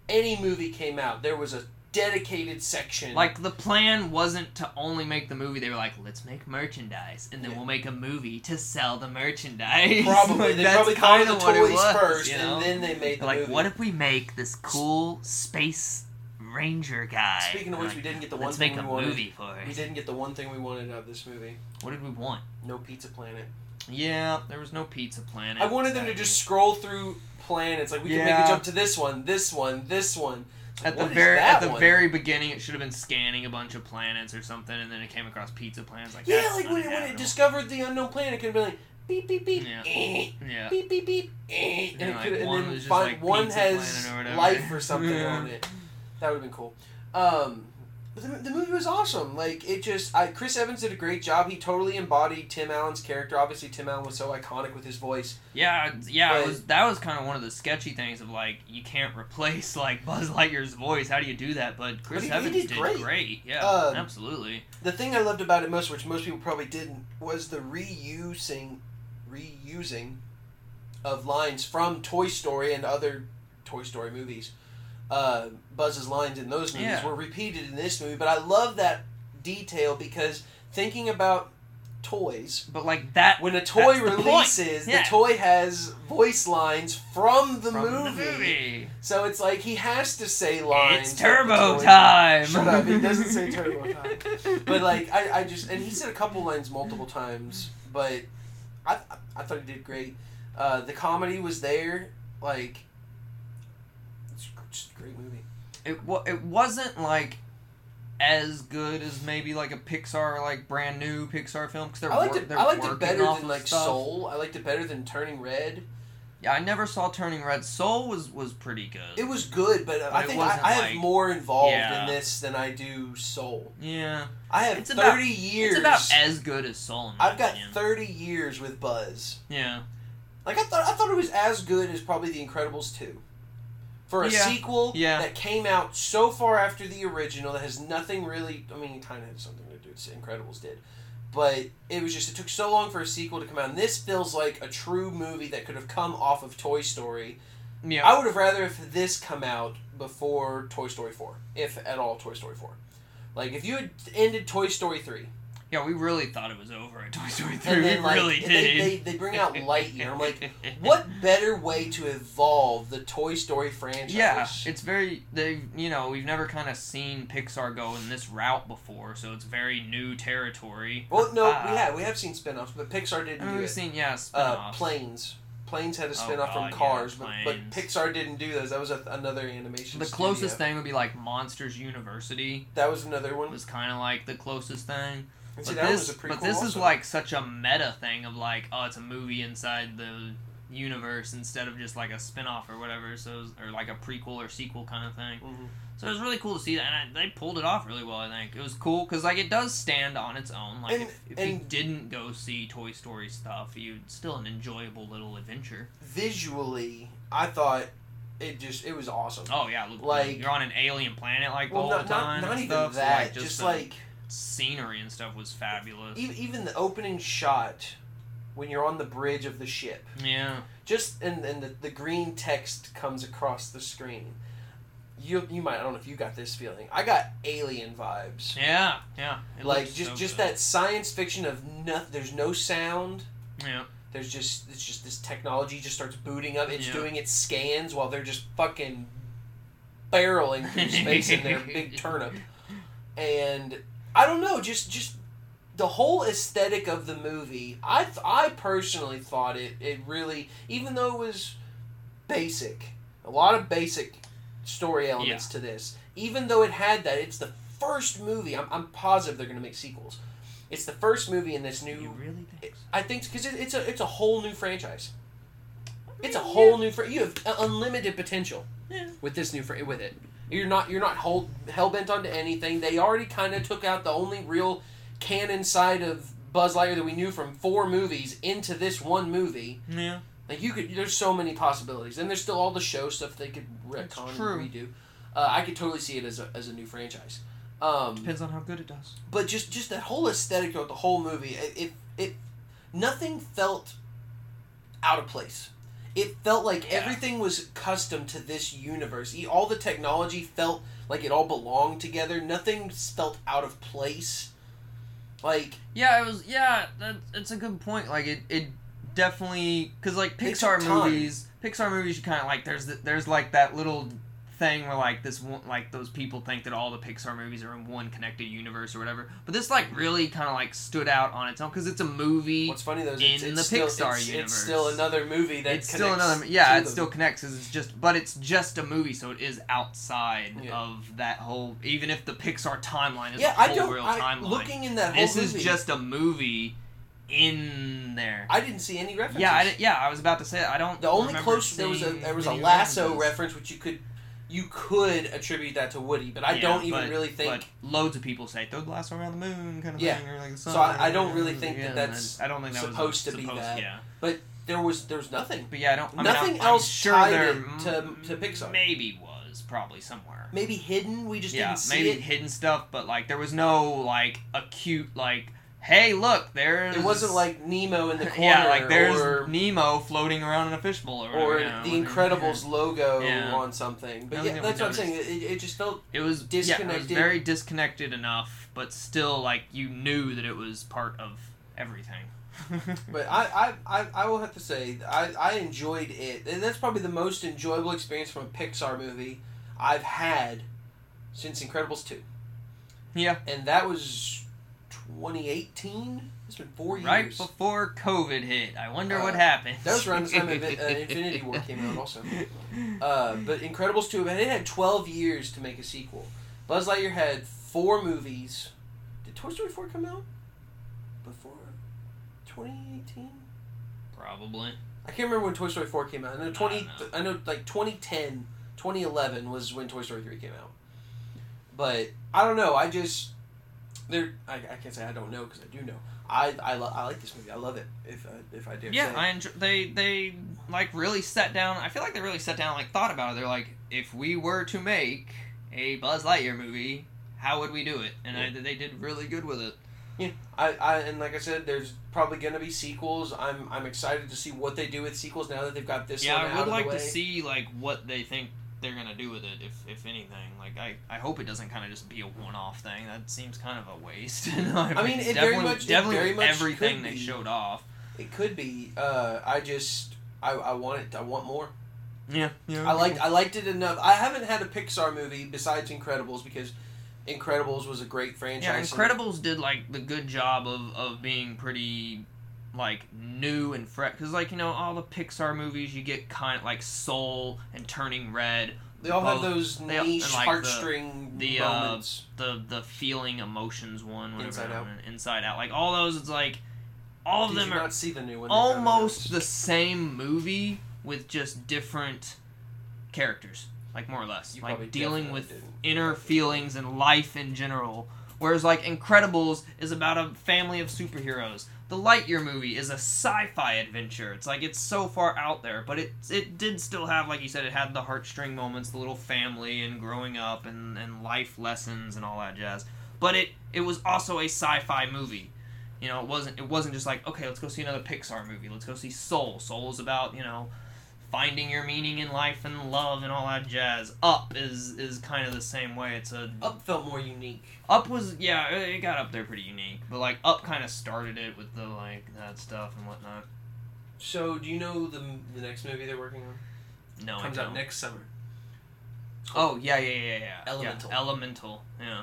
Speaker 1: any movie came out, there was a dedicated section.
Speaker 2: Like *laughs* the plan wasn't to only make the movie. They were like, "Let's make merchandise, and then
Speaker 1: Yeah.
Speaker 2: we'll make a movie to sell the merchandise." *laughs*
Speaker 1: probably
Speaker 2: Like,
Speaker 1: they
Speaker 2: that's
Speaker 1: probably thought of
Speaker 2: kinda
Speaker 1: the
Speaker 2: what it
Speaker 1: toys
Speaker 2: was,
Speaker 1: first,
Speaker 2: you know?
Speaker 1: and then they made the
Speaker 2: like,
Speaker 1: movie.
Speaker 2: what if we make this cool space ranger guy?
Speaker 1: Speaking of which, we didn't get the one
Speaker 2: Let's
Speaker 1: thing
Speaker 2: make a
Speaker 1: we wanted.
Speaker 2: movie for
Speaker 1: We
Speaker 2: it.
Speaker 1: didn't get the one thing we wanted out of this movie.
Speaker 2: What did we want?
Speaker 1: No Pizza Planet.
Speaker 2: Yeah, there was no Pizza Planet.
Speaker 1: I wanted them to just scroll through planets. Like we can make
Speaker 2: Yeah.
Speaker 1: a jump to this one, this one, this one. It's like,
Speaker 2: at the
Speaker 1: what is
Speaker 2: very
Speaker 1: that
Speaker 2: at the
Speaker 1: one?
Speaker 2: very beginning. It should have been scanning a bunch of planets or something, and then it came across Pizza Planets. Like
Speaker 1: yeah,
Speaker 2: that's
Speaker 1: like when it, when it
Speaker 2: uninhabitable.
Speaker 1: discovered the unknown planet, it could have been like beep beep beep,
Speaker 2: Yeah.
Speaker 1: eh,
Speaker 2: yeah.
Speaker 1: beep beep beep, eh,
Speaker 2: Yeah,
Speaker 1: and,
Speaker 2: like,
Speaker 1: it could,
Speaker 2: one
Speaker 1: and then
Speaker 2: was just
Speaker 1: find
Speaker 2: like
Speaker 1: one
Speaker 2: Pizza
Speaker 1: has
Speaker 2: Planet or whatever.
Speaker 1: life or something
Speaker 2: Yeah.
Speaker 1: on it. That would have been cool. Um, but the, the movie was awesome. Like it just, I Chris Evans did a great job. He totally embodied Tim Allen's character. Obviously, Tim Allen was so iconic with his voice.
Speaker 2: Yeah, yeah, it
Speaker 1: But-
Speaker 2: was, that was kind of one of the sketchy things of like you can't replace like *laughs* Buzz Lightyear's voice. How do you do that? But Chris
Speaker 1: he- he
Speaker 2: Evans
Speaker 1: did great.
Speaker 2: Yeah,
Speaker 1: Um,
Speaker 2: absolutely.
Speaker 1: The thing I loved about it most, which most people probably didn't, was the reusing, reusing, of lines from Toy Story and other Toy Story movies. Uh, Buzz's lines in those movies
Speaker 2: Yeah.
Speaker 1: were repeated in this movie, but I love that detail because thinking about toys,
Speaker 2: But like that
Speaker 1: when a toy
Speaker 2: That's the point.
Speaker 1: releases, the,
Speaker 2: Yeah.
Speaker 1: toy has voice lines from the,
Speaker 2: from
Speaker 1: movie.
Speaker 2: the movie,
Speaker 1: So it's like he has to say lines.
Speaker 2: it's
Speaker 1: that the
Speaker 2: Turbo
Speaker 1: toy-
Speaker 2: Time.
Speaker 1: Shut up! It doesn't
Speaker 2: *laughs*
Speaker 1: say Turbo Time but like I, I just and he said a couple lines multiple times but i i thought he did great uh the comedy was there like it's just a great movie
Speaker 2: it wa- it wasn't like as good as maybe like a Pixar like brand new Pixar film because they're
Speaker 1: i liked
Speaker 2: wor-
Speaker 1: it
Speaker 2: they're
Speaker 1: i liked
Speaker 2: working
Speaker 1: it better
Speaker 2: off
Speaker 1: than
Speaker 2: of
Speaker 1: like
Speaker 2: stuff.
Speaker 1: soul i liked it better than turning red
Speaker 2: Yeah, I never saw Turning Red. Soul was was pretty good.
Speaker 1: it was good but, i
Speaker 2: it
Speaker 1: think
Speaker 2: wasn't,
Speaker 1: I, I have
Speaker 2: like-
Speaker 1: more involved
Speaker 2: Yeah.
Speaker 1: in this than i do soul
Speaker 2: yeah,
Speaker 1: i have
Speaker 2: It's
Speaker 1: 30
Speaker 2: about-
Speaker 1: years
Speaker 2: it's about as good as Soul. In my
Speaker 1: i've got
Speaker 2: opinion.
Speaker 1: 30 years with buzz
Speaker 2: yeah.
Speaker 1: Like I thought, I thought it was as good as probably The Incredibles two, for a
Speaker 2: Yeah.
Speaker 1: sequel
Speaker 2: Yeah.
Speaker 1: that came out so far after the original that has nothing really. I mean, it kind of had something to do. with The Incredibles did, but it was just it took so long for a sequel to come out. And this feels like a true movie that could have come off of Toy Story.
Speaker 2: Yeah,
Speaker 1: I would have rather if this come out before Toy Story four, if at all Toy Story four. Like if you had ended Toy Story three,
Speaker 2: Yeah, we really thought it was over at Toy Story 3.
Speaker 1: and then
Speaker 2: *laughs* we
Speaker 1: like
Speaker 2: really
Speaker 1: they,
Speaker 2: did.
Speaker 1: they they bring out Lightyear, I'm like. What better way to evolve the Toy Story franchise?
Speaker 2: *laughs* Yeah, it's very they. You know, we've never kind of seen Pixar go in this route before, so it's very new territory.
Speaker 1: well, no,
Speaker 2: Ah.
Speaker 1: we have we have seen spin-offs, but Pixar
Speaker 2: I
Speaker 1: didn't
Speaker 2: mean,
Speaker 1: do
Speaker 2: Oh, we've
Speaker 1: it.
Speaker 2: seen yeah,
Speaker 1: Uh,
Speaker 2: spin-offs. Oh,
Speaker 1: planes, planes had a spin-off
Speaker 2: God,
Speaker 1: from
Speaker 2: yeah,
Speaker 1: Cars, but, but
Speaker 2: Planes.
Speaker 1: Pixar didn't do those. That was a, another animation.
Speaker 2: the closest
Speaker 1: studio.
Speaker 2: thing would be like Monsters University
Speaker 1: that was another one.
Speaker 2: was kind of like the closest thing.
Speaker 1: And
Speaker 2: But
Speaker 1: see, that one
Speaker 2: this,
Speaker 1: was a prequel.
Speaker 2: but this is
Speaker 1: also.
Speaker 2: like such a meta thing of like, oh, it's a movie inside the universe instead of just like a spin-off or whatever, so it was- or like a prequel or sequel kind of thing.
Speaker 1: Mhm.
Speaker 2: So it was really cool to see that, and I, they pulled it off really well. I think it was cool because like it does stand on its own. Like
Speaker 1: And-
Speaker 2: if, if you
Speaker 1: and-
Speaker 2: didn't go see Toy Story stuff, you still an enjoyable little adventure.
Speaker 1: visually, I thought it just it was awesome.
Speaker 2: Oh yeah, look,
Speaker 1: Like-
Speaker 2: you're on an alien planet like the
Speaker 1: well,
Speaker 2: whole
Speaker 1: not,
Speaker 2: time.
Speaker 1: not, not
Speaker 2: and
Speaker 1: even
Speaker 2: stuff, so,
Speaker 1: that.
Speaker 2: like,
Speaker 1: just
Speaker 2: just, the
Speaker 1: like
Speaker 2: scenery and stuff was fabulous.
Speaker 1: e- even the opening shot when you're on the bridge of the ship.
Speaker 2: yeah,
Speaker 1: just and and the, the green text comes across the screen you you might i don't know if you got this feeling i got alien vibes
Speaker 2: yeah, yeah. It
Speaker 1: like
Speaker 2: looks
Speaker 1: just
Speaker 2: so
Speaker 1: just
Speaker 2: good.
Speaker 1: that science fiction of nothing there's no sound
Speaker 2: Yeah,
Speaker 1: there's just it's just this technology just starts booting up it's
Speaker 2: Yeah.
Speaker 1: doing its scans while they're just fucking
Speaker 2: *laughs*
Speaker 1: barreling through space in their big turnip and i don't know just just the whole aesthetic of the movie, I th- I personally thought it it really even though it was basic, a lot of basic story elements to this. Even though it had that, it's the first movie. I'm, I'm positive they're going to make sequels. It's the first movie in this
Speaker 2: You
Speaker 1: new.
Speaker 2: really think?
Speaker 1: I think because it, it's a it's a whole new franchise. It's a
Speaker 2: Yeah.
Speaker 1: whole new. Fr- you have u- unlimited potential
Speaker 2: Yeah.
Speaker 1: with this new fr- with it. You're not you're not hold, hell bent onto anything. They already kind of took out the only real canon side of Buzz Lightyear that we knew from four movies into this one movie.
Speaker 2: Yeah.
Speaker 1: Like you could, there's so many possibilities, and there's still all the show stuff they could retcon and
Speaker 2: true.
Speaker 1: redo. Uh, I could totally see it as a, as a new franchise. Um,
Speaker 2: Depends on how good it does.
Speaker 1: but just just that whole aesthetic throughout the whole movie it, it it nothing felt out of place it felt like
Speaker 2: Yeah.
Speaker 1: everything was custom to this universe E- all the technology felt like it all belonged together nothing felt out of place like
Speaker 2: Yeah, it was. Yeah, that, it's a good point. Like it, it definitely because like
Speaker 1: They took
Speaker 2: Pixar
Speaker 1: time.
Speaker 2: movies, Pixar movies, you kind of like there's th there's like that little thing where like this one like those people think that all the Pixar movies are in one connected universe or whatever. But this like really kind of like stood out on its own because it's a movie.
Speaker 1: what's funny though is
Speaker 2: In
Speaker 1: it's, it's
Speaker 2: the
Speaker 1: still,
Speaker 2: Pixar
Speaker 1: it's,
Speaker 2: universe.
Speaker 1: it's still another movie that
Speaker 2: it's still
Speaker 1: connects
Speaker 2: another yeah
Speaker 1: to
Speaker 2: it
Speaker 1: them.
Speaker 2: still connects 'cause it's just but it's just a movie so it is outside
Speaker 1: Yeah.
Speaker 2: of that whole even if the pixar timeline is
Speaker 1: yeah
Speaker 2: a
Speaker 1: I
Speaker 2: whole
Speaker 1: don't
Speaker 2: real
Speaker 1: I,
Speaker 2: timeline
Speaker 1: looking in that whole
Speaker 2: this is
Speaker 1: movie,
Speaker 2: just a movie in there
Speaker 1: I didn't see any references
Speaker 2: yeah I, di- yeah I was about to say I don't
Speaker 1: The only
Speaker 2: remember
Speaker 1: close there was a
Speaker 2: seeing
Speaker 1: there was a
Speaker 2: many
Speaker 1: lasso
Speaker 2: references.
Speaker 1: reference which you could you could attribute that to Woody, but I
Speaker 2: Yeah,
Speaker 1: don't even
Speaker 2: but-
Speaker 1: really think.
Speaker 2: but loads of people say throw the lasso around the moon kind of
Speaker 1: Yeah.
Speaker 2: thing or like the
Speaker 1: So
Speaker 2: sun
Speaker 1: I- I don't
Speaker 2: or-
Speaker 1: really think that
Speaker 2: yeah,
Speaker 1: that's
Speaker 2: I don't think that was
Speaker 1: supposed to be
Speaker 2: supposed-
Speaker 1: that.
Speaker 2: yeah
Speaker 1: There was there was nothing.
Speaker 2: but yeah I don't I mean,
Speaker 1: Nothing
Speaker 2: I'm- I'm
Speaker 1: else
Speaker 2: sure
Speaker 1: tied
Speaker 2: there
Speaker 1: it
Speaker 2: m-
Speaker 1: to- to Pixar.
Speaker 2: maybe was probably somewhere
Speaker 1: Maybe hidden. We just
Speaker 2: yeah,
Speaker 1: didn't see
Speaker 2: maybe
Speaker 1: it.
Speaker 2: hidden stuff, but like there was no like acute like, hey, look, there's.
Speaker 1: It wasn't like Nemo in the corner.
Speaker 2: *laughs* yeah, like there's
Speaker 1: or,
Speaker 2: Nemo floating around in a fishbowl or whatever,
Speaker 1: or
Speaker 2: yeah,
Speaker 1: the
Speaker 2: like,
Speaker 1: Incredibles logo
Speaker 2: Yeah.
Speaker 1: on something. But
Speaker 2: Nothing
Speaker 1: yeah,
Speaker 2: that we
Speaker 1: that's what I'm saying.
Speaker 2: noticed.
Speaker 1: It, it it just felt
Speaker 2: yeah. It was Yeah, it was
Speaker 1: disconnected.
Speaker 2: very disconnected enough, but still like you knew that it was part of everything. *laughs*
Speaker 1: But I, I, I, I will have to say I, I enjoyed it, and that's probably the most enjoyable experience from a Pixar movie I've had since Incredibles two.
Speaker 2: Yeah.
Speaker 1: and that was 2018. It's been four years.
Speaker 2: right before COVID hit, I wonder
Speaker 1: Uh,
Speaker 2: what happened.
Speaker 1: that was around the time
Speaker 2: *laughs*
Speaker 1: Invi- uh, Infinity War came out also. Uh, but Incredibles two, and it had 12 years to make a sequel. Buzz Lightyear had four movies. Did Toy Story four come out before 2018?
Speaker 2: Probably.
Speaker 1: I can't remember when Toy Story 4 came out. I know 20 I know like 2010, 2011 was when Toy Story 3 came out. But I don't know. I just there I, I can't say I don't know cuz I do know. I I, lo- I like this movie. I love it if I, if I dare
Speaker 2: Yeah,
Speaker 1: say.
Speaker 2: I enjoy. They they like really sat down. I feel like they really sat down, and, like thought about it. They're like, if we were to make a Buzz Lightyear movie, how would we do it? And I, they did really good with it.
Speaker 1: I, I and like I said there's probably going to be sequels. I'm I'm excited to see what they do with sequels now that they've got this
Speaker 2: yeah,
Speaker 1: one out
Speaker 2: I would
Speaker 1: of
Speaker 2: like
Speaker 1: the way.
Speaker 2: to see like what they think they're gonna do with it, if if anything. Like I I hope it doesn't kind of just be a one off thing. That seems kind of a waste. *laughs* I
Speaker 1: mean, it very much- it
Speaker 2: definitely
Speaker 1: very
Speaker 2: with
Speaker 1: much
Speaker 2: everything
Speaker 1: could
Speaker 2: they
Speaker 1: be.
Speaker 2: showed off.
Speaker 1: It could be uh I just I, I want it. I want more.
Speaker 2: Yeah, yeah.
Speaker 1: I liked I liked it enough. I haven't had a Pixar movie besides Incredibles because Incredibles was a great
Speaker 2: Yeah,
Speaker 1: franchise.
Speaker 2: Incredibles did like the good job of of being pretty like new and fresh because like you know all the Pixar movies you get kind of like Soul and Turning Red
Speaker 1: They all have
Speaker 2: both-
Speaker 1: those
Speaker 2: they all-
Speaker 1: niche
Speaker 2: and, like, the-
Speaker 1: heartstring
Speaker 2: the, uh,
Speaker 1: moments.
Speaker 2: the the feeling emotions one whatever
Speaker 1: Inside
Speaker 2: that
Speaker 1: Out.
Speaker 2: one- Inside Out like all those it's like all of
Speaker 1: Did
Speaker 2: them
Speaker 1: you
Speaker 2: are
Speaker 1: not see the new one? that got
Speaker 2: almost
Speaker 1: announced?
Speaker 2: the same movie with just different characters like more or less
Speaker 1: You probably
Speaker 2: like dealing
Speaker 1: definitely
Speaker 2: with
Speaker 1: didn't.
Speaker 2: inner feelings and life in general. Whereas like Incredibles is about a family of superheroes. The Lightyear movie is a sci-fi adventure. It's like it's so far out there, but it it did still have like you said it had the heartstring moments, the little family and growing up and and life lessons and all that jazz. But it it was also a sci-fi movie. You know, it wasn't it wasn't just like okay, let's go see another Pixar movie. Let's go see Soul. Soul is about, you know, finding your meaning in life and love and all that jazz. Up is is kind of the same way. It's a
Speaker 1: Up felt more unique.
Speaker 2: Up was yeah, it it got up there pretty unique, but like Up kind of started it with the like that stuff and whatnot.
Speaker 1: So, do you know the the next movie they're working on?
Speaker 2: No, I
Speaker 1: Comes
Speaker 2: don't.
Speaker 1: out next summer.
Speaker 2: Oh yeah, yeah, yeah, yeah, yeah.
Speaker 1: Elemental.
Speaker 2: Yeah, elemental. Yeah.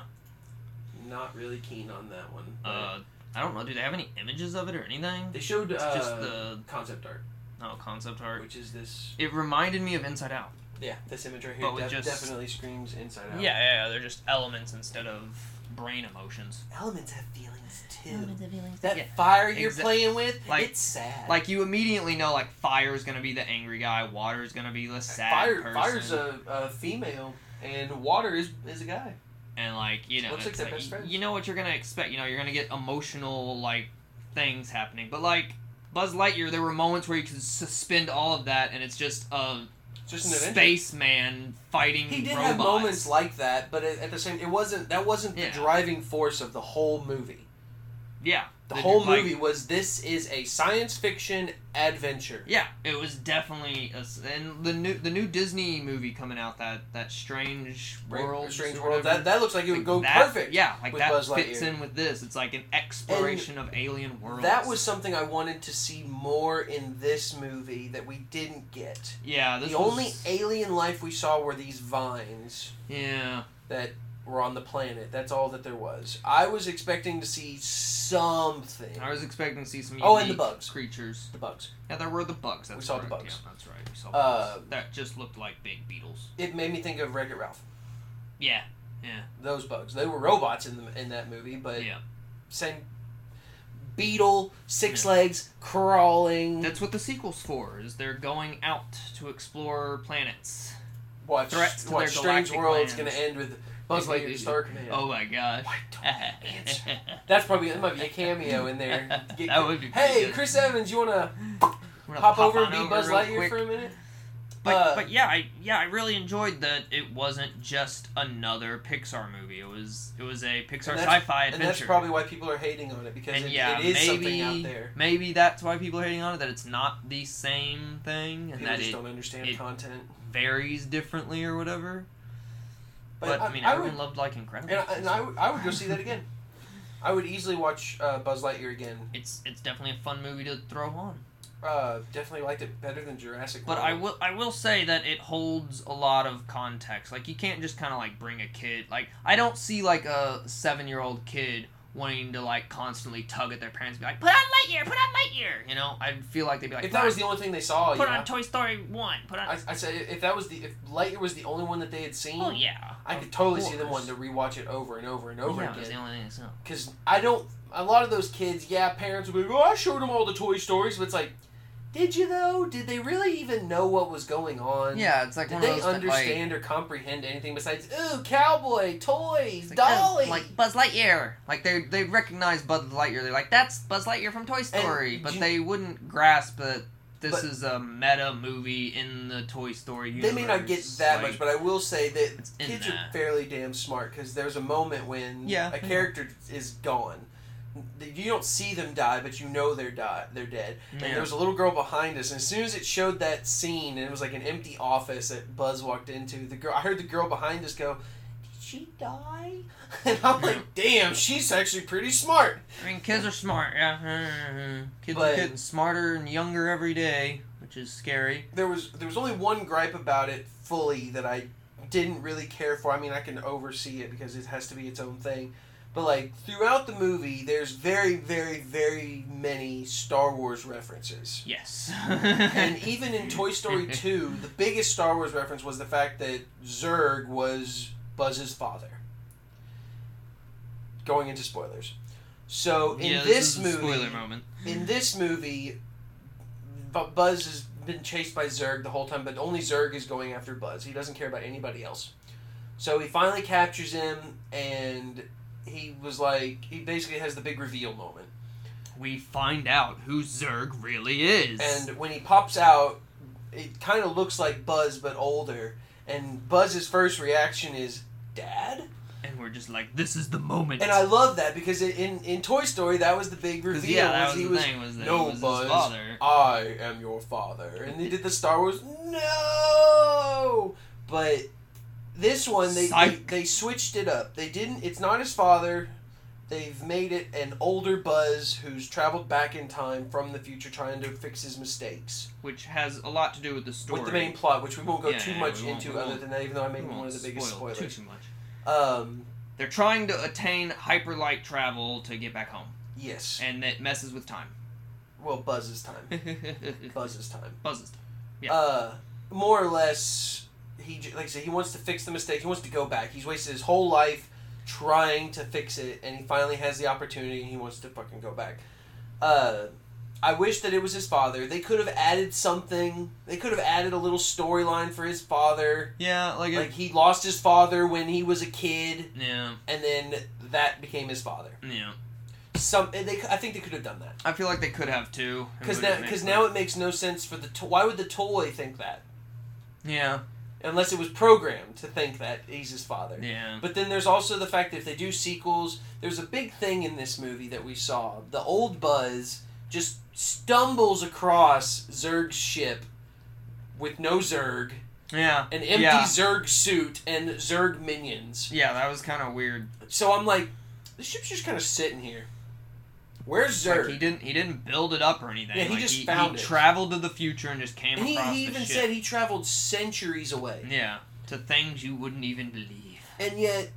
Speaker 1: Not really keen on that one. but
Speaker 2: Uh, I don't know. Do they have any images of it or anything?
Speaker 1: They showed
Speaker 2: It's
Speaker 1: uh,
Speaker 2: just the
Speaker 1: concept art,
Speaker 2: no concept art.
Speaker 1: which is this.
Speaker 2: It reminded me of Inside Out.
Speaker 1: Yeah, this image right here
Speaker 2: But with
Speaker 1: def-
Speaker 2: just-
Speaker 1: definitely screams Inside
Speaker 2: Yeah,
Speaker 1: Out.
Speaker 2: yeah, yeah, they're just elements instead of brain emotions.
Speaker 1: Elements have feelings too.
Speaker 3: feelings.
Speaker 1: That
Speaker 2: Yeah.
Speaker 1: fire you're
Speaker 2: Exact-
Speaker 1: playing with,
Speaker 2: like-
Speaker 1: it's sad.
Speaker 2: Like you immediately know, like fire is gonna be the angry guy, water is gonna be the sad
Speaker 1: fire,
Speaker 2: person,
Speaker 1: fire's a, a female, and water is is a guy.
Speaker 2: and like you know,
Speaker 1: Looks like
Speaker 2: it's
Speaker 1: they're
Speaker 2: like,
Speaker 1: best friends.
Speaker 2: you know what you're gonna expect. You know, you're gonna get emotional like things happening, but like Buzz Lightyear, there were moments where you could suspend all of that, and it's just a
Speaker 1: Just an adventure.
Speaker 2: spaceman fighting.
Speaker 1: He did
Speaker 2: robots.
Speaker 1: have moments like that, but at at the same, it wasn't that wasn't the
Speaker 2: Yeah.
Speaker 1: driving force of the whole movie.
Speaker 2: yeah,
Speaker 1: The
Speaker 2: They
Speaker 1: whole
Speaker 2: did, like-
Speaker 1: movie was this is a science fiction adventure.
Speaker 2: Yeah, it was definitely a s and the new the new Disney movie coming out that that strange world,
Speaker 1: strange
Speaker 2: or
Speaker 1: world.
Speaker 2: whatever.
Speaker 1: That that looks like it would
Speaker 2: Like,
Speaker 1: go
Speaker 2: that-
Speaker 1: perfect.
Speaker 2: Yeah, like
Speaker 1: with
Speaker 2: that
Speaker 1: Buzz
Speaker 2: fits
Speaker 1: Lightyear.
Speaker 2: in with this. It's like an exploration of alien worlds.
Speaker 1: That was something I wanted to see more in this movie that we didn't get.
Speaker 2: yeah. This
Speaker 1: the
Speaker 2: was,
Speaker 1: only alien life we saw were these vines
Speaker 2: yeah.
Speaker 1: that were on the planet. That's all that there was. I was expecting to see something.
Speaker 2: I was expecting to see some.
Speaker 1: Oh, and the
Speaker 2: unique
Speaker 1: bugs.
Speaker 2: creatures.
Speaker 1: The bugs.
Speaker 2: Yeah, there were the bugs. That's
Speaker 1: We saw the
Speaker 2: correct.
Speaker 1: bugs.
Speaker 2: Yeah, that's right. We saw
Speaker 1: Uh,
Speaker 2: bugs. That just looked like big beetles.
Speaker 1: It made me think of Wreck It Ralph.
Speaker 2: Yeah,
Speaker 1: Those bugs. They were robots in the in that movie, but
Speaker 2: yeah.
Speaker 1: same beetle, six legs, crawling.
Speaker 2: That's what the sequel's for. Is they're going out to explore planets.
Speaker 1: watch
Speaker 2: threats to
Speaker 1: watch
Speaker 2: their
Speaker 1: Strange
Speaker 2: galactic
Speaker 1: World's gonna
Speaker 2: plans.
Speaker 1: end with Buzz Lightyear Star Command.
Speaker 2: Oh my gosh.
Speaker 1: Why
Speaker 2: *laughs*
Speaker 1: don't you answer? That's probably that might be a cameo in there. Get-
Speaker 2: *laughs* That would be pretty
Speaker 1: Hey,
Speaker 2: good.
Speaker 1: Chris Evans, you wanna
Speaker 2: We're gonna
Speaker 1: pop, over
Speaker 2: on
Speaker 1: and be Buzz
Speaker 2: real
Speaker 1: Lightyear
Speaker 2: quick.
Speaker 1: for a minute?
Speaker 2: But,
Speaker 1: Uh,
Speaker 2: but yeah, I yeah I really enjoyed that. It wasn't just another Pixar movie. It was it was a Pixar
Speaker 1: that's-
Speaker 2: sci-fi
Speaker 1: and that's
Speaker 2: adventure.
Speaker 1: probably why people are hating on it because
Speaker 2: And
Speaker 1: it,
Speaker 2: yeah,
Speaker 1: it is something
Speaker 2: maybe-
Speaker 1: out there.
Speaker 2: Maybe that's why people are hating on it. That it's not the same thing, and
Speaker 1: People
Speaker 2: that
Speaker 1: just
Speaker 2: it
Speaker 1: don't understand
Speaker 2: it-
Speaker 1: content.
Speaker 2: varies differently or whatever.
Speaker 1: But,
Speaker 2: But,
Speaker 1: I,
Speaker 2: I, mean,
Speaker 1: I
Speaker 2: everyone
Speaker 1: would,
Speaker 2: loved like Incredibles.
Speaker 1: and, I, and I would, I would go see that again. I would easily watch uh, Buzz Lightyear again.
Speaker 2: It's it's definitely a fun movie to throw on.
Speaker 1: Uh, definitely liked it better than Jurassic.
Speaker 2: But
Speaker 1: World.
Speaker 2: I will I will say that it holds a lot of context. Like you can't just kind of like bring a kid. Like I don't see like a seven year old kid wanting to like constantly tug at their parents, and be like, "Put on Lightyear, put on Lightyear." You know, I feel like they'd be like,
Speaker 1: If that was the only thing they saw,
Speaker 2: put
Speaker 1: you know,
Speaker 2: on Toy Story One, put on."
Speaker 1: I, I said if that was the if Lightyear was the only one that they had seen,
Speaker 2: oh yeah,
Speaker 1: I
Speaker 2: of
Speaker 1: could totally see them
Speaker 2: course.
Speaker 1: wanting to rewatch it over and over and over
Speaker 2: yeah, it was the
Speaker 1: again.
Speaker 2: only thing I saw.
Speaker 1: Because I don't. A lot of those kids, yeah, parents would be like, "Oh, I showed them all the Toy Stories," but it's like, did you though? Did they really even know what was going on?
Speaker 2: Yeah, it's like
Speaker 1: Did
Speaker 2: one of
Speaker 1: they
Speaker 2: those that, like-
Speaker 1: understand or comprehend anything besides ooh cowboy toys
Speaker 2: it's like, oh,
Speaker 1: dolly?
Speaker 2: like Buzz Lightyear. Like they they recognize Buzz Lightyear. They're like, "That's Buzz Lightyear from Toy Story," but
Speaker 1: you-
Speaker 2: they wouldn't grasp that. This
Speaker 1: But-
Speaker 2: is a meta movie in the Toy Story universe.
Speaker 1: they may not get that
Speaker 2: like-
Speaker 1: much, but I will say that
Speaker 2: It's in
Speaker 1: kids are
Speaker 2: that.
Speaker 1: fairly damn smart because there's a moment when
Speaker 2: Yeah,
Speaker 1: a
Speaker 2: I know.
Speaker 1: character is gone. You don't see them die, but you know they're die- they're dead. And there was a little girl behind us, and as soon as it showed that scene, and it was like an empty office that Buzz walked into, the girl I heard the girl behind us go, "Did she die?" *laughs* And I'm like,
Speaker 2: *laughs*
Speaker 1: "Damn, she's actually pretty smart."
Speaker 2: I mean, kids are smart. Yeah, *laughs* kids
Speaker 1: But-
Speaker 2: are getting smarter and younger every day, which is scary.
Speaker 1: There was there was only one gripe about it fully that I didn't really care for. I mean, I can oversee it because it has to be its own thing. But like throughout the movie, there's very, very, very many Star Wars references.
Speaker 2: *laughs* Yes.
Speaker 1: and even in Toy Story 2, the biggest Star Wars reference was the fact that Zurg was Buzz's father. Going into spoilers. So in
Speaker 2: Yeah,
Speaker 1: this,
Speaker 2: is a
Speaker 1: movie,
Speaker 2: spoiler moment.
Speaker 1: in this movie, Bu- Buzz has been chased by Zurg the whole time, but only Zurg is going after Buzz. He doesn't care about anybody else. So he finally captures him, and he was like, he basically has the big reveal moment.
Speaker 2: We find out who Zurg really is.
Speaker 1: And when he pops out, it kind of looks like Buzz, but older. And Buzz's first reaction is, Dad?
Speaker 2: And we're just like, this is the moment.
Speaker 1: And I love that because in, in, in Toy Story, that was the big
Speaker 2: 'Cause,
Speaker 1: reveal.
Speaker 2: yeah, that was
Speaker 1: he
Speaker 2: the
Speaker 1: was,
Speaker 2: thing was that
Speaker 1: "No,
Speaker 2: it was
Speaker 1: Buzz."
Speaker 2: his father.
Speaker 1: I am your father. And they did the Star Wars, no! But this one, they, they,
Speaker 2: Psych.
Speaker 1: they switched it up. They didn't, it's not his father. They've made it an older Buzz who's traveled back in time from the future trying to fix his mistakes.
Speaker 2: Which has a lot to do with the story.
Speaker 1: with the main plot, which we won't go
Speaker 2: Yeah,
Speaker 1: too
Speaker 2: yeah,
Speaker 1: much
Speaker 2: we won't-
Speaker 1: into
Speaker 2: we
Speaker 1: other
Speaker 2: won't-
Speaker 1: than that, even though I
Speaker 2: We
Speaker 1: made
Speaker 2: won't
Speaker 1: one of the biggest
Speaker 2: spoil *laughs* too,
Speaker 1: spoilers.
Speaker 2: too much.
Speaker 1: Um,
Speaker 2: They're trying to attain hyperlight travel to get back home.
Speaker 1: Yes.
Speaker 2: and it messes with time. *laughs*
Speaker 1: well, Buzz's time. Buzz's time.
Speaker 2: Buzzes. Yeah.
Speaker 1: uh, more or less, he j- like I said, he wants to fix the mistake. He wants to go back. He's wasted his whole life trying to fix it, and he finally has the opportunity, and he wants to fucking go back. Uh, I wish that it was his father. They could have added something. They could have added a little storyline for his father.
Speaker 2: Yeah, like, it,
Speaker 1: Like he lost his father when he was a kid,
Speaker 2: yeah,
Speaker 1: and then that became his father.
Speaker 2: yeah.
Speaker 1: Some and they, I think they could have done that
Speaker 2: I feel like they could have two. It
Speaker 1: because
Speaker 2: would've
Speaker 1: now
Speaker 2: made
Speaker 1: because
Speaker 2: sense.
Speaker 1: now it makes no sense for the to- why would the toy think that.
Speaker 2: yeah,
Speaker 1: unless it was programmed to think that he's his father.
Speaker 2: yeah,
Speaker 1: But then there's also the fact that if they do sequels, there's a big thing in this movie that we saw. The old Buzz just stumbles across Zurg's ship with no Zurg,
Speaker 2: yeah,
Speaker 1: an empty
Speaker 2: Yeah.
Speaker 1: Zurg suit, and Zurg minions.
Speaker 2: yeah. That was kind of weird.
Speaker 1: So I'm like, this ship's just kind of sitting here. Where's
Speaker 2: Like,
Speaker 1: Zurg?
Speaker 2: he didn't he didn't build it up or anything.
Speaker 1: Yeah, he
Speaker 2: Like,
Speaker 1: just found it.
Speaker 2: traveled to the future and just came
Speaker 1: and he,
Speaker 2: across
Speaker 1: he
Speaker 2: the
Speaker 1: even
Speaker 2: ship.
Speaker 1: said he traveled centuries away.
Speaker 2: yeah, to things you wouldn't even believe.
Speaker 1: And yet,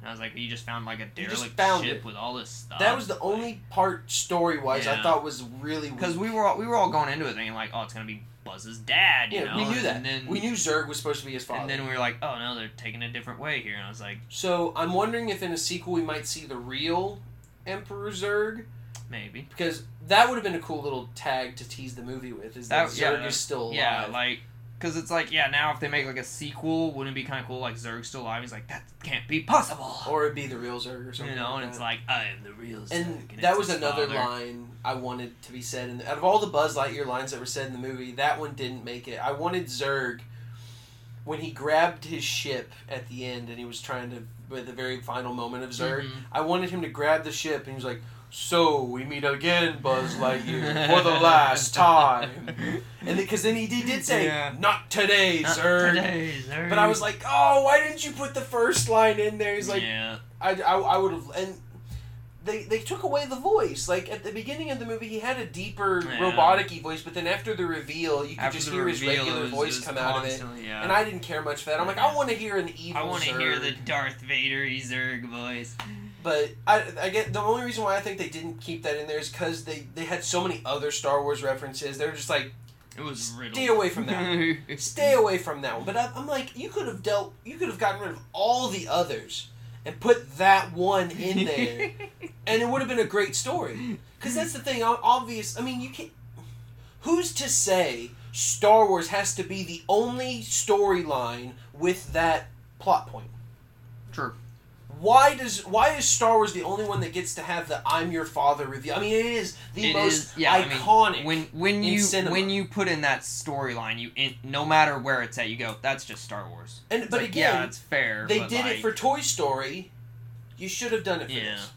Speaker 2: And I was like, you just found like a
Speaker 1: You just
Speaker 2: derelict
Speaker 1: found
Speaker 2: ship
Speaker 1: it.
Speaker 2: with all this stuff.
Speaker 1: that was the only part story wise I
Speaker 2: Um, Yeah.
Speaker 1: thought was really weird.
Speaker 2: because we were all, we were all going into it thinking like, oh, it's gonna be Buzz's dad. You
Speaker 1: Yeah,
Speaker 2: know,
Speaker 1: we knew
Speaker 2: and
Speaker 1: that.
Speaker 2: Then,
Speaker 1: we knew Zurg was supposed to be his father.
Speaker 2: And then we were like, oh no, they're taking a different way here. And I was like,
Speaker 1: so I'm wondering if in a sequel we might see the real Emperor Zurg
Speaker 2: maybe.
Speaker 1: because that would have been a cool little tag to tease the movie with. Is that,
Speaker 2: That- yeah,
Speaker 1: Zurg
Speaker 2: that-
Speaker 1: is still alive?
Speaker 2: Yeah, like, because it's like, yeah, now if they make like a sequel, wouldn't it be kind of cool? Like Zerg's still alive. He's like, that can't be possible.
Speaker 1: or it'd be the real Zurg or something.
Speaker 2: you know,
Speaker 1: like
Speaker 2: and it's like, I am the real Zerg.
Speaker 1: that.
Speaker 2: and
Speaker 1: and
Speaker 2: it's
Speaker 1: that was
Speaker 2: his
Speaker 1: another
Speaker 2: father.
Speaker 1: line I wanted to be said. And out of all the Buzz Lightyear lines that were said in the movie, that one didn't make it. I wanted Zurg when he grabbed his ship at the end and he was trying to at the very final moment of Zurg.
Speaker 2: Mhm.
Speaker 1: I wanted him to grab the ship, and he was like, "So we meet again, Buzz Lightyear,
Speaker 2: *laughs*
Speaker 1: for the last time." And because then he did, did say,
Speaker 2: Yeah.
Speaker 1: "Not today,
Speaker 2: Not
Speaker 1: Zurg."
Speaker 2: today, Zerg.
Speaker 1: But I was like, "Oh, why didn't you put the first line in there?" He's like,
Speaker 2: yeah,
Speaker 1: "I, I, I would have." And they they took away the voice. Like at the beginning of the movie, he had a deeper
Speaker 2: Yeah.
Speaker 1: robotic-y voice, but then after the reveal, you could just hear his regular voice come out of it.
Speaker 2: Yeah.
Speaker 1: And I didn't care much for that. I'm like, I want to hear an evil.
Speaker 2: I want to hear
Speaker 1: Zurg."
Speaker 2: the Darth Vader Zerg voice.
Speaker 1: But I, I get the only reason why I think they didn't keep that in there is because they they had so many other Star Wars references. They're just like
Speaker 2: It was riddled.
Speaker 1: Stay away from
Speaker 2: *laughs*
Speaker 1: that. stay away from that one. But I, I'm like, you could have dealt, you could have gotten rid of all the others and put that one in
Speaker 2: *laughs*
Speaker 1: there, and it would have been a great story. Because that's the thing. o- Obvious. I mean, you can't. Who's to say Star Wars has to be the only storyline with that plot point?
Speaker 2: True.
Speaker 1: why does why is Star Wars the only one that gets to have the "I'm your father" reveal? I mean, it is the
Speaker 2: It
Speaker 1: most
Speaker 2: is- yeah, I mean,
Speaker 1: iconic.
Speaker 2: when when
Speaker 1: in
Speaker 2: you
Speaker 1: cinema.
Speaker 2: when you put in that storyline, you in, no matter where it's at, you go. That's just Star Wars.
Speaker 1: and
Speaker 2: It's
Speaker 1: but
Speaker 2: like, yeah,
Speaker 1: again,
Speaker 2: it's fair.
Speaker 1: they
Speaker 2: but,
Speaker 1: did
Speaker 2: like,
Speaker 1: it for Toy Story. You should have done it for
Speaker 2: Yeah.
Speaker 1: this.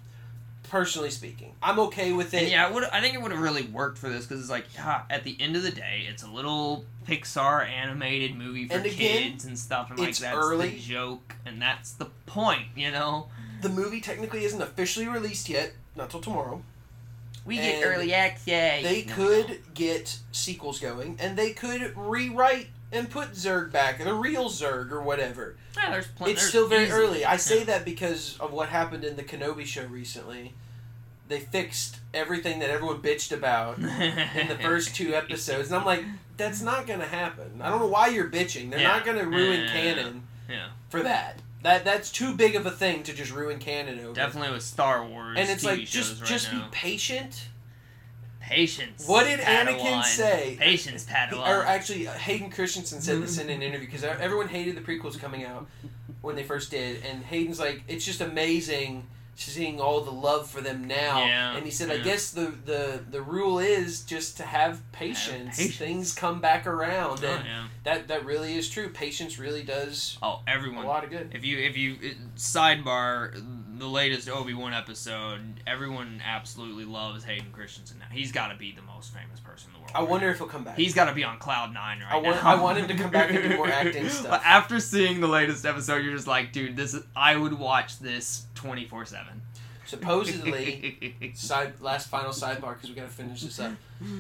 Speaker 1: Personally speaking, I'm okay with
Speaker 2: And
Speaker 1: it.
Speaker 2: yeah, it would I think it would have really worked for this because it's like ah, at the end of the day, it's a little Pixar animated movie for
Speaker 1: And again,
Speaker 2: kids and stuff, and like
Speaker 1: it's
Speaker 2: that's
Speaker 1: early.
Speaker 2: the joke and that's the point, you know.
Speaker 1: The movie technically isn't officially released yet, not till tomorrow.
Speaker 3: We
Speaker 1: And
Speaker 3: get early access.
Speaker 1: They
Speaker 2: no,
Speaker 1: could get sequels going, and they could rewrite and put Zurg back, the real Zurg or whatever.
Speaker 2: Yeah, there's plenty.
Speaker 1: it's still very early. I say
Speaker 2: *laughs*
Speaker 1: that because of what happened in the Kenobi show recently. They fixed everything that everyone bitched
Speaker 2: *laughs*
Speaker 1: about in
Speaker 2: in
Speaker 1: the
Speaker 2: *laughs*
Speaker 1: first two episodes, and I'm like, that's not gonna happen. I don't know why you're bitching. They're not
Speaker 2: Yeah.
Speaker 1: gonna ruin
Speaker 2: Yeah.
Speaker 1: canon
Speaker 2: Yeah.
Speaker 1: for that. That that's too big of a thing to just ruin canon over.
Speaker 2: Definitely with Star Wars,
Speaker 1: And it's
Speaker 2: TV
Speaker 1: like
Speaker 2: shows
Speaker 1: just
Speaker 2: right
Speaker 1: just
Speaker 2: now.
Speaker 1: be patient.
Speaker 2: patience.
Speaker 1: What did Anakin
Speaker 2: Padawan.
Speaker 1: say?
Speaker 2: Patience,
Speaker 1: He-
Speaker 2: Padawan.
Speaker 1: or actually, uh, Hayden Christensen said this in
Speaker 2: Mm-hmm.
Speaker 1: an interview because everyone hated the prequels coming out when they first did, and Hayden's like, it's just amazing seeing all the love for them now.
Speaker 2: Yeah,
Speaker 1: and he said, I
Speaker 2: yeah.
Speaker 1: guess the, the the rule is just to have patience.
Speaker 2: patience.
Speaker 1: Things come back around,
Speaker 2: oh,
Speaker 1: and
Speaker 2: yeah.
Speaker 1: that that really is true. Patience really does
Speaker 2: oh,
Speaker 1: a
Speaker 2: everyone
Speaker 1: lot of good.
Speaker 2: If you if you it- sidebar the latest Obi wan episode, everyone absolutely loves Hayden Christensen. Now he's got to be the most famous person in the world.
Speaker 1: I wonder if he'll come back.
Speaker 2: He's got to be on cloud nine right
Speaker 1: I want-
Speaker 2: now.
Speaker 1: I want him to come back and do
Speaker 2: *laughs*
Speaker 1: more acting stuff.
Speaker 2: But after seeing the latest episode, you're just like, dude, this is, I would watch this twenty four seven. *laughs*
Speaker 1: supposedly. Side last final sidebar because we got to finish this up.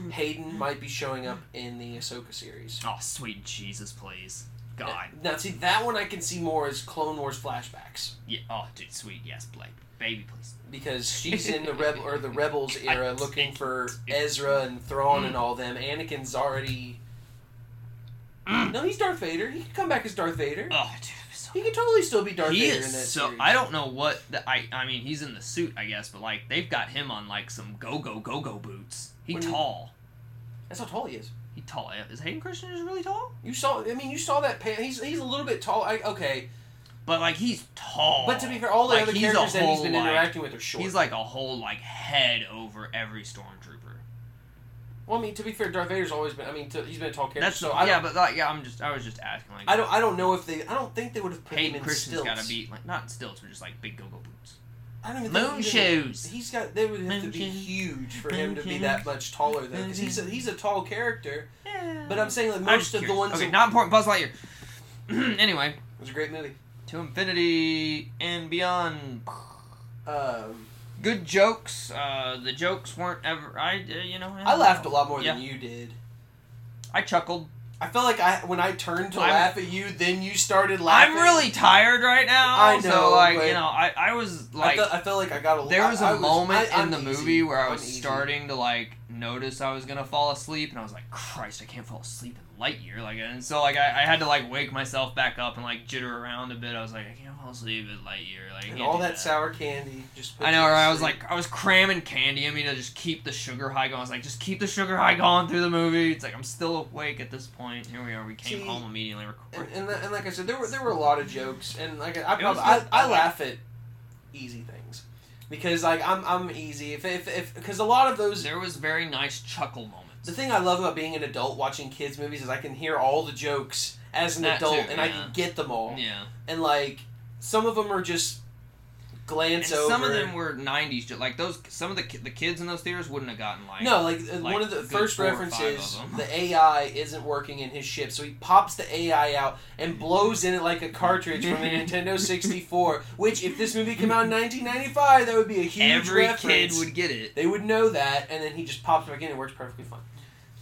Speaker 1: Hayden might be showing up in the Ahsoka series.
Speaker 2: oh sweet Jesus, please. God.
Speaker 1: Now, see, that one I can see more as Clone Wars flashbacks
Speaker 2: Yeah. Oh, dude, sweet. Yes, Blake. Baby, please.
Speaker 1: because she's in the rebel or the
Speaker 2: *laughs*
Speaker 1: Rebels era looking for Ezra and Thrawn and all them. Anakin's already.
Speaker 2: Mm.
Speaker 1: No, he's Darth Vader. He can come back as Darth Vader.
Speaker 2: Oh, dude. it was so
Speaker 1: He could totally still be Darth
Speaker 2: he
Speaker 1: Vader in that
Speaker 2: is so.
Speaker 1: series.
Speaker 2: I don't know what the, I. I mean, he's in the suit, I guess, but like they've got him on like some go go go go boots. He
Speaker 1: When-
Speaker 2: tall.
Speaker 1: That's how tall he is.
Speaker 2: He tall. Uh, Is Hayden Christensen really tall?
Speaker 1: You saw. I mean, you saw that. Pan, he's he's a little bit tall. I, okay,
Speaker 2: But like he's tall.
Speaker 1: but to be fair, all the
Speaker 2: Oh, Like,
Speaker 1: other
Speaker 2: he's a
Speaker 1: characters that he's
Speaker 2: whole,
Speaker 1: been
Speaker 2: like-
Speaker 1: interacting with are short.
Speaker 2: he's like a whole like head over every stormtrooper.
Speaker 1: well, I mean, to be fair, Darth Vader's always been. I mean, to, he's been a tall character.
Speaker 2: That's
Speaker 1: so I
Speaker 2: yeah,
Speaker 1: don't.
Speaker 2: but like yeah, I'm just I was just asking like
Speaker 1: I don't. I don't know if they. I don't think they would have put him
Speaker 2: Hayden
Speaker 1: in
Speaker 2: Christensen's
Speaker 1: stilts.
Speaker 2: got to be like not in stilts, but just like big go go boots.
Speaker 1: I don't even think
Speaker 2: Moon
Speaker 1: he-
Speaker 2: shoes.
Speaker 1: He's got. They would have to be
Speaker 2: Moon shoes.
Speaker 1: huge for
Speaker 2: Moon
Speaker 1: him to be
Speaker 2: shoes.
Speaker 1: that much taller, though,
Speaker 2: Moon
Speaker 1: because he's a,
Speaker 2: shoes.
Speaker 1: he's a tall character. But
Speaker 2: But
Speaker 1: I'm saying like most of the ones.
Speaker 2: Okay,
Speaker 1: that-
Speaker 2: not important. Buzz Lightyear. *clears throat* anyway,
Speaker 1: it was a great movie.
Speaker 2: to infinity and beyond.
Speaker 1: Um,
Speaker 2: Good jokes. Uh, the jokes weren't ever. I uh, you know.
Speaker 1: I laughed a lot more
Speaker 2: Yeah.
Speaker 1: than you did.
Speaker 2: I chuckled.
Speaker 1: I felt like I when I turned to
Speaker 2: I'm-
Speaker 1: laugh at you, then you started laughing.
Speaker 2: I'm really tired right now.
Speaker 1: I know,
Speaker 2: So like
Speaker 1: but-
Speaker 2: you know, I I was like.
Speaker 1: I, felt, I felt like I got a.
Speaker 2: There was a
Speaker 1: a
Speaker 2: moment in the movie where I was starting to like notice I was gonna fall asleep, and I was like, "Christ, I can't fall asleep in Lightyear!" Like, and so like I, I had to like wake myself back up and like jitter around a bit. I was like, "I can't fall asleep in Lightyear!" Like, I
Speaker 1: and
Speaker 2: can't
Speaker 1: all
Speaker 2: do
Speaker 1: that sour candy just. Put
Speaker 2: I know, right? I was like, I was cramming candy in me to just keep the sugar high going. I was like, just keep the sugar high going through the movie. It's like I'm still awake at this point. Here we are. We came
Speaker 1: See,
Speaker 2: home immediately.
Speaker 1: And,
Speaker 2: Recorded.
Speaker 1: and, the- and like I said, there were there were a lot of jokes, and like I
Speaker 2: It was
Speaker 1: probably, I,
Speaker 2: good.
Speaker 1: I laugh at easy things because like I'm I'm easy if if if because a lot of those
Speaker 2: There was very nice chuckle moments.
Speaker 1: the thing I love about being an adult watching kids movies is I can hear all the jokes as an
Speaker 2: That too,
Speaker 1: adult and I
Speaker 2: yeah.
Speaker 1: can get them all
Speaker 2: Yeah,
Speaker 1: and like some of them are just
Speaker 2: and
Speaker 1: glance over
Speaker 2: some of them were '90s. jo- Like those, some of the ki- the kids in those theaters wouldn't have gotten like.
Speaker 1: No, like, uh
Speaker 2: like,
Speaker 1: one of the
Speaker 2: good
Speaker 1: first
Speaker 2: four or five
Speaker 1: references,
Speaker 2: of 'em.
Speaker 1: the AI isn't working in his ship, so he pops the AI out and blows in it like a cartridge
Speaker 2: *laughs*
Speaker 1: from a Nintendo 64. Which, if this movie came out in 1995, that would be a huge
Speaker 2: Every
Speaker 1: reference.
Speaker 2: kid would get it.
Speaker 1: They would know that, and then he just pops back in. and It works perfectly fine.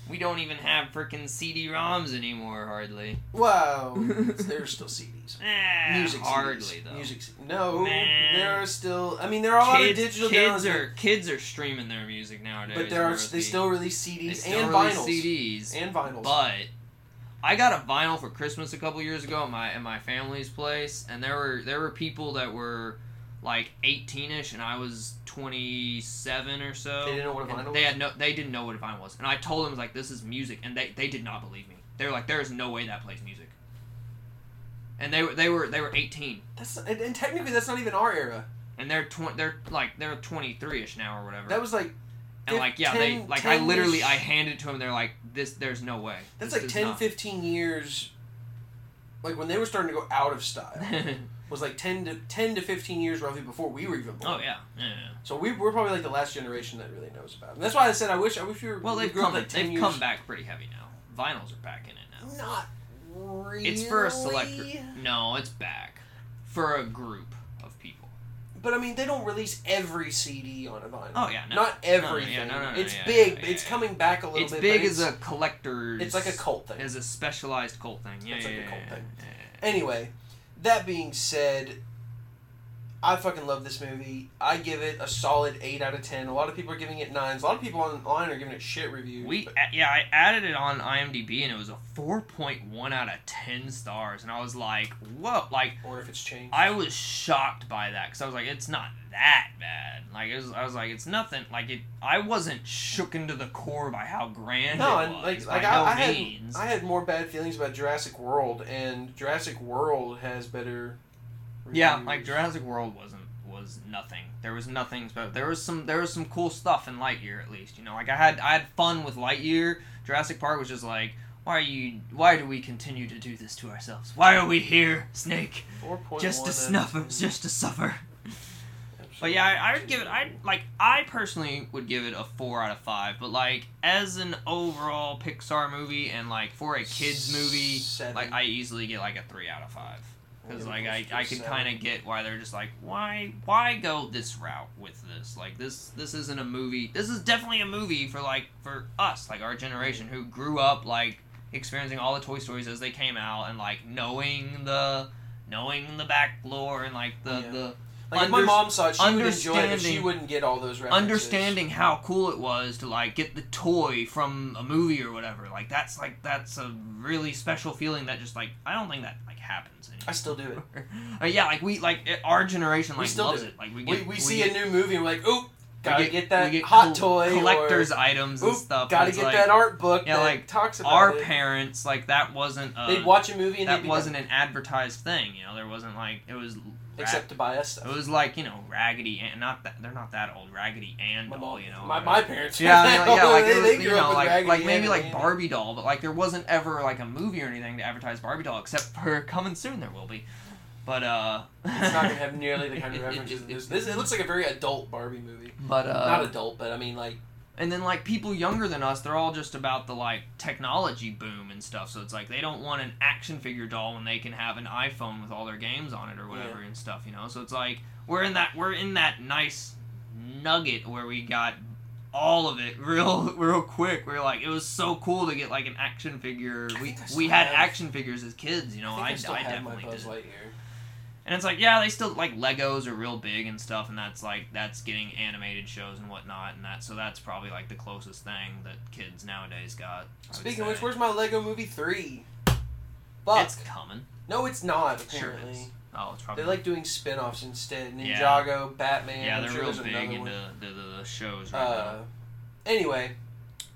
Speaker 2: We don't even have freaking CD-ROMs anymore, hardly. *laughs*
Speaker 1: Wow, there's still CDs.
Speaker 2: Eh,
Speaker 1: Music
Speaker 2: hardly
Speaker 1: CDs.
Speaker 2: though.
Speaker 1: Music. c- No,
Speaker 2: Man.
Speaker 1: there are still. I mean, there are a lot of
Speaker 2: kids,
Speaker 1: digital
Speaker 2: kids
Speaker 1: downloads,
Speaker 2: are kids are streaming their music nowadays.
Speaker 1: but there are.
Speaker 2: whereas
Speaker 1: They
Speaker 2: the-
Speaker 1: still release CDs
Speaker 2: they still
Speaker 1: and
Speaker 2: release
Speaker 1: vinyls
Speaker 2: CDs.
Speaker 1: and vinyls.
Speaker 2: But I got a vinyl for Christmas a couple years ago at my at my family's place, and there were there were people that were like 18ish, and I was 27 or so.
Speaker 1: They didn't know what a
Speaker 2: And
Speaker 1: vinyl
Speaker 2: They
Speaker 1: was?
Speaker 2: had no. They didn't know what a vinyl was, and I told them like this is music, and they they did not believe me. They were like, there is no way that plays music. And they were they were they were 18,
Speaker 1: That's and, and technically that's not even our era.
Speaker 2: and they're tw- they're like they're 23ish now or whatever.
Speaker 1: That was like
Speaker 2: and like yeah,
Speaker 1: 10
Speaker 2: they like I
Speaker 1: 10
Speaker 2: literally
Speaker 1: years-
Speaker 2: I handed it to them. They're like this. There's no way.
Speaker 1: that's
Speaker 2: This
Speaker 1: like
Speaker 2: does
Speaker 1: 10,
Speaker 2: not- *laughs*
Speaker 1: 15 years. Like when they were starting to go out of style was like ten to ten to fifteen years roughly before we were even born.
Speaker 2: oh yeah. yeah. yeah.
Speaker 1: So we we're probably like the last generation that really knows about. It. And that's why I said I wish I wish we were.
Speaker 2: Well,
Speaker 1: we
Speaker 2: they've
Speaker 1: grew up
Speaker 2: come.
Speaker 1: like 10
Speaker 2: they've
Speaker 1: years.
Speaker 2: come back pretty heavy now. Vinyls are back in it now.
Speaker 1: Not really.
Speaker 2: It's for a select. group. No, it's back for a group of people.
Speaker 1: But I mean, they don't release every CD on a vinyl.
Speaker 2: Oh yeah, no.
Speaker 1: Not everything.
Speaker 2: No, no, yeah, no, no, no,
Speaker 1: it's
Speaker 2: yeah,
Speaker 1: big.
Speaker 2: yeah,
Speaker 1: but
Speaker 2: yeah,
Speaker 1: it's
Speaker 2: yeah.
Speaker 1: coming back a little
Speaker 2: it's
Speaker 1: bit.
Speaker 2: big
Speaker 1: but
Speaker 2: as a collector's.
Speaker 1: It's like a cult thing.
Speaker 2: As a specialized cult thing. Yeah,
Speaker 1: It's
Speaker 2: yeah,
Speaker 1: like a
Speaker 2: yeah,
Speaker 1: cult
Speaker 2: yeah,
Speaker 1: thing.
Speaker 2: yeah, yeah.
Speaker 1: Anyway, that being said, I fucking love this movie. I give it a solid eight out of ten. A lot of people are giving it nines. A lot of people online are giving it shit reviews.
Speaker 2: We
Speaker 1: but-
Speaker 2: a- yeah, I added it on IMDb and it was a 4.1 out of 10 stars, and I was like, whoa, like.
Speaker 1: or if it's changed.
Speaker 2: I was shocked by that because I was like, it's not that bad. Like, it was, I was like, it's nothing. Like, it. I wasn't shook into the core by how grand
Speaker 1: no,
Speaker 2: it
Speaker 1: and
Speaker 2: was
Speaker 1: like,
Speaker 2: by
Speaker 1: like
Speaker 2: no
Speaker 1: I, I had
Speaker 2: means.
Speaker 1: I had more bad feelings about Jurassic World, and Jurassic World has better.
Speaker 2: yeah,
Speaker 1: reviews.
Speaker 2: like Jurassic World wasn't was nothing. There was nothing, but there was some there was some cool stuff in Lightyear at least. You know, like I had I had fun with Lightyear. Jurassic Park was just like, why are you? Why do we continue to do this to ourselves? Why are we here, Snake?
Speaker 1: 4.1
Speaker 2: Just to
Speaker 1: out of
Speaker 2: suffer,
Speaker 1: 10.
Speaker 2: just to suffer. But yeah, I, I would give it. I like. I personally would give it a four out of five. But like, as an overall Pixar movie, and like for a kids movie,
Speaker 1: Seven.
Speaker 2: like I easily get like a three out of five. Because
Speaker 1: Yeah,
Speaker 2: like
Speaker 1: close
Speaker 2: I,
Speaker 1: to a
Speaker 2: I can
Speaker 1: seven.
Speaker 2: kind of get why they're just like why why go this route with this like this this isn't a movie this is definitely a movie for like for us like our generation who grew up like experiencing all the Toy Stories as they came out and like knowing the knowing the back lore and like the
Speaker 1: Yeah.
Speaker 2: the
Speaker 1: Like if my
Speaker 2: Unders-
Speaker 1: mom saw it, she would enjoy it, but she
Speaker 2: understanding-
Speaker 1: wouldn't get all those references.
Speaker 2: understanding how cool it was to like get the toy from a movie or whatever. Like that's like that's a really special feeling that just like I don't think that like happens.
Speaker 1: *laughs* I still do it.
Speaker 2: anymore. Uh, yeah, like we like it, our generation
Speaker 1: We
Speaker 2: like
Speaker 1: still
Speaker 2: loves
Speaker 1: do.
Speaker 2: it. Like we
Speaker 1: We,
Speaker 2: get
Speaker 1: we see
Speaker 2: get,
Speaker 1: a new movie and we're like, oop,
Speaker 2: we
Speaker 1: gotta get, that
Speaker 2: we get
Speaker 1: hot
Speaker 2: col-
Speaker 1: toy.
Speaker 2: collectors items
Speaker 1: or, oop,
Speaker 2: and stuff.
Speaker 1: gotta
Speaker 2: It's
Speaker 1: get
Speaker 2: like,
Speaker 1: that art book
Speaker 2: Yeah,
Speaker 1: that
Speaker 2: like,
Speaker 1: talks about
Speaker 2: Our
Speaker 1: it.
Speaker 2: parents like that wasn't a,
Speaker 1: They'd watch a movie and they'd
Speaker 2: that
Speaker 1: be
Speaker 2: wasn't an advertised thing. You know, there wasn't like it was.
Speaker 1: like, except to buy us stuff.
Speaker 2: It was like you know Raggedy and not that they're not that old Raggedy and
Speaker 1: my,
Speaker 2: doll
Speaker 1: mom,
Speaker 2: you know
Speaker 1: my,
Speaker 2: or-
Speaker 1: my parents. *laughs*
Speaker 2: yeah I mean, like, yeah like
Speaker 1: they, they
Speaker 2: it
Speaker 1: grew
Speaker 2: was, you
Speaker 1: up
Speaker 2: know
Speaker 1: with
Speaker 2: like
Speaker 1: Raggedy
Speaker 2: like
Speaker 1: Ann
Speaker 2: maybe
Speaker 1: and
Speaker 2: like
Speaker 1: Andy.
Speaker 2: Barbie doll but like there wasn't ever like a movie or anything to advertise Barbie doll except for *laughs* coming soon there will be but uh
Speaker 1: It's
Speaker 2: *laughs*
Speaker 1: not gonna have nearly the kind of
Speaker 2: It- it-
Speaker 1: references.
Speaker 2: it-
Speaker 1: in this. This it looks like a very adult Barbie movie.
Speaker 2: but uh
Speaker 1: Not adult, but I mean like
Speaker 2: and then like people younger than us they're all just about the like technology boom and stuff so it's like they don't want an action figure doll when they can have an iphone with all their games on it or whatever and stuff you know so it's like we're in that we're in that nice nugget where we got all of it *laughs* real real quick we are like it was so cool to get like an action figure
Speaker 1: I
Speaker 2: we
Speaker 1: think I
Speaker 2: we
Speaker 1: still
Speaker 2: had
Speaker 1: have-
Speaker 2: action figures as kids you
Speaker 1: I,
Speaker 2: know i,
Speaker 1: think I,
Speaker 2: I,
Speaker 1: still have my
Speaker 2: definitely
Speaker 1: Buzz
Speaker 2: did
Speaker 1: Lightyear.
Speaker 2: and it's like, yeah, they still like Legos are real big and stuff, and that's like that's getting animated shows and whatnot, and that so that's probably like the closest thing that kids nowadays got. I would
Speaker 1: Speaking of
Speaker 2: say.
Speaker 1: which, where's my Lego Movie three? Fuck.
Speaker 2: it's coming.
Speaker 1: no, it's not.
Speaker 2: Sure
Speaker 1: Apparently,
Speaker 2: it is. Oh, it's probably.
Speaker 1: they like doing spin-offs instead.
Speaker 2: Yeah.
Speaker 1: Ninjago, Batman.
Speaker 2: yeah,
Speaker 1: I'm
Speaker 2: they're
Speaker 1: sure
Speaker 2: real
Speaker 1: there's
Speaker 2: big
Speaker 1: another one.
Speaker 2: into the, the, the shows right
Speaker 1: Uh,
Speaker 2: now.
Speaker 1: anyway,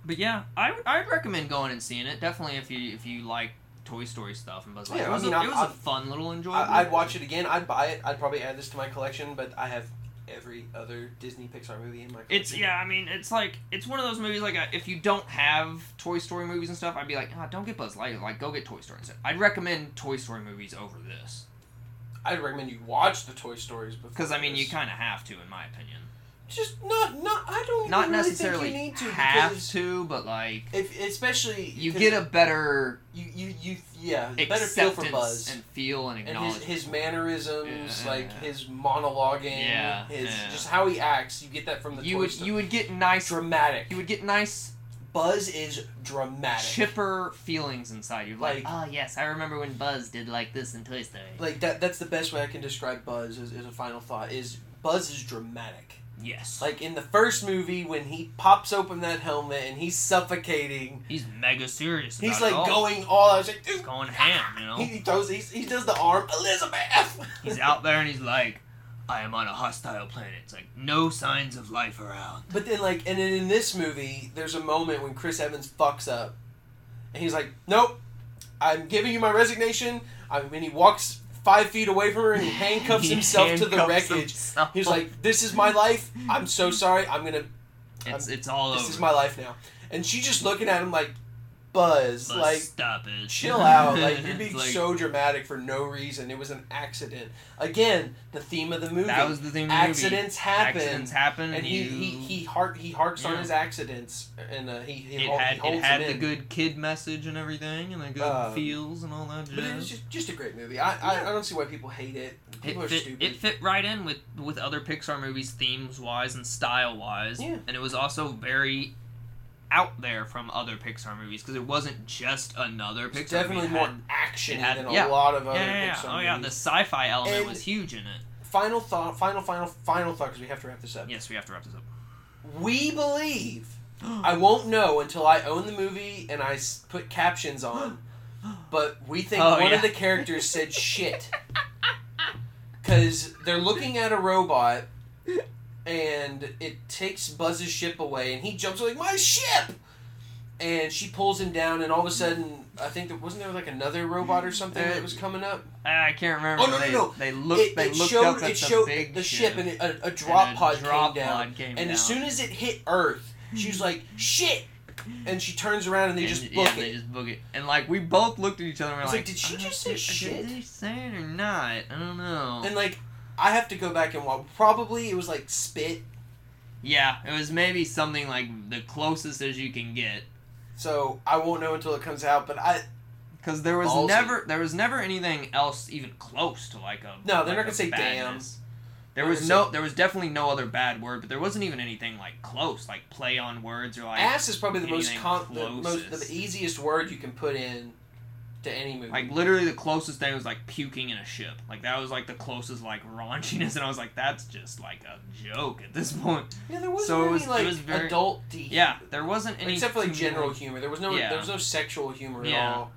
Speaker 2: But yeah, I I'd recommend going and seeing it. Definitely if you if you like Toy Story stuff and Buzz Lightyear.
Speaker 1: Yeah,
Speaker 2: it
Speaker 1: I
Speaker 2: was,
Speaker 1: mean,
Speaker 2: a,
Speaker 1: I-
Speaker 2: it was
Speaker 1: I-
Speaker 2: a fun little enjoyable.
Speaker 1: I, I'd watch it again. I'd buy it. I'd probably add this to my collection, but I have every other Disney Pixar movie in my collection.
Speaker 2: It's yeah, I mean, it's like it's one of those movies. Like uh, if you don't have Toy Story movies and stuff, I'd be like, ah, don't get Buzz Lightyear. Like go get Toy Story. instead. I'd recommend Toy Story movies over this
Speaker 1: I'd recommend you watch the Toy Stories before.
Speaker 2: because I mean, you
Speaker 1: this.
Speaker 2: kind of have to, in my opinion.
Speaker 1: just not not. I don't
Speaker 2: Not
Speaker 1: even really
Speaker 2: necessarily
Speaker 1: think you need to
Speaker 2: have
Speaker 1: because
Speaker 2: to, but like
Speaker 1: if especially
Speaker 2: you
Speaker 1: 'cause
Speaker 2: get a better
Speaker 1: you you you yeah better
Speaker 2: acceptance
Speaker 1: feel for Buzz
Speaker 2: and feel and
Speaker 1: and
Speaker 2: acknowledge.
Speaker 1: his his mannerisms
Speaker 2: Yeah.
Speaker 1: like his monologuing
Speaker 2: Yeah,
Speaker 1: his
Speaker 2: yeah.
Speaker 1: just how he acts you get that from the
Speaker 2: you
Speaker 1: Toy
Speaker 2: would
Speaker 1: Story.
Speaker 2: you would get nice
Speaker 1: dramatic
Speaker 2: you would get nice
Speaker 1: Buzz is dramatic
Speaker 2: chipper feelings inside you. Like,
Speaker 1: Like-
Speaker 2: oh yes, I remember when Buzz did like this in Toy Story.
Speaker 1: like that that's the best way I can describe Buzz as, as a final thought is Buzz is dramatic
Speaker 2: yes,
Speaker 1: like in the first movie when he pops open that helmet and he's suffocating
Speaker 2: he's mega serious.
Speaker 1: he's
Speaker 2: about
Speaker 1: like
Speaker 2: it all.
Speaker 1: going all I was like
Speaker 2: He's going ham, you
Speaker 1: He,
Speaker 2: know.
Speaker 1: he throws. He, he does the arm. Elizabeth.
Speaker 2: He's out there and he's like, "I am on a hostile planet. It's like no signs of life around."
Speaker 1: But then, like, and then in this movie, there's a moment when Chris Evans fucks up, and he's like, "Nope, I'm giving you my resignation." I mean, he walks five feet away from
Speaker 2: *laughs*
Speaker 1: her and he handcuffs
Speaker 2: He
Speaker 1: himself to the
Speaker 2: handcuffs
Speaker 1: wreckage.
Speaker 2: himself.
Speaker 1: He's like, "This is my life. I'm so sorry. I'm gonna.
Speaker 2: "It's it's all
Speaker 1: This
Speaker 2: over."
Speaker 1: is my life now." And she's just looking at him like, "Buzz,
Speaker 2: But
Speaker 1: like."
Speaker 2: stop it. *laughs*
Speaker 1: Chill out. Like, you're
Speaker 2: It's
Speaker 1: being
Speaker 2: like-
Speaker 1: so dramatic for no reason. It was an accident. Again, the theme of the movie.
Speaker 2: That was the thing.
Speaker 1: accidents happen.
Speaker 2: Accidents happen,
Speaker 1: and he,
Speaker 2: you-
Speaker 1: he he hark he harks on
Speaker 2: Yeah.
Speaker 1: his accidents and uh, he, he,
Speaker 2: It
Speaker 1: hol- he
Speaker 2: had
Speaker 1: holds
Speaker 2: it had
Speaker 1: him
Speaker 2: the
Speaker 1: in.
Speaker 2: good kid message and everything, and the good
Speaker 1: Um,
Speaker 2: feels and all that.
Speaker 1: but it was
Speaker 2: jazz.
Speaker 1: just, just a great movie. I, I, I don't see why people hate it.
Speaker 2: It
Speaker 1: People are
Speaker 2: fit,
Speaker 1: stupid.
Speaker 2: it fit right in with with other Pixar movies themes wise and style wise,
Speaker 1: Yeah.
Speaker 2: and it was also very out there from other Pixar movies because it wasn't just another
Speaker 1: it's
Speaker 2: Pixar.
Speaker 1: definitely
Speaker 2: movie. It
Speaker 1: more
Speaker 2: had-
Speaker 1: action
Speaker 2: it had-
Speaker 1: than a
Speaker 2: yeah.
Speaker 1: lot of other
Speaker 2: yeah, yeah, yeah.
Speaker 1: Pixar
Speaker 2: oh yeah, the
Speaker 1: movies.
Speaker 2: sci-fi element
Speaker 1: And-
Speaker 2: was huge in it.
Speaker 1: Final thought. Final final final thought because we have to wrap this up.
Speaker 2: Yes, we have to wrap this up.
Speaker 1: We believe. *gasps* I won't know until I own the movie and I s- put captions on.
Speaker 2: *gasps*
Speaker 1: But we think
Speaker 2: Oh,
Speaker 1: one
Speaker 2: yeah.
Speaker 1: of the characters said
Speaker 2: *laughs*
Speaker 1: shit. Because they're looking at a robot and it takes Buzz's ship away and he jumps like, My ship! And she pulls him down and all of a sudden, I think, there, wasn't there like another robot or something that was coming up?
Speaker 2: I I can't remember.
Speaker 1: Oh, no, no,
Speaker 2: they,
Speaker 1: no.
Speaker 2: They looked.
Speaker 1: it,
Speaker 2: they
Speaker 1: it
Speaker 2: looked
Speaker 1: showed,
Speaker 2: up at
Speaker 1: it
Speaker 2: the
Speaker 1: showed
Speaker 2: big
Speaker 1: the ship and
Speaker 2: and
Speaker 1: it, a, a drop
Speaker 2: a
Speaker 1: pod
Speaker 2: drop
Speaker 1: came down.
Speaker 2: pod came
Speaker 1: and as
Speaker 2: down.
Speaker 1: soon as it hit Earth, she was like, "Shit!" And she turns around and they just
Speaker 2: yeah,
Speaker 1: book
Speaker 2: They
Speaker 1: it.
Speaker 2: just book it. And like we both looked at each other and
Speaker 1: I
Speaker 2: we're
Speaker 1: was
Speaker 2: like,
Speaker 1: like, "Did she
Speaker 2: "Uh,
Speaker 1: just say
Speaker 2: did-
Speaker 1: shit?"
Speaker 2: Did they say it or not? I don't know.
Speaker 1: And like, I have to go back and watch. Probably it was like spit.
Speaker 2: Yeah, it was maybe something like the closest as you can get,
Speaker 1: So I won't know until it comes out. But I
Speaker 2: because there was
Speaker 1: Ballsy.
Speaker 2: never there was never anything else even close to like a.
Speaker 1: No, they're
Speaker 2: like
Speaker 1: not
Speaker 2: a
Speaker 1: gonna say damn.
Speaker 2: badness. There
Speaker 1: Like I
Speaker 2: was
Speaker 1: said-
Speaker 2: no, there was definitely no other bad word, but there wasn't even anything like close, like play on words or like
Speaker 1: ass is probably the most
Speaker 2: anything
Speaker 1: con- the most
Speaker 2: closest.
Speaker 1: the easiest word you can put in to any movie.
Speaker 2: Like literally, the closest thing was like puking in a ship. Like that was like the closest like raunchiness, and I was like, that's just like a joke at
Speaker 1: *laughs*
Speaker 2: this point.
Speaker 1: yeah, there wasn't
Speaker 2: so it
Speaker 1: any
Speaker 2: was- it
Speaker 1: like
Speaker 2: was very-
Speaker 1: adult D.
Speaker 2: Yeah, there wasn't any
Speaker 1: except for like
Speaker 2: too
Speaker 1: general
Speaker 2: many-
Speaker 1: humor. There was no
Speaker 2: Yeah.
Speaker 1: there was no sexual humor
Speaker 2: Yeah.
Speaker 1: at all.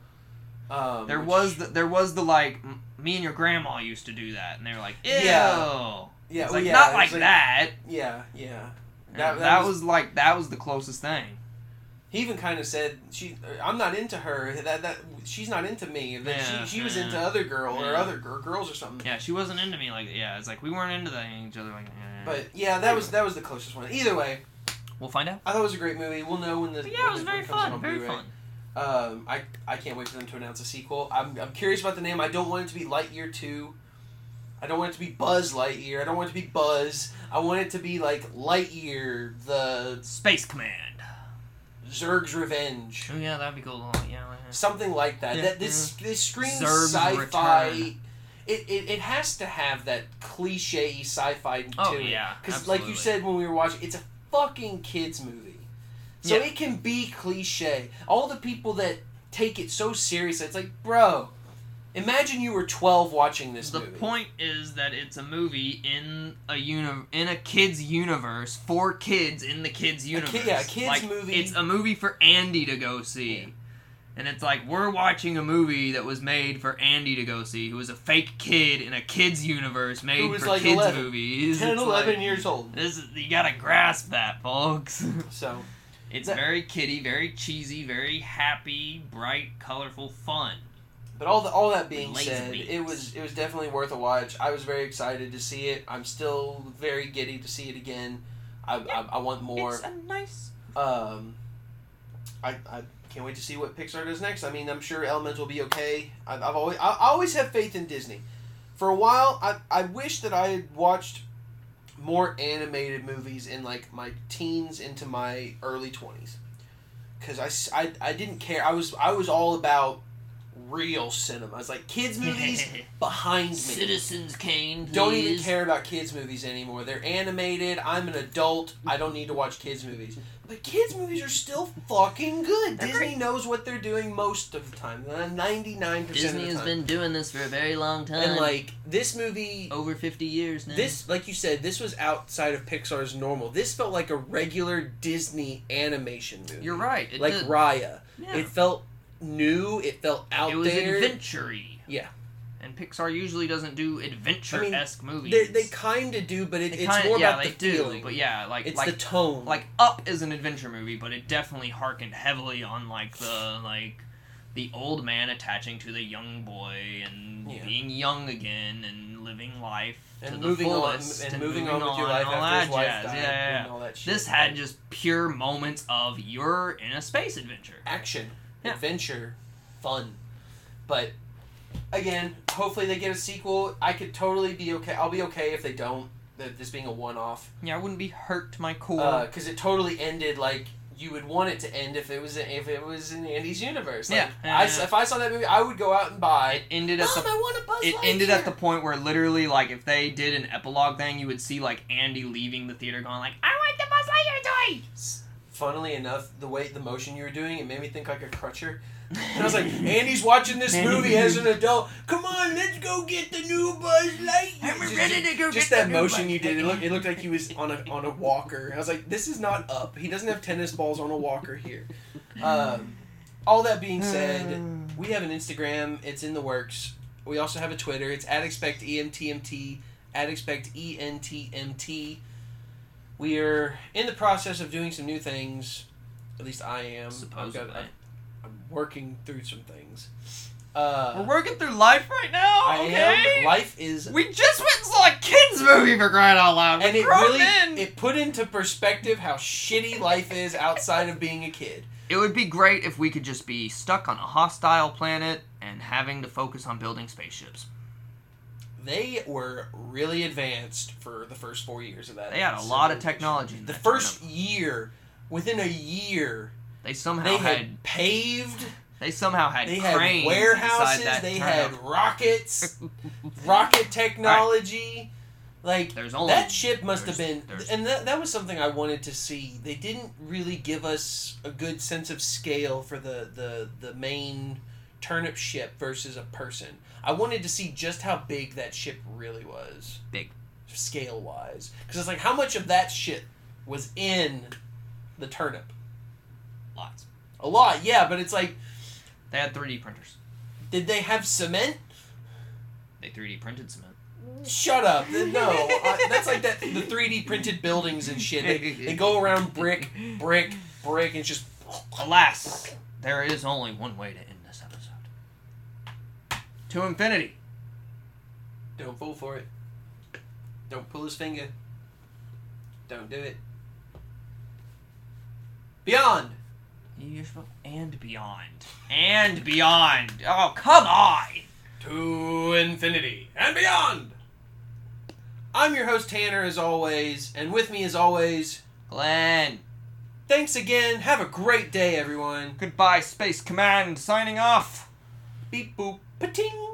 Speaker 1: Um,
Speaker 2: There
Speaker 1: which-
Speaker 2: was the, there was the like m- me and your grandma used to do that, and they were like, ew.
Speaker 1: Yeah. yeah,
Speaker 2: It's
Speaker 1: well,
Speaker 2: like
Speaker 1: yeah,
Speaker 2: not
Speaker 1: it was
Speaker 2: like, that.
Speaker 1: Yeah, yeah.
Speaker 2: And
Speaker 1: That-
Speaker 2: That,
Speaker 1: that was-
Speaker 2: was, like that was the closest thing.
Speaker 1: He even kind of said she I'm not into her. That that she's not into me. That
Speaker 2: Yeah,
Speaker 1: she she was
Speaker 2: yeah.
Speaker 1: into other girl or
Speaker 2: Yeah.
Speaker 1: other gir- girls or something.
Speaker 2: Yeah, she wasn't into me like yeah. It's like we weren't into that each other like. eh.
Speaker 1: But yeah, that was that was the closest one. Either way,
Speaker 2: we'll find out.
Speaker 1: I thought it was a great movie. We'll know when the
Speaker 2: But
Speaker 1: when
Speaker 2: yeah, it was
Speaker 1: the- when
Speaker 2: very
Speaker 1: it comes out
Speaker 2: fun.
Speaker 1: on
Speaker 2: Very
Speaker 1: Blu-ray.
Speaker 2: fun.
Speaker 1: Um, I I can't wait for them to announce a sequel. I'm I'm curious about the name. I don't want it to be Lightyear Two. I don't want it to be Buzz Lightyear. I don't want it to be Buzz. I want it to be like Lightyear, the
Speaker 2: Space Command.
Speaker 1: Zurg's Revenge,
Speaker 2: Oh yeah, that'd be cool. Yeah.
Speaker 1: something like that.
Speaker 2: Yeah.
Speaker 1: That this this screams
Speaker 2: Zurg's
Speaker 1: sci-fi.
Speaker 2: Return.
Speaker 1: It, it, it has to have that cliche sci-fi to
Speaker 2: Oh
Speaker 1: it.
Speaker 2: yeah.
Speaker 1: Because, like you
Speaker 2: absolutely.
Speaker 1: said when we were watching, it's a fucking kids movie, so
Speaker 2: Yeah.
Speaker 1: it can be cliche. All the people that take it so seriously, it's like, bro, imagine you were twelve watching this
Speaker 2: the
Speaker 1: movie.
Speaker 2: point is that it's a movie in a uni- in a kids universe for kids in the kids
Speaker 1: kid-
Speaker 2: universe.
Speaker 1: yeah, a kids
Speaker 2: Like,
Speaker 1: movie.
Speaker 2: It's a movie for Andy to go see.
Speaker 1: Yeah.
Speaker 2: And it's like we're watching a movie that was made for Andy to go see, who was a fake kid in a kids universe made
Speaker 1: was
Speaker 2: for
Speaker 1: like
Speaker 2: kids
Speaker 1: 11,
Speaker 2: movies.
Speaker 1: 10,
Speaker 2: It's
Speaker 1: 11
Speaker 2: like,
Speaker 1: years old.
Speaker 2: This is, you gotta grasp that, folks. *laughs*
Speaker 1: So
Speaker 2: it's
Speaker 1: That-
Speaker 2: very kiddie, very cheesy, very happy, bright, colorful, fun.
Speaker 1: But all the, all that being
Speaker 2: Laser
Speaker 1: said,
Speaker 2: beams.
Speaker 1: it was it was definitely worth a watch. I was very excited to see it. I'm still very giddy to see it again. I,
Speaker 2: Yeah,
Speaker 1: I, I want more.
Speaker 2: It's a nice
Speaker 1: Um, I, I can't wait to see what Pixar does next. I mean, I'm sure Elements will be okay. I've, I've always I, I always have faith in Disney. For a while, I I wish that I had watched more animated movies in like my teens into my early twenties, because I, s- I- I didn't care. I was I was all about real cinema. I was like
Speaker 2: *laughs*
Speaker 1: kids movies behind me.
Speaker 2: Citizens Kane.
Speaker 1: Don't even care about kids movies anymore. They're animated. I'm an adult. I don't need to watch kids movies. But kids movies are still fucking good.
Speaker 2: They're
Speaker 1: Disney knows what they're doing most of the time. 99% of
Speaker 2: Disney
Speaker 1: the
Speaker 2: has
Speaker 1: time.
Speaker 2: been doing this for a very long time.
Speaker 1: and like this movie
Speaker 2: over fifty years now.
Speaker 1: this like you said this was outside of Pixar's normal. This felt like a regular Disney animation movie.
Speaker 2: you're right. It
Speaker 1: Like
Speaker 2: did-
Speaker 1: Raya.
Speaker 2: yeah.
Speaker 1: It felt new, it felt out
Speaker 2: it was
Speaker 1: there.
Speaker 2: adventure-y.
Speaker 1: Yeah.
Speaker 2: And Pixar usually doesn't do adventure-esque movies.
Speaker 1: they they kind of do, but it,
Speaker 2: They
Speaker 1: it's
Speaker 2: kinda-
Speaker 1: more
Speaker 2: yeah,
Speaker 1: about
Speaker 2: they
Speaker 1: the
Speaker 2: do,
Speaker 1: feeling.
Speaker 2: But yeah, like
Speaker 1: it's
Speaker 2: like
Speaker 1: the tone.
Speaker 2: like Up is an adventure movie, but it definitely harkened heavily on like the like the old man attaching to the young boy and
Speaker 1: Yeah.
Speaker 2: being young again and living life to
Speaker 1: and
Speaker 2: the
Speaker 1: moving on
Speaker 2: fullest
Speaker 1: and moving on with your life
Speaker 2: and all
Speaker 1: after his
Speaker 2: that
Speaker 1: wife
Speaker 2: jazz.
Speaker 1: died
Speaker 2: Yeah, yeah,
Speaker 1: and
Speaker 2: yeah.
Speaker 1: all that shit.
Speaker 2: This had
Speaker 1: Like,
Speaker 2: just pure moments of you're in a space adventure.
Speaker 1: action,
Speaker 2: Yeah.
Speaker 1: adventure, fun. But again, hopefully they get a sequel. I could totally be okay. I'll be okay if they don't. That this being a one-off,
Speaker 2: Yeah, I wouldn't be hurt to my core.
Speaker 1: because it totally ended like you would want it to end if it was if it was in Andy's universe. Like,
Speaker 2: Yeah.
Speaker 1: I s- if I saw that movie, I would go out and buy.
Speaker 2: it ended at
Speaker 1: Mom, *gasps*
Speaker 2: the
Speaker 1: I want a Buzz
Speaker 2: it ended at the
Speaker 1: Lightyear!"
Speaker 2: point where literally like if they did an epilogue thing, you would see like Andy leaving the theater going like, "I want the Buzz Lightyear toy."
Speaker 1: Funnily enough, the way the motion you were doing, it made me think like a crutcher. And I was like,
Speaker 2: *laughs*
Speaker 1: Andy's watching this movie as an adult. Come on, let's go get the new Buzz Lightyear. Just-
Speaker 2: to go
Speaker 1: Just that motion you did, it looked, it looked like he was on a on a walker. I was like, this is not up. He doesn't have tennis balls on a walker here. Um, all that being said,
Speaker 2: Uh,
Speaker 1: we have an Instagram. It's in the works. We also have a Twitter. It's at expect E emtmt at expect E entmt. We are in the process of doing some new things. At least I am. I've got-
Speaker 2: supposedly
Speaker 1: I've- I'm working through some things. Uh,
Speaker 2: we're working through life right now.
Speaker 1: I
Speaker 2: okay,
Speaker 1: am. Life is,
Speaker 2: we just went and saw a kids movie for crying out loud.
Speaker 1: and
Speaker 2: We're
Speaker 1: it
Speaker 2: grown
Speaker 1: really
Speaker 2: men.
Speaker 1: it put into perspective how shitty life is outside of being a kid.
Speaker 2: It would be great if we could just be stuck on a hostile planet and having to focus on building spaceships.
Speaker 1: They were really advanced for the first four years of that.
Speaker 2: They had a lot of technology. in
Speaker 1: The
Speaker 2: that
Speaker 1: first
Speaker 2: turnip.
Speaker 1: year, within a year,
Speaker 2: they somehow
Speaker 1: they
Speaker 2: had,
Speaker 1: had paved.
Speaker 2: they somehow had
Speaker 1: They had
Speaker 2: cranes
Speaker 1: warehouses.
Speaker 2: inside that
Speaker 1: They
Speaker 2: *laughs* turnip.
Speaker 1: had rockets, rocket technology. Like
Speaker 2: There's only
Speaker 1: that ship must have been,
Speaker 2: Oh, there's- there's-
Speaker 1: and that, that was something I wanted to see. They didn't really give us a good sense of scale for the the the main turnip ship versus a person. I wanted to see just how big that ship really was,
Speaker 2: Big.
Speaker 1: scale wise, because it's like how much of that ship was in the turnip.
Speaker 2: lots.
Speaker 1: A lot, yeah, but it's like,
Speaker 2: They had 3D printers.
Speaker 1: did they have cement?
Speaker 2: They 3D printed cement.
Speaker 1: Shut up! No, I, that's like that the three D printed buildings and shit. They, they go around brick, brick, brick, and it's just
Speaker 2: Alas, there is only one way to end this episode. To infinity.
Speaker 1: Don't fall for it. Don't pull his finger. Don't do it. Beyond.
Speaker 2: You're supposed- and beyond. And beyond. Oh, come on.
Speaker 1: To infinity and beyond. I'm your host Tanner, as always, and with me, as always,
Speaker 2: Glenn.
Speaker 1: thanks again. Have a great day, everyone.
Speaker 2: Goodbye, Space Command. Signing off. Beep boop.
Speaker 1: Pating.